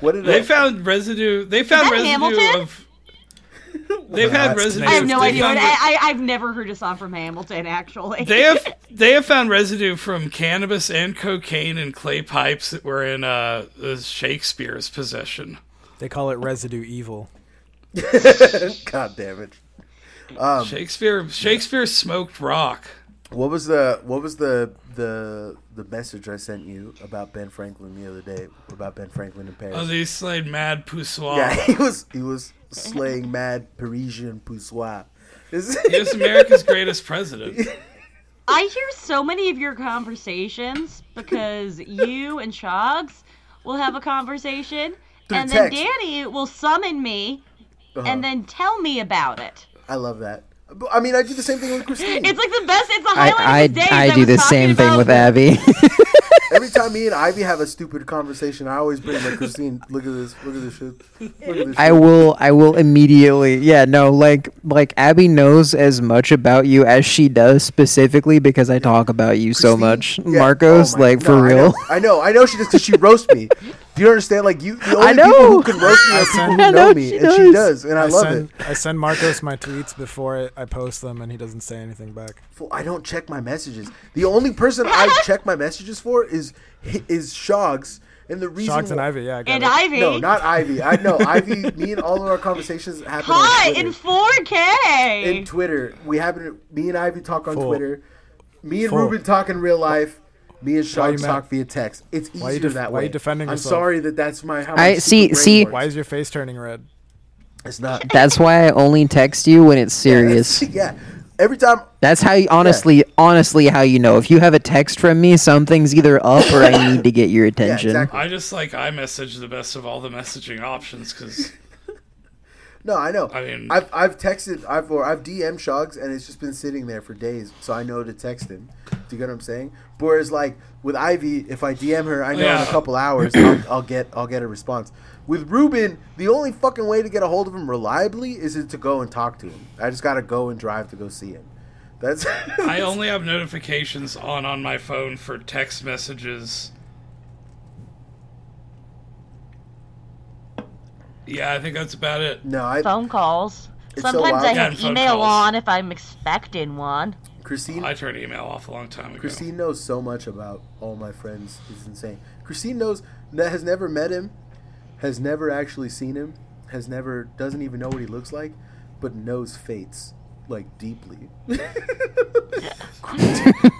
Speaker 1: what did
Speaker 3: They
Speaker 1: I-
Speaker 3: found residue. They found
Speaker 2: that
Speaker 3: residue
Speaker 2: Hamilton?
Speaker 3: of. They've had
Speaker 4: That's
Speaker 3: residue.
Speaker 2: I have no
Speaker 3: they
Speaker 2: idea. What,
Speaker 3: found-
Speaker 2: I, I, I've never heard a song from Hamilton, actually.
Speaker 3: they have they have found residue from cannabis and cocaine in clay pipes that were in uh, Shakespeare's possession.
Speaker 4: They call it residue evil.
Speaker 1: God damn it.
Speaker 3: Shakespeare Shakespeare smoked rock.
Speaker 1: What was the what was the the the message I sent you about Ben Franklin the other day about Ben Franklin in Paris?
Speaker 3: Oh, they slayed mad poussoir.
Speaker 1: yeah, he was he was slaying mad Parisian poussoir. This is-
Speaker 3: He was America's greatest president.
Speaker 2: I hear so many of your conversations because you and Shogs will have a conversation, and then
Speaker 1: text.
Speaker 2: Danny will summon me
Speaker 6: Uh-huh.
Speaker 2: and then tell me about it.
Speaker 1: I love that. But, I mean, I do the same thing with Christine.
Speaker 2: It's like the best. It's the
Speaker 6: I,
Speaker 2: highlight of the day.
Speaker 6: I,
Speaker 2: is
Speaker 6: I do
Speaker 2: was
Speaker 6: the
Speaker 2: talking
Speaker 6: same thing
Speaker 2: about-
Speaker 6: with Abby.
Speaker 1: Every time me and Ivy have a stupid conversation, I always bring like Christine. Look at this. Look at this shit. Look at this.
Speaker 6: I
Speaker 1: shit."
Speaker 6: will I will immediately yeah, no, like like Abby knows as much about you as she does specifically because I talk about you so
Speaker 1: Christine-
Speaker 6: much.
Speaker 1: yeah.
Speaker 6: Marcos,
Speaker 1: Oh my-
Speaker 6: like
Speaker 1: no,
Speaker 6: for
Speaker 1: I
Speaker 6: real.
Speaker 1: know, I know. I know she does because she roasts me. Do you understand? Like you, the only
Speaker 6: know.
Speaker 1: people who can roast me
Speaker 4: I
Speaker 1: are people who
Speaker 4: send-
Speaker 1: know,
Speaker 4: I
Speaker 6: know,
Speaker 1: me,
Speaker 6: she
Speaker 1: and she
Speaker 6: does.
Speaker 1: does, and I, love
Speaker 4: send,
Speaker 1: it.
Speaker 4: I send Marcos my tweets before I I post them, and he doesn't say anything back.
Speaker 1: Fool, I don't check my messages. The only person I check my messages for is is Shogs, and the reason
Speaker 4: Shocks and
Speaker 1: wh-
Speaker 4: Ivy, yeah, I got
Speaker 2: And
Speaker 4: it.
Speaker 2: Ivy.
Speaker 1: No, not Ivy. I know Ivy. Me and all of our conversations happen
Speaker 2: Hi,
Speaker 1: on Twitter.
Speaker 2: in 4K.
Speaker 1: in Twitter. We happen. Me and Ivy talk on
Speaker 4: Fool.
Speaker 1: Twitter. Me and
Speaker 4: Fool.
Speaker 1: Ruben talk in real life. Me and
Speaker 4: Why you
Speaker 1: Sean
Speaker 4: mad?
Speaker 1: talk via text. It's easier
Speaker 4: Why you def-
Speaker 1: that way.
Speaker 4: why you defending
Speaker 1: I'm
Speaker 4: yourself?
Speaker 1: sorry that that's my. How my
Speaker 6: I-
Speaker 1: stupid
Speaker 6: see-
Speaker 1: brain
Speaker 6: see-
Speaker 1: works.
Speaker 4: Why is your face turning red?
Speaker 1: It's not
Speaker 6: That's why I only text you when it's serious.
Speaker 1: yeah. Every time
Speaker 6: That's how you honestly honestly how you know. If you have a text from me, something's either up or I need to get your
Speaker 1: Yeah,
Speaker 6: attention.
Speaker 1: exactly.
Speaker 3: I just like iMessage the best of all the messaging options because
Speaker 1: No, I know.
Speaker 3: I mean-
Speaker 1: I've I've texted I've or I've DM'd Shogs and it's just been sitting there for days, so I know to text him. Do you get what I'm saying? Whereas like with Ivy, if I DM her, I know in a
Speaker 3: Yeah.
Speaker 1: couple hours I'll, I'll get I'll get a response. With Ruben, the only fucking way to get a hold of him reliably is to go and talk to him. I just gotta go and drive to go see him. That's
Speaker 3: I only have notifications on on my phone for text messages. Yeah, I think that's about it.
Speaker 1: no. I
Speaker 2: phone calls.
Speaker 1: It's so
Speaker 2: Sometimes
Speaker 1: wild.
Speaker 2: I
Speaker 1: Yeah,
Speaker 3: and
Speaker 2: have
Speaker 3: phone
Speaker 2: email
Speaker 3: calls.
Speaker 2: on if I'm expecting one.
Speaker 1: Christine
Speaker 3: I turned email off a long time ago.
Speaker 1: Christine knows so much about all my friends. It's insane. Christine knows that has never met him, has never actually seen him, has never doesn't even know what he looks like, but knows fates like deeply.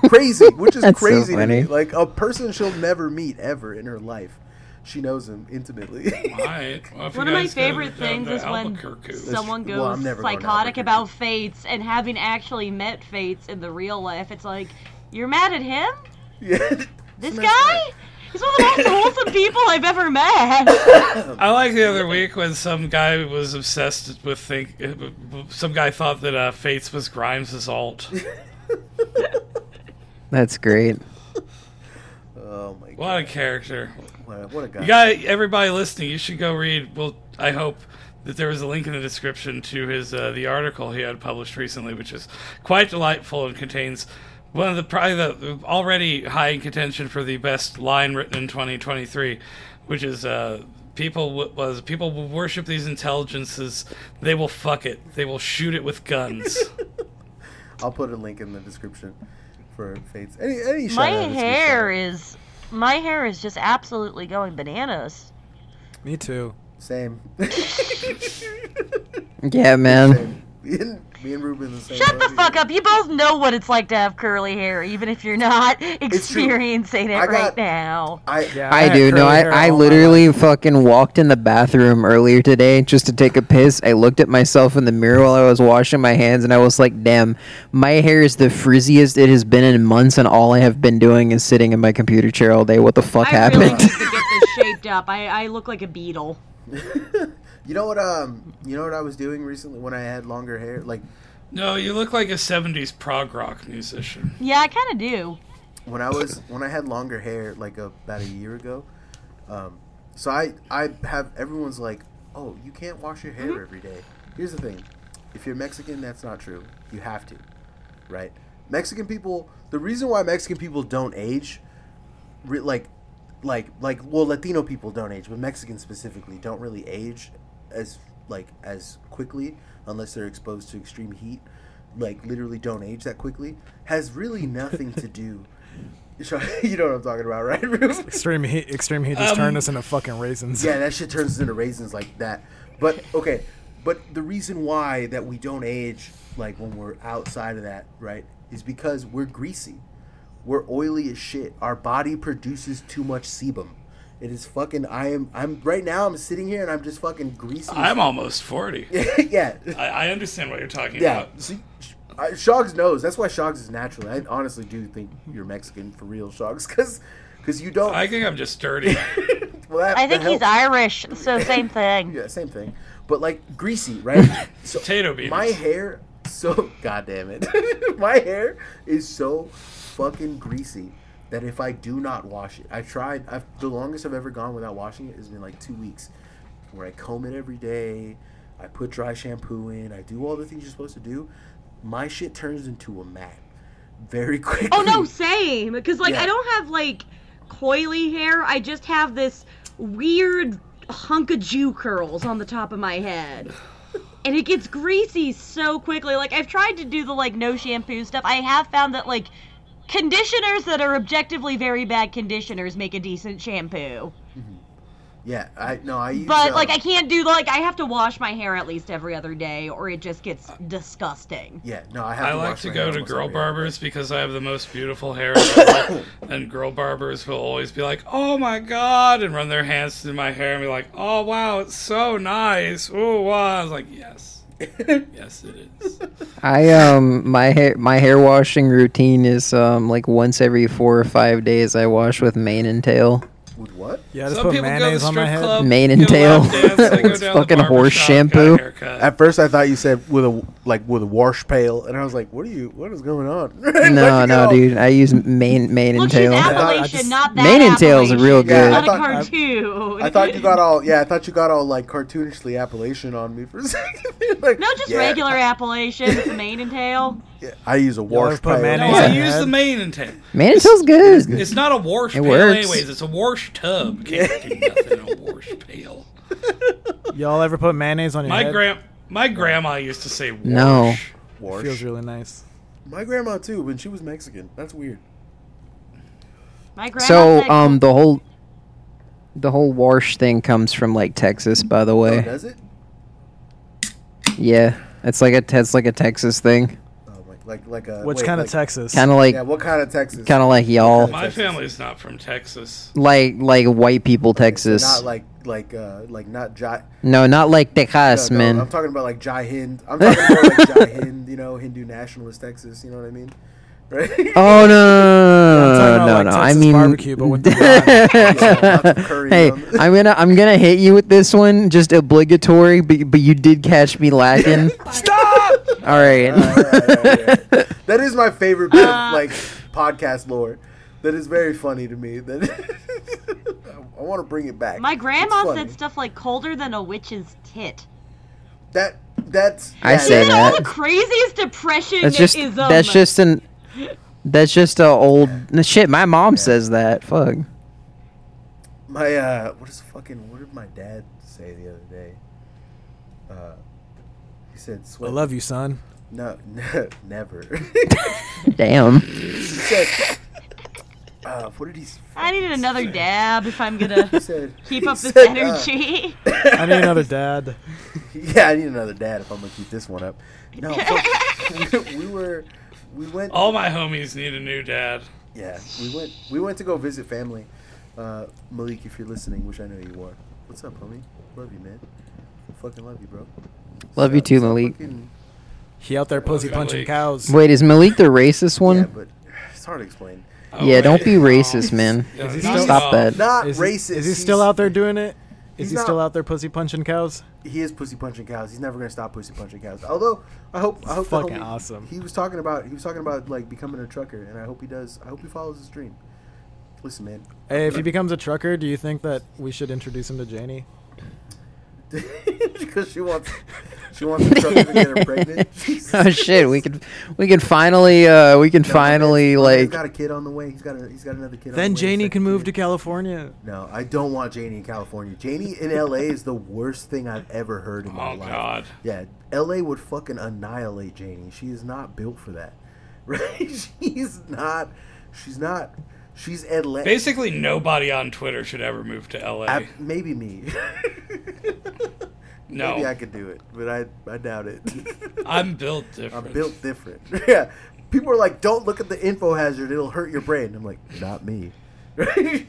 Speaker 1: crazy, which is
Speaker 6: That's so
Speaker 1: crazy to me.
Speaker 6: funny.
Speaker 1: Like a person she'll never meet ever in her life. She knows him intimately.
Speaker 3: All right. Well, if you
Speaker 2: One of my
Speaker 3: guys go
Speaker 2: favorite
Speaker 3: down
Speaker 2: things
Speaker 3: to
Speaker 2: is when
Speaker 3: Albuquerque.
Speaker 2: someone goes
Speaker 1: Well, I'm never going to
Speaker 2: psychotic
Speaker 1: Albuquerque.
Speaker 2: about fates and having actually met fates in the real life. It's like, you're mad at him?
Speaker 1: yeah.
Speaker 2: This guy? He's one of the most wholesome people I've ever met.
Speaker 3: I like the other week when some guy was obsessed with think. Some guy thought that uh, Fates was Grimes' alt.
Speaker 6: That's great.
Speaker 1: Oh my god.
Speaker 3: What a character!
Speaker 1: What a, what a guy.
Speaker 3: You got everybody listening. You should go read. Well, I hope that there was a link in the description to his uh, the article he had published recently, which is quite delightful and contains one of the probably the already high in contention for the best line written in 2023, which is uh, people w- was people will worship these intelligences. They will fuck it. They will shoot it with guns.
Speaker 1: I'll put a link in the description for fates. Any any
Speaker 2: my
Speaker 1: shout-out is good
Speaker 2: hair
Speaker 1: shout-out.
Speaker 2: is, my hair is just absolutely going bananas.
Speaker 4: Me too.
Speaker 1: same.
Speaker 6: Yeah, man.
Speaker 1: Me and, me and Ruben the same.
Speaker 2: Shut the
Speaker 1: way.
Speaker 2: fuck up. You both know what it's like to have curly hair, even if you're not
Speaker 1: true.
Speaker 2: experiencing it
Speaker 1: I got-
Speaker 2: right now.
Speaker 1: I
Speaker 4: Yeah,
Speaker 6: I
Speaker 4: had
Speaker 6: do. No,
Speaker 4: curly
Speaker 6: I,
Speaker 4: hair all
Speaker 6: I
Speaker 4: my
Speaker 6: literally fucking walked in the bathroom earlier today just to take a piss. I looked at myself in the mirror while I was washing my hands and I was like, damn, my hair is the frizziest it has been in months and all I have been doing is sitting in my computer chair all day. What the fuck
Speaker 2: I really need
Speaker 6: happened?
Speaker 2: to get this shaped up. I, I look like a beetle.
Speaker 1: You know what? Um, you know what I was doing recently when I had longer hair. Like
Speaker 3: no, you look like a 70s prog rock musician.
Speaker 2: Yeah, I kind of do.
Speaker 1: when I was when I had longer hair, like about a year ago. Um, so I I have everyone's like, oh, you can't wash your hair every day. Here's the thing: if you're Mexican, that's not true. You have to, right? Mexican people. The reason why Mexican people don't age, re- like, like, like, well, Latino people don't age, but Mexicans specifically don't really age as like as quickly unless they're exposed to extreme heat. Like, literally, don't age that quickly. Has really nothing to do. You know what I'm talking about, right? Rube?
Speaker 4: Extreme heat. Extreme heat just turned us into fucking raisins.
Speaker 1: Um, Yeah, that shit turns into raisins like that. But okay, but the reason why that we don't age like when we're outside of that, right, is because we're greasy. We're oily as shit. Our body produces too much sebum. It is fucking. I am. I'm right now. I'm sitting here and I'm just fucking greasy. as
Speaker 3: I'm almost 40.
Speaker 1: shit. yeah,
Speaker 3: I, I understand what you're talking
Speaker 1: yeah.
Speaker 3: about.
Speaker 1: See, Sh- I- Shoggs knows. That's why Shoggs is natural. I honestly do think you're Mexican for real, Shoggs, because because you don't.
Speaker 3: I think I'm just dirty.
Speaker 1: well, that-
Speaker 2: I
Speaker 1: that
Speaker 2: think he's
Speaker 1: helps.
Speaker 2: Irish, so same thing.
Speaker 1: Yeah, same thing. But like greasy, right? so
Speaker 3: Potato beans.
Speaker 1: My hair so god damn it. my hair is so fucking greasy that if I do not wash it, I tried I've the longest I've ever gone without washing it has been like two weeks. Where I comb it every day, I put dry shampoo in, I do all the things you're supposed to do. My shit turns into a mat very quickly.
Speaker 2: Oh no, same. Because like
Speaker 1: Yeah.
Speaker 2: I don't have like coily hair. I just have this weird hunk of Jew curls on the top of my head. And it gets greasy so quickly. Like I've tried to do the like no shampoo stuff. I have found that like conditioners that are objectively very bad conditioners make a decent shampoo.
Speaker 1: Yeah, I no, I use
Speaker 2: But
Speaker 1: uh,
Speaker 2: like I can't do like I have to wash my hair at least every other day or it just gets disgusting.
Speaker 1: yeah, no, I have.
Speaker 3: I
Speaker 1: to
Speaker 3: like
Speaker 1: wash
Speaker 3: to
Speaker 1: my
Speaker 3: go
Speaker 1: hair
Speaker 3: to
Speaker 1: almost
Speaker 3: girl
Speaker 1: every other day.
Speaker 3: barbers because I have the most beautiful hair ever. and girl barbers will always be like, "Oh my god," and run their hands through my hair and be like, "Oh wow, it's so nice." Oh wow, I was like, "Yes, yes, it is."
Speaker 6: I um my hair my hair washing routine is um like once every four or five days I wash with mane and tail.
Speaker 1: With what?
Speaker 4: Yeah, I just put mayonnaise on my head.
Speaker 6: Mane and
Speaker 3: get a
Speaker 6: tail.
Speaker 3: lap dance, they go
Speaker 6: It's
Speaker 3: down the
Speaker 6: fucking horse
Speaker 3: barbershop, got a
Speaker 6: shampoo.
Speaker 3: haircut.
Speaker 1: At first, I thought you said with a like with a wash pail, and I was like, "What are you? What is going on?"
Speaker 6: No, no, dude. I use mane mane
Speaker 2: Look,
Speaker 6: and
Speaker 2: she's
Speaker 6: tail.
Speaker 4: I
Speaker 2: Appalachian,
Speaker 4: just-
Speaker 2: not that
Speaker 6: Mane and tail's
Speaker 2: Appalachian.
Speaker 6: real
Speaker 1: Yeah,
Speaker 6: good.
Speaker 1: I
Speaker 2: Not a
Speaker 1: thought- I-
Speaker 2: cartoon.
Speaker 1: I thought you got all yeah. I thought you got all like cartoonishly Appalachian on me for a second. Like,
Speaker 2: No, just
Speaker 1: yeah,
Speaker 2: regular Appalachian, the mane and tail.
Speaker 1: yeah, I use a wash
Speaker 4: ever put
Speaker 1: pail.
Speaker 3: no,
Speaker 4: mayonnaise-
Speaker 3: I
Speaker 4: Yeah.
Speaker 3: use the mane and tail.
Speaker 6: Mane and tail's good.
Speaker 3: It's not a wash pail,
Speaker 6: works.
Speaker 3: anyways. It's a wash tub. Can't do nothing in a wash pail.
Speaker 4: Y'all ever put mayonnaise on your
Speaker 3: My
Speaker 4: head?
Speaker 3: grand, my grandma used to say wash.
Speaker 6: No.
Speaker 1: Wash.
Speaker 4: feels really nice.
Speaker 1: My grandma too, when she was Mexican. That's weird.
Speaker 2: My grandma.
Speaker 6: So
Speaker 2: said-
Speaker 6: um the whole the whole wash thing comes from like Texas, by the
Speaker 1: Oh,
Speaker 6: way.
Speaker 1: does it?
Speaker 6: Yeah, it's like a it's like a Texas thing.
Speaker 1: Oh, like like like a
Speaker 4: Which
Speaker 1: wait,
Speaker 4: kind of
Speaker 1: like-
Speaker 4: Texas?
Speaker 6: Kind of like
Speaker 1: Yeah, what kind of Texas?
Speaker 6: kind of like y'all,
Speaker 3: My
Speaker 1: Texas.
Speaker 3: family's not from Texas.
Speaker 6: like like white people Texas.
Speaker 1: Not like like uh like not Jai.
Speaker 6: no, not like Texas,
Speaker 1: no, no,
Speaker 6: man.
Speaker 1: I'm talking about like Jai Hind. I'm talking about like Jai Hind. You know, Hindu nationalist Texas. You know what I mean? Right?
Speaker 6: Oh no,
Speaker 4: I'm talking
Speaker 6: no,
Speaker 4: about,
Speaker 6: no,
Speaker 4: like,
Speaker 6: no! I
Speaker 4: Texas
Speaker 6: mean,
Speaker 4: barbecue, but with the
Speaker 1: Lots of curry um,
Speaker 6: hey,
Speaker 1: on-
Speaker 6: I'm gonna I'm gonna hit you with this one, just obligatory. But but you did catch me lacking.
Speaker 1: Stop!
Speaker 6: All right.
Speaker 1: That is my favorite bit
Speaker 2: Uh,
Speaker 1: of like podcast lore. That is very funny to me. That I want to bring it back.
Speaker 2: my
Speaker 1: It's
Speaker 2: grandma
Speaker 1: funny.
Speaker 2: said stuff like colder than a witch's tit.
Speaker 1: that that's
Speaker 6: I
Speaker 1: yeah,
Speaker 6: said
Speaker 2: Dude, all the
Speaker 6: that.
Speaker 2: craziest depression
Speaker 6: That's just
Speaker 2: is um,
Speaker 6: that's just an that's just a old shit. My mom says that. Fuck.
Speaker 1: My uh, what is fucking? What did my dad say the other day? Uh, he said,
Speaker 4: I
Speaker 1: "Sweat."
Speaker 4: love you, son.
Speaker 1: no, no, never.
Speaker 6: Damn.
Speaker 1: he said, uh, "What did he?" s-
Speaker 2: I need another dab if I'm gonna
Speaker 1: He said,
Speaker 2: keep
Speaker 1: he
Speaker 2: up this
Speaker 1: said, uh,
Speaker 2: energy.
Speaker 4: I need another dad.
Speaker 1: Yeah, I need another dad if I'm gonna keep this one up. No, fuck. we were, we went.
Speaker 4: Oh
Speaker 3: All my homies need a new dad.
Speaker 1: Yeah, we went. We went to go visit family. Uh, Malik, if you're listening, which I know you are. What's up, homie? Love you, man. Fucking love you, bro.
Speaker 6: Love you
Speaker 1: Stop-
Speaker 6: too,
Speaker 1: stop
Speaker 6: Malik.
Speaker 1: fucking-
Speaker 4: He out there pussy punching
Speaker 3: Malik.
Speaker 4: cows.
Speaker 6: Wait, is Malik the racist
Speaker 1: Yeah,
Speaker 6: one?
Speaker 1: but it's hard to explain.
Speaker 3: Oh,
Speaker 6: Yeah, don't be racist, man.
Speaker 3: Yeah, knock
Speaker 4: he still-
Speaker 3: it
Speaker 6: Stop
Speaker 3: off.
Speaker 6: that.
Speaker 1: Not
Speaker 4: Is he,
Speaker 1: racist.
Speaker 4: Is he still out there doing it?
Speaker 1: he's
Speaker 4: Is he still
Speaker 1: not-
Speaker 4: out there pussy punching cows?
Speaker 1: He is pussy punching cows. He's never gonna stop pussy punching cows. Although I hope I hope the
Speaker 4: fucking
Speaker 1: homie-
Speaker 4: awesome.
Speaker 1: He was talking about he was talking about like becoming a trucker, and I hope he does. I hope he follows his dream. Listen, man.
Speaker 4: Hey, if he becomes a trucker, do you think that we should introduce him to Janie?
Speaker 1: because she wants She wants to try to get her pregnant.
Speaker 6: oh shit, we could we can finally uh we can finally
Speaker 1: He's
Speaker 6: like
Speaker 1: got a kid on the way. He's got a, he's got another kid. on
Speaker 4: Then
Speaker 1: the way, a
Speaker 4: Janie
Speaker 1: second
Speaker 4: can move
Speaker 1: kid.
Speaker 4: to California.
Speaker 1: No, I don't want Janie in California. Janie in L.A. is the worst thing I've ever heard in my
Speaker 3: Oh,
Speaker 1: life.
Speaker 3: God.
Speaker 1: Yeah, L.A. would fucking annihilate Janie. She is not built for that. Right? She's not. She's not. She's Atlanta.
Speaker 3: Basically, nobody on Twitter should ever move to LA.
Speaker 1: I- maybe me.
Speaker 3: no,
Speaker 1: maybe I could do it, but I I doubt it.
Speaker 3: I'm built different.
Speaker 1: I'm built different. yeah. People are like, don't look at the info hazard; it'll hurt your brain. I'm like, not me. maybe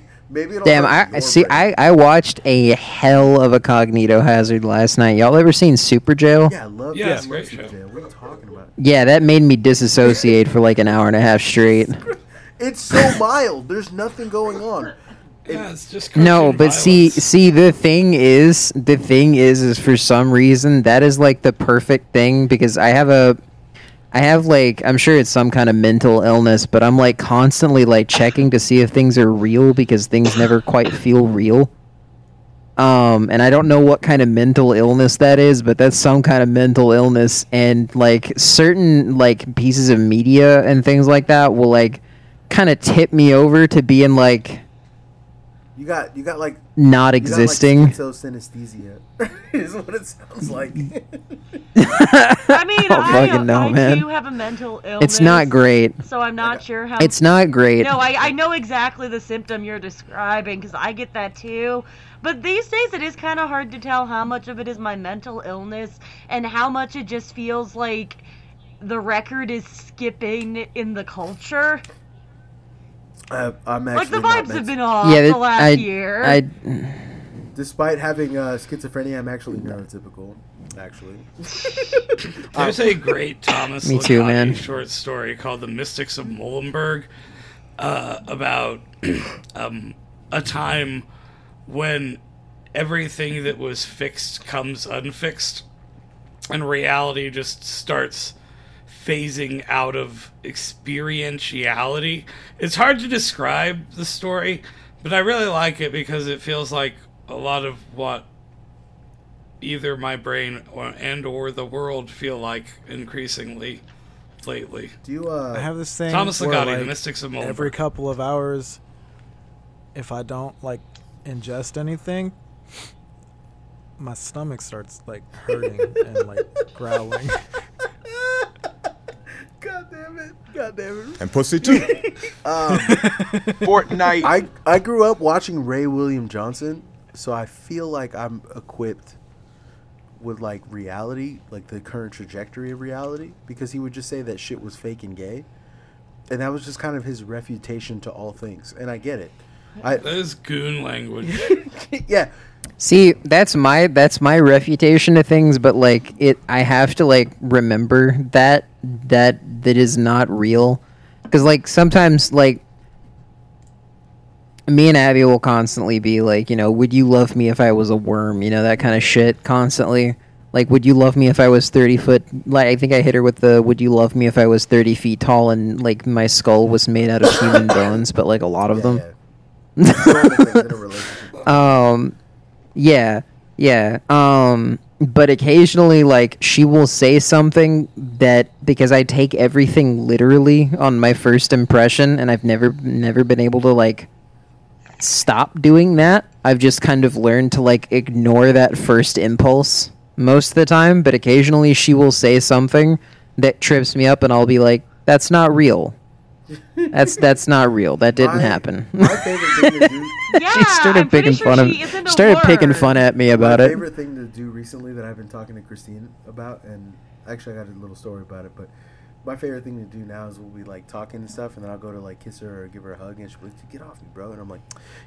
Speaker 1: it'll.
Speaker 6: Damn,
Speaker 1: hurt
Speaker 6: I, I
Speaker 1: your
Speaker 6: see.
Speaker 1: brain.
Speaker 6: I, I watched a hell of a Cognito Hazard last night. Y'all ever seen Super Jail?
Speaker 1: Yeah, I love
Speaker 3: Yeah,
Speaker 1: yeah,
Speaker 3: it's a great show.
Speaker 1: Jail. What are you talking about?
Speaker 6: Yeah, that made me disassociate for like an hour and a half straight.
Speaker 1: It's so mild. There's nothing going on.
Speaker 3: Yeah, it's just
Speaker 6: No,
Speaker 3: cartoon
Speaker 6: but see,
Speaker 3: violence.
Speaker 6: see, the thing is, the thing is, is for some reason that is like the perfect thing because I have a, I have like, I'm sure it's some kind of mental illness, but I'm like constantly like checking to see if things are real because things never quite feel real. Um, and I don't know what kind of mental illness that is, but that's some kind of mental illness. And like certain like pieces of media and things like that will like kind of tip me over to being like
Speaker 1: You got you got like you
Speaker 6: not
Speaker 1: got,
Speaker 6: existing.
Speaker 1: Like schizo synesthesia is what it sounds like.
Speaker 2: I mean, I,
Speaker 6: fucking know,
Speaker 2: I
Speaker 6: man.
Speaker 2: do have a mental illness.
Speaker 6: It's not great.
Speaker 2: So I'm not sure how.
Speaker 6: It's not great.
Speaker 2: No, I, I know exactly the symptom you're describing because I get that too. But these days it is kind of hard to tell how much of it is my mental illness and how much it just feels like the record is skipping in the culture.
Speaker 1: I, I'm actually
Speaker 2: Like the
Speaker 1: not
Speaker 2: vibes have
Speaker 1: meant-
Speaker 2: been off
Speaker 6: yeah,
Speaker 2: the
Speaker 6: that-
Speaker 2: last
Speaker 6: I,
Speaker 2: year.
Speaker 6: I,
Speaker 1: Despite having uh, schizophrenia, I'm actually neurotypical. Actually,
Speaker 3: There's a great Thomas
Speaker 6: Uh, Me too,
Speaker 3: Licati
Speaker 6: man.
Speaker 3: short story called "The Mystics of Muhlenberg" uh, about um, a time when everything that was fixed comes unfixed, and reality just starts phasing out of experientiality. It's hard to describe the story, but I really like it because it feels like a lot of what either my brain or, and or the world feel like increasingly lately.
Speaker 1: do you? Uh,
Speaker 4: I have this thing.
Speaker 3: Thomas
Speaker 4: where,
Speaker 3: Ligotti, The
Speaker 4: like,
Speaker 3: Mystics of Mulberg.
Speaker 4: every couple of hours, if I don't like ingest anything, my stomach starts like hurting and like growling.
Speaker 1: God damn it! God damn it!
Speaker 7: And pussy too.
Speaker 5: Fortnite.
Speaker 1: I I grew up watching Ray William Johnson, so I feel like I'm equipped with like reality, like the current trajectory of reality, because he would just say that shit was fake and gay, and that was just kind of his refutation to all things. And I get it. I
Speaker 3: That is goon language.
Speaker 1: yeah.
Speaker 6: see, that's my that's my refutation of things, but like it, I have to like remember that that that is not real, because like sometimes like me and Abby will constantly be like, you know, would you love me if I was a worm? You know, that kind of shit constantly. Like, would you love me if I was 30 foot? Like, I think I hit her with the, would you love me if I was 30 feet tall and, like, my skull was made out of human bones, but, like, a lot of
Speaker 1: yeah,
Speaker 6: them?
Speaker 1: yeah. Normal things in a relationship.
Speaker 6: um yeah yeah um but occasionally like she will say something that because i take everything literally on my first impression and i've never never been able to like stop doing that i've just kind of learned to like ignore that first impulse most of the time but occasionally she will say something that trips me up and i'll be like that's not real that's that's not real that didn't
Speaker 1: My-
Speaker 6: happen
Speaker 1: My favorite thing to do.
Speaker 2: yeah,
Speaker 6: she started
Speaker 2: I'm pretty
Speaker 6: picking
Speaker 2: sure
Speaker 6: fun of
Speaker 2: she isn't a
Speaker 6: started picking
Speaker 2: word.
Speaker 6: fun at me
Speaker 1: My
Speaker 6: about it.
Speaker 1: favorite thing to do recently that I've been talking to Christine about, and actually I got a little story about it, but my favorite thing to do now is we'll be like talking and stuff, and then I'll go to like kiss her or give her a hug, and she'll be like, "Get off me, bro!" And I'm like,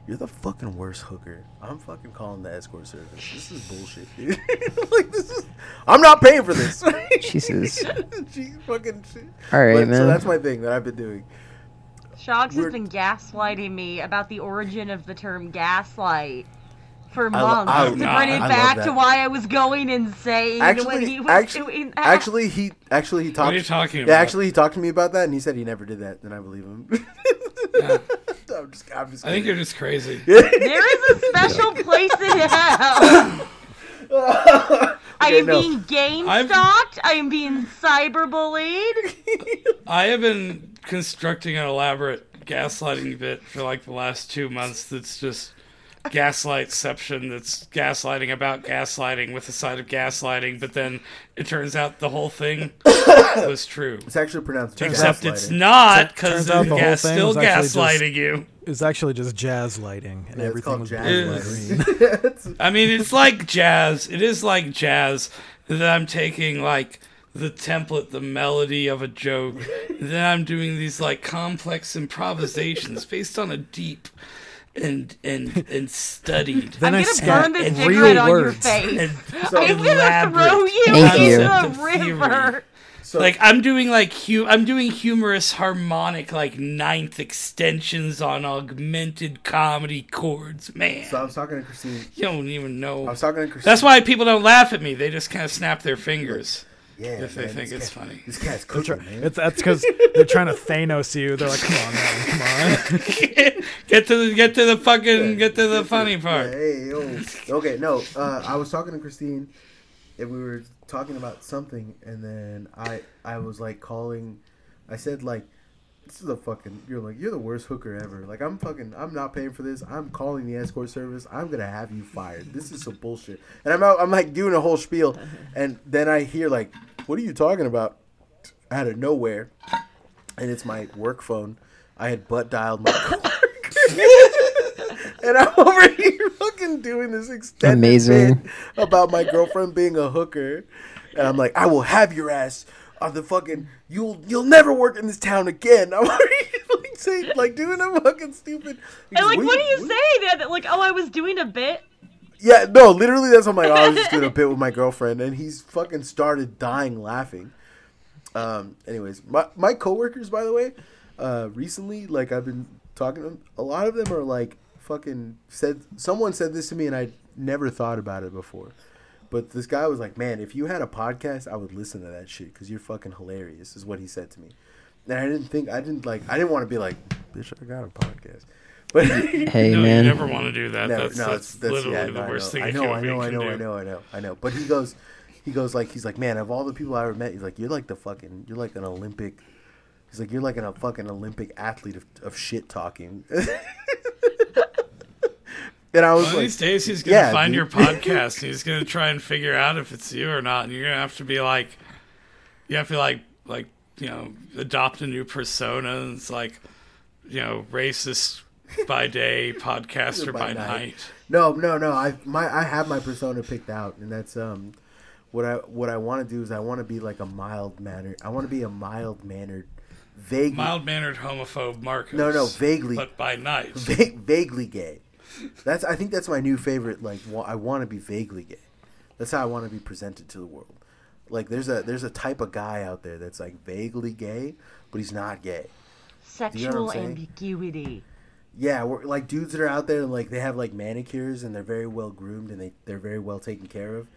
Speaker 1: "You're the fucking worst hooker. I'm fucking calling the escort service. This is bullshit, dude. like this is, I'm not paying for this."
Speaker 6: Jesus.
Speaker 1: She's fucking. She,
Speaker 6: All right,
Speaker 1: but- So
Speaker 6: man.
Speaker 1: that's my thing that I've been doing.
Speaker 2: Shogs
Speaker 1: We're-
Speaker 2: has been gaslighting me about the origin of the term gaslight for
Speaker 1: lo-
Speaker 2: months.
Speaker 1: I-
Speaker 2: to
Speaker 3: I-
Speaker 2: bring
Speaker 1: I
Speaker 2: it
Speaker 1: love
Speaker 2: back to
Speaker 1: that.
Speaker 2: why I was going insane when
Speaker 1: Actually,
Speaker 2: he was
Speaker 1: actually,
Speaker 2: doing that.
Speaker 1: actually, he actually he talked.
Speaker 3: are you talking
Speaker 1: yeah,
Speaker 3: about?
Speaker 1: Actually, he talked to me about that, and he said he never did that. Then I believe him. I'm just, I'm just
Speaker 3: I think
Speaker 1: kidding.
Speaker 3: you're just crazy.
Speaker 2: there is a special place in hell. I
Speaker 1: Okay,
Speaker 2: am
Speaker 1: no.
Speaker 2: being game
Speaker 3: I've-
Speaker 2: stalked. I am being cyberbullied.
Speaker 3: I have been constructing an elaborate gaslighting bit for like the last two months that's just gaslightception that's gaslighting about gaslighting with the side of gaslighting, but then it turns out the whole thing was true.
Speaker 1: It's actually pronounced
Speaker 3: Except
Speaker 1: gaslighting.
Speaker 3: it's not because
Speaker 4: Turns out the whole
Speaker 3: gas
Speaker 4: thing
Speaker 3: still
Speaker 4: was actually just-
Speaker 3: gaslighting you.
Speaker 4: It's actually just jazz lighting, and
Speaker 1: Yeah, it's
Speaker 4: everything
Speaker 1: called
Speaker 4: was
Speaker 1: jazz
Speaker 4: blue and
Speaker 3: lighting.
Speaker 4: green.
Speaker 3: I mean, it's like jazz. It is like jazz that I'm taking like the template, the melody of a joke. and then I'm doing these like complex improvisations based on a deep and and and studied.
Speaker 4: Then
Speaker 2: I'm
Speaker 4: I
Speaker 2: gonna
Speaker 4: spat
Speaker 2: burn this
Speaker 4: in
Speaker 2: cigarette
Speaker 4: real
Speaker 2: on your
Speaker 4: words.
Speaker 2: face.
Speaker 3: and
Speaker 2: I'm gonna
Speaker 3: elaborate
Speaker 2: throw you
Speaker 6: Thank
Speaker 2: in
Speaker 6: you.
Speaker 2: the
Speaker 3: Concept of
Speaker 2: river.
Speaker 3: theory. like I'm doing like hu- I'm doing humorous harmonic like ninth extensions on augmented comedy chords, man.
Speaker 1: So I was talking to Christine.
Speaker 3: you don't even know.
Speaker 1: I was talking to Christine.
Speaker 3: That's why people don't laugh at me. They just kind of snap their fingers.
Speaker 1: yeah,
Speaker 3: if they
Speaker 1: man,
Speaker 3: think
Speaker 1: this
Speaker 3: it's
Speaker 1: guy-
Speaker 3: funny.
Speaker 1: This guy's cooking, man.
Speaker 4: It's that's because they're trying to Thanos you. They're like, come on, man, come on.
Speaker 3: Get to the get to the fucking get to the funny part.
Speaker 1: Hey, yo. Okay, no. Uh, I was talking to Christine, and we were talking about something, and then I I was like calling. I said like, "This is a fucking." You're like, "You're the worst hooker ever." Like, I'm fucking. I'm not paying for this. I'm calling the escort service. I'm gonna have you fired. This is some bullshit. And I'm out. I'm like doing a whole spiel, and then I hear like, "What are you talking about?" Out of nowhere, and it's my work phone. I had butt dialed my and I'm over here fucking doing this extended
Speaker 6: Amazing.
Speaker 1: bit about my girlfriend being a hooker, and I'm like, I will have your ass on the fucking. You'll you'll never work in this town again. I'm already like saying like doing a fucking stupid.
Speaker 2: And like, what do you say that? that, Like, oh, I was doing a bit.
Speaker 1: Yeah, no, literally, that's what my I was just doing a bit with my girlfriend, and he's fucking started dying laughing. Um, anyways, my my coworkers, by the way, uh, recently, like I've been talking to them, a lot of them are like fucking said. Someone said this to me, and I never thought about it before. But this guy was like, "Man, if you had a podcast, I would listen to that shit because you're fucking hilarious," is what he said to me. And I didn't think I didn't like I didn't want to be like, "Bitch, I got a podcast," but
Speaker 6: Hey,
Speaker 3: No, you
Speaker 6: man.
Speaker 3: never want to do that.
Speaker 1: Never.
Speaker 3: that's, that's, literally
Speaker 1: yeah,
Speaker 3: the
Speaker 1: no, I
Speaker 3: worst
Speaker 1: know.
Speaker 3: thing
Speaker 1: I
Speaker 3: a
Speaker 1: know,
Speaker 3: human
Speaker 1: I
Speaker 3: being
Speaker 1: know, I
Speaker 3: can
Speaker 1: know,
Speaker 3: do.
Speaker 1: I know, I know, I know. But he goes, he goes like he's like, man, of all the people I ever met, he's like, you're like the fucking, you're like an Olympic. He's like, you're like an, a fucking Olympic athlete of, of shit talking. and I was
Speaker 3: One of
Speaker 1: like,
Speaker 3: these days, he's gonna
Speaker 1: yeah,
Speaker 3: find
Speaker 1: dude.
Speaker 3: your podcast. and he's gonna try and figure out if it's you or not, and you're gonna have to be like, you have to like, like you know, adopt a new persona. And it's like, you know, racist by day, podcaster by,
Speaker 1: By night.
Speaker 3: night.
Speaker 1: No, no, no. I my I have my persona picked out, and that's um, what I what I want to do is I want to be like a mild mannered. I want to be a mild mannered, vague.
Speaker 3: Mild mannered homophobe Marcos.
Speaker 1: No, no, vaguely.
Speaker 3: But by night,
Speaker 1: va- vaguely gay. That's I think that's my new favorite. Like wa- I want to be vaguely gay. That's how I want to be presented to the world. Like there's a there's a type of guy out there that's like vaguely gay, but he's not gay. you know
Speaker 2: Sexual
Speaker 1: what I'm saying?
Speaker 2: ambiguity.
Speaker 1: Yeah, we're, like dudes that are out there and like they have like manicures and they're very well groomed and they they're very well taken care of,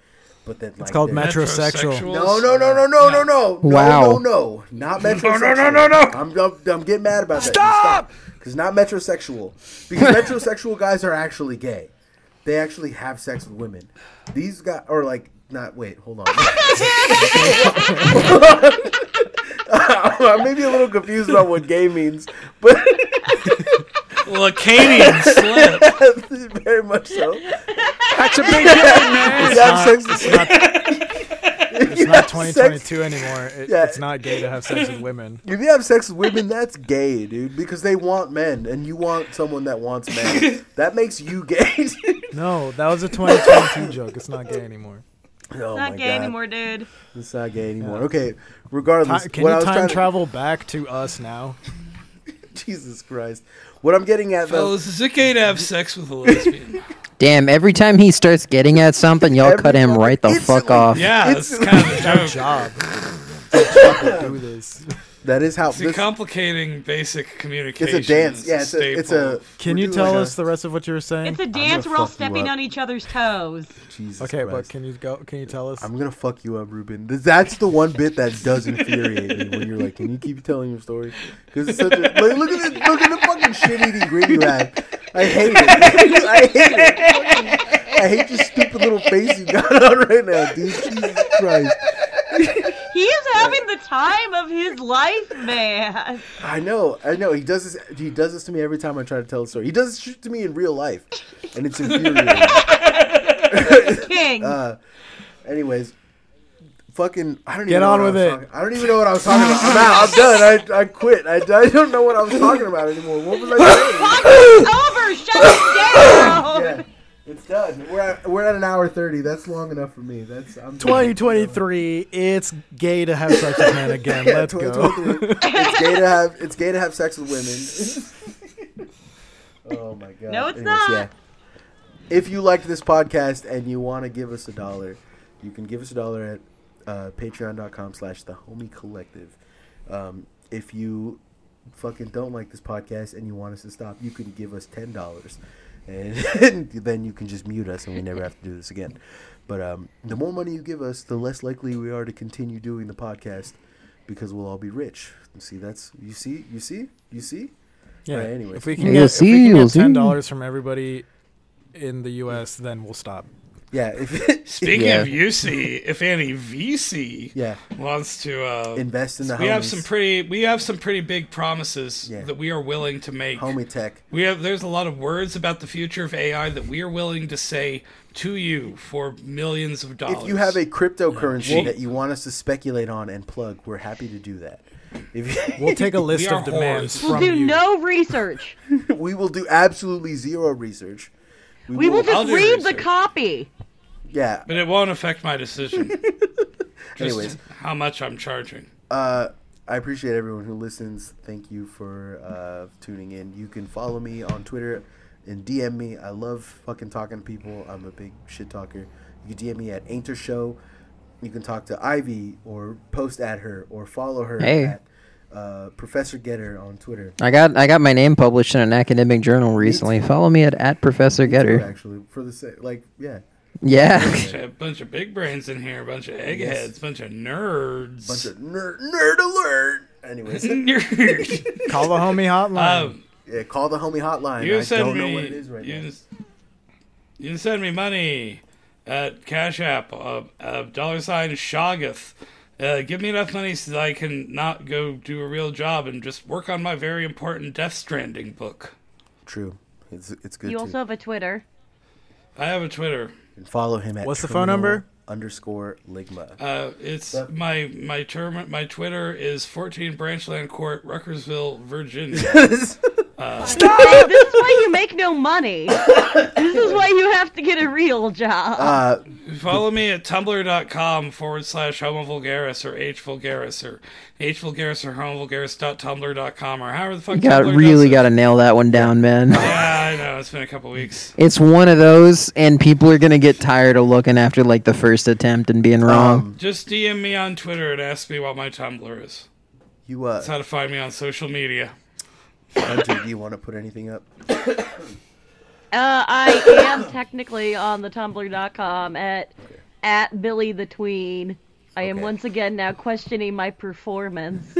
Speaker 1: but then like
Speaker 4: It's called
Speaker 1: they're-
Speaker 4: metrosexual.
Speaker 3: Metrosexual.
Speaker 1: No, no, no, no, no, no, no.
Speaker 6: Wow.
Speaker 1: No, no, no. Not metrosexual. No, no, no, no, no. I'm, I'm, I'm getting mad about that. Stop! Because not metrosexual. Because metrosexual guys are actually gay. They actually have sex with women. These guys are like, not, wait, hold on. I may be a little confused about what gay means, but
Speaker 3: Lacanian slip.
Speaker 1: very much so. You
Speaker 5: That's a big difference.
Speaker 1: have sex with
Speaker 4: It's not
Speaker 1: sex-
Speaker 4: 2022 anymore. It,
Speaker 1: Yeah.
Speaker 4: It's not gay to have sex with women.
Speaker 1: If you have sex with women, that's gay, dude. Because they want men, and you want someone that wants men. that makes you gay.
Speaker 4: No, that was a 2022 joke. It's not gay anymore.
Speaker 1: oh
Speaker 2: Not
Speaker 1: my
Speaker 2: gay
Speaker 1: God.
Speaker 2: anymore, dude.
Speaker 1: It's not gay anymore. Okay. Regardless,
Speaker 4: Ti- can
Speaker 1: what I
Speaker 4: you
Speaker 1: was
Speaker 4: time
Speaker 1: trying
Speaker 4: travel back to us now?
Speaker 1: to, Jesus Christ, what I'm getting at though,
Speaker 3: Fellas, is it gay to have sex with a lesbian?
Speaker 6: Damn, every time he starts getting at something, y'all
Speaker 1: Every
Speaker 6: cut him
Speaker 1: fucking
Speaker 6: right the
Speaker 1: instantly.
Speaker 6: fuck off.
Speaker 3: Yeah,
Speaker 1: It's-
Speaker 3: it's kind of a joke.
Speaker 4: Job. do this.
Speaker 1: that is how
Speaker 3: It's a
Speaker 1: this-
Speaker 3: complicating basic
Speaker 1: it's
Speaker 3: communication.
Speaker 1: a dance. Yeah, it's a, it's a.
Speaker 4: Can
Speaker 1: we're
Speaker 4: you
Speaker 1: doing
Speaker 4: tell
Speaker 1: like
Speaker 4: us the rest of what you were saying?
Speaker 2: It's a dance. We're all
Speaker 1: fuck you
Speaker 2: stepping
Speaker 1: up.
Speaker 2: on each other's toes.
Speaker 1: A, Jesus
Speaker 4: okay, but
Speaker 1: Christ.
Speaker 4: can you go? Can you tell us?
Speaker 1: I'm gonna fuck you up, Ruben. Th- That's the one bit that does infuriate me when you're like, "Can you keep telling your story?" Because it's such a like, look at the look at the fucking shit eating grin you have. I hate it. I hate it. I hate your stupid little face you got on right now, dude. Jesus Christ.
Speaker 2: He is having the time of his life, man.
Speaker 1: I know, I know. He does this. He does this to me every time I try to tell a story. He does this shit to me in real life, and it's infuriating.
Speaker 2: King.
Speaker 1: Uh, Anyways, fucking, I don't
Speaker 4: Get
Speaker 1: even know
Speaker 4: on
Speaker 1: what
Speaker 4: with
Speaker 1: I was
Speaker 4: it.
Speaker 1: talking- I don't even know what I was talking about. I'm out. I'm done. I, I quit. I, I don't know what I was talking about anymore. What was I
Speaker 2: Podcast over. Shut it down.
Speaker 1: saying? yeah, it's done. We're at, we're at an hour thirty. That's long enough for me. That's I'm done.
Speaker 4: 2023. It's gay to have sex with men again.
Speaker 1: Yeah,
Speaker 4: Let's go.
Speaker 1: 2023. it's gay to have. It's gay to have sex with women. oh my god.
Speaker 2: No, it's not.
Speaker 1: If you liked this podcast and you want to give us a dollar, you can give us a dollar at uh, patreon.com slash the homie collective. Um, if you fucking don't like this podcast and you want us to stop, you can give us ten dollars, and, then you can just mute us and we never have to do this again. But um, the more money you give us, the less likely we are to continue doing the podcast because we'll all be rich. You see, that's you see, you see, you see.
Speaker 4: Yeah.
Speaker 1: Right, anyways.
Speaker 4: If we can
Speaker 6: You'll
Speaker 4: get, if we
Speaker 6: see,
Speaker 4: can
Speaker 6: you'll
Speaker 4: get
Speaker 6: see.
Speaker 4: ten dollars from everybody in the U.S., then we'll stop.
Speaker 1: Yeah. If,
Speaker 3: Speaking
Speaker 6: Yeah.
Speaker 3: of UC, if any VC
Speaker 1: yeah.
Speaker 3: wants to uh,
Speaker 1: Invest in the
Speaker 3: we
Speaker 1: homies.
Speaker 3: have some pretty we have some pretty big promises
Speaker 1: Yeah.
Speaker 3: that we are willing to make.
Speaker 1: homie tech.
Speaker 3: We have there's a lot of words about the future of AI that we are willing to say to you for millions of dollars.
Speaker 1: If you have a cryptocurrency
Speaker 3: Well-
Speaker 1: that you want us to speculate on and plug, we're happy to do that. If you,
Speaker 4: We'll take a list
Speaker 3: are
Speaker 4: of demands
Speaker 3: whores.
Speaker 4: from
Speaker 2: We'll do
Speaker 4: you.
Speaker 2: no research.
Speaker 1: we will do absolutely zero research.
Speaker 2: We will
Speaker 3: I'll
Speaker 2: just
Speaker 3: do
Speaker 2: read the
Speaker 3: research.
Speaker 2: copy.
Speaker 1: yeah.
Speaker 3: but it won't affect my decision. Just
Speaker 1: Anyways.
Speaker 3: how much I'm charging.
Speaker 1: Uh, I appreciate everyone who listens. Thank you for uh, tuning in. You can follow me on Twitter and DM me. I love fucking talking to people. I'm a big shit talker. You can DM me at Ainter Show. You can talk to Ivy or post at her or follow her
Speaker 6: Hey.
Speaker 1: at uh, Professor Getter on Twitter.
Speaker 6: I got I got my name published in an academic journal recently. Follow me at, at Professor Getter.
Speaker 1: Actually, for the sake, like, yeah.
Speaker 6: Yeah.
Speaker 3: A bunch of big brains in here, a bunch of eggheads,
Speaker 1: Yes.
Speaker 3: bunch of nerds.
Speaker 1: bunch of nerd, nerd alert. Anyways,
Speaker 3: nerds.
Speaker 4: Call the homie hotline.
Speaker 3: Um,
Speaker 1: yeah, call the homie hotline.
Speaker 3: You
Speaker 1: I
Speaker 3: send
Speaker 1: don't
Speaker 3: me.
Speaker 1: know what it is right
Speaker 3: you,
Speaker 1: now.
Speaker 3: can- you can send me money at Cash App, uh, uh, dollar sign Shoggoth. Uh, give me enough money so that I can not go do a real job and just work on my very important Death Stranding book.
Speaker 1: True, it's it's good.
Speaker 2: You
Speaker 1: too.
Speaker 2: also have a Twitter.
Speaker 3: I have a Twitter.
Speaker 1: And follow him at
Speaker 4: What's the phone
Speaker 1: terminal
Speaker 4: number?
Speaker 1: Underscore ligma.
Speaker 3: Uh, it's my my term. My Twitter is 14 Branchland Court, Ruckersville, Virginia.
Speaker 2: Hey, this is why you make no money. this is why you have to get a real job.
Speaker 1: uh,
Speaker 3: Follow me at tumblr.com forward slash homo vulgaris or h vulgaris or h vulgaris or homo vulgaris.tumblr.com or however the fuck
Speaker 6: Got
Speaker 3: Tumblr
Speaker 6: really
Speaker 3: does it.
Speaker 6: got to nail that one down, man.
Speaker 3: Yeah, I know. It's been a couple weeks.
Speaker 6: It's one of those, and people are gonna get tired of looking after like the first attempt and being wrong.
Speaker 1: um,
Speaker 3: Just DM me on Twitter and ask me what my Tumblr is.
Speaker 1: you uh,
Speaker 3: That's how to find me on social media.
Speaker 1: Hunter, do you want to put anything up?
Speaker 2: Uh, I am technically on the Tumblr.com at at Billy the Tween. I am
Speaker 1: Okay.
Speaker 2: once again now questioning my performance.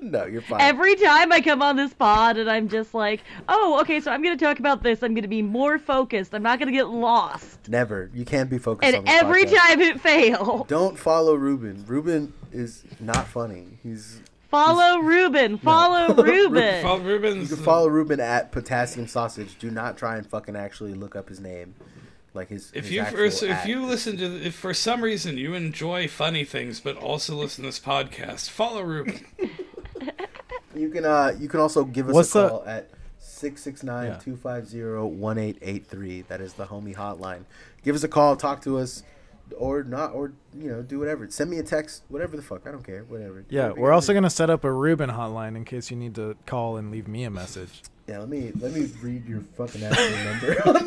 Speaker 1: no, you're fine.
Speaker 2: Every time I come on this pod and I'm just like, oh, okay, so I'm going to talk about this. I'm going to be more focused. I'm not going to get lost.
Speaker 1: Never. You can't be focused.
Speaker 2: And
Speaker 1: on this
Speaker 2: every
Speaker 1: podcast.
Speaker 2: time it fails.
Speaker 1: Don't follow Ruben. Ruben is not funny. He's
Speaker 2: Follow Ruben. Follow Ruben.
Speaker 3: Follow Rubens. uh,
Speaker 1: you can follow Ruben at potassium sausage. Do not try and fucking actually look up his name, like his.
Speaker 3: If
Speaker 1: his
Speaker 3: you
Speaker 1: actual
Speaker 3: first, if
Speaker 1: at.
Speaker 3: you listen to the- if for some reason you enjoy funny things but also listen to this podcast, follow Ruben.
Speaker 1: You can uh you can also give us
Speaker 4: What's
Speaker 1: a
Speaker 4: the-
Speaker 1: call at 669-250-1883. That is the homie hotline. Give us a call, talk to us or not or you know, do whatever. Send me a text, whatever the fuck. I don't care. Whatever.
Speaker 4: yeah, we're also gonna set up a Ruben hotline in case you need to call and leave me a message.
Speaker 1: Yeah, let me let me read your fucking actual number.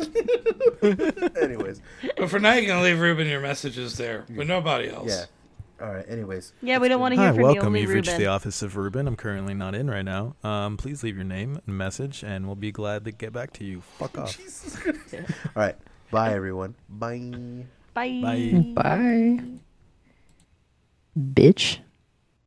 Speaker 1: Anyways.
Speaker 3: But for now, you can leave Ruben your messages there with nobody else.
Speaker 1: Yeah. All right. Anyways.
Speaker 2: Yeah, we don't want to hear
Speaker 4: Hi,
Speaker 2: from you.
Speaker 4: welcome.
Speaker 2: Only
Speaker 4: You've reached
Speaker 2: Ruben.
Speaker 4: the office of Ruben. I'm currently not in right now. Um, please leave your name and message, and we'll be glad to get back to you. Fuck off.
Speaker 1: All right. Bye everyone. Bye.
Speaker 2: Bye.
Speaker 1: Um,
Speaker 4: Bye.
Speaker 6: Bye, bitch.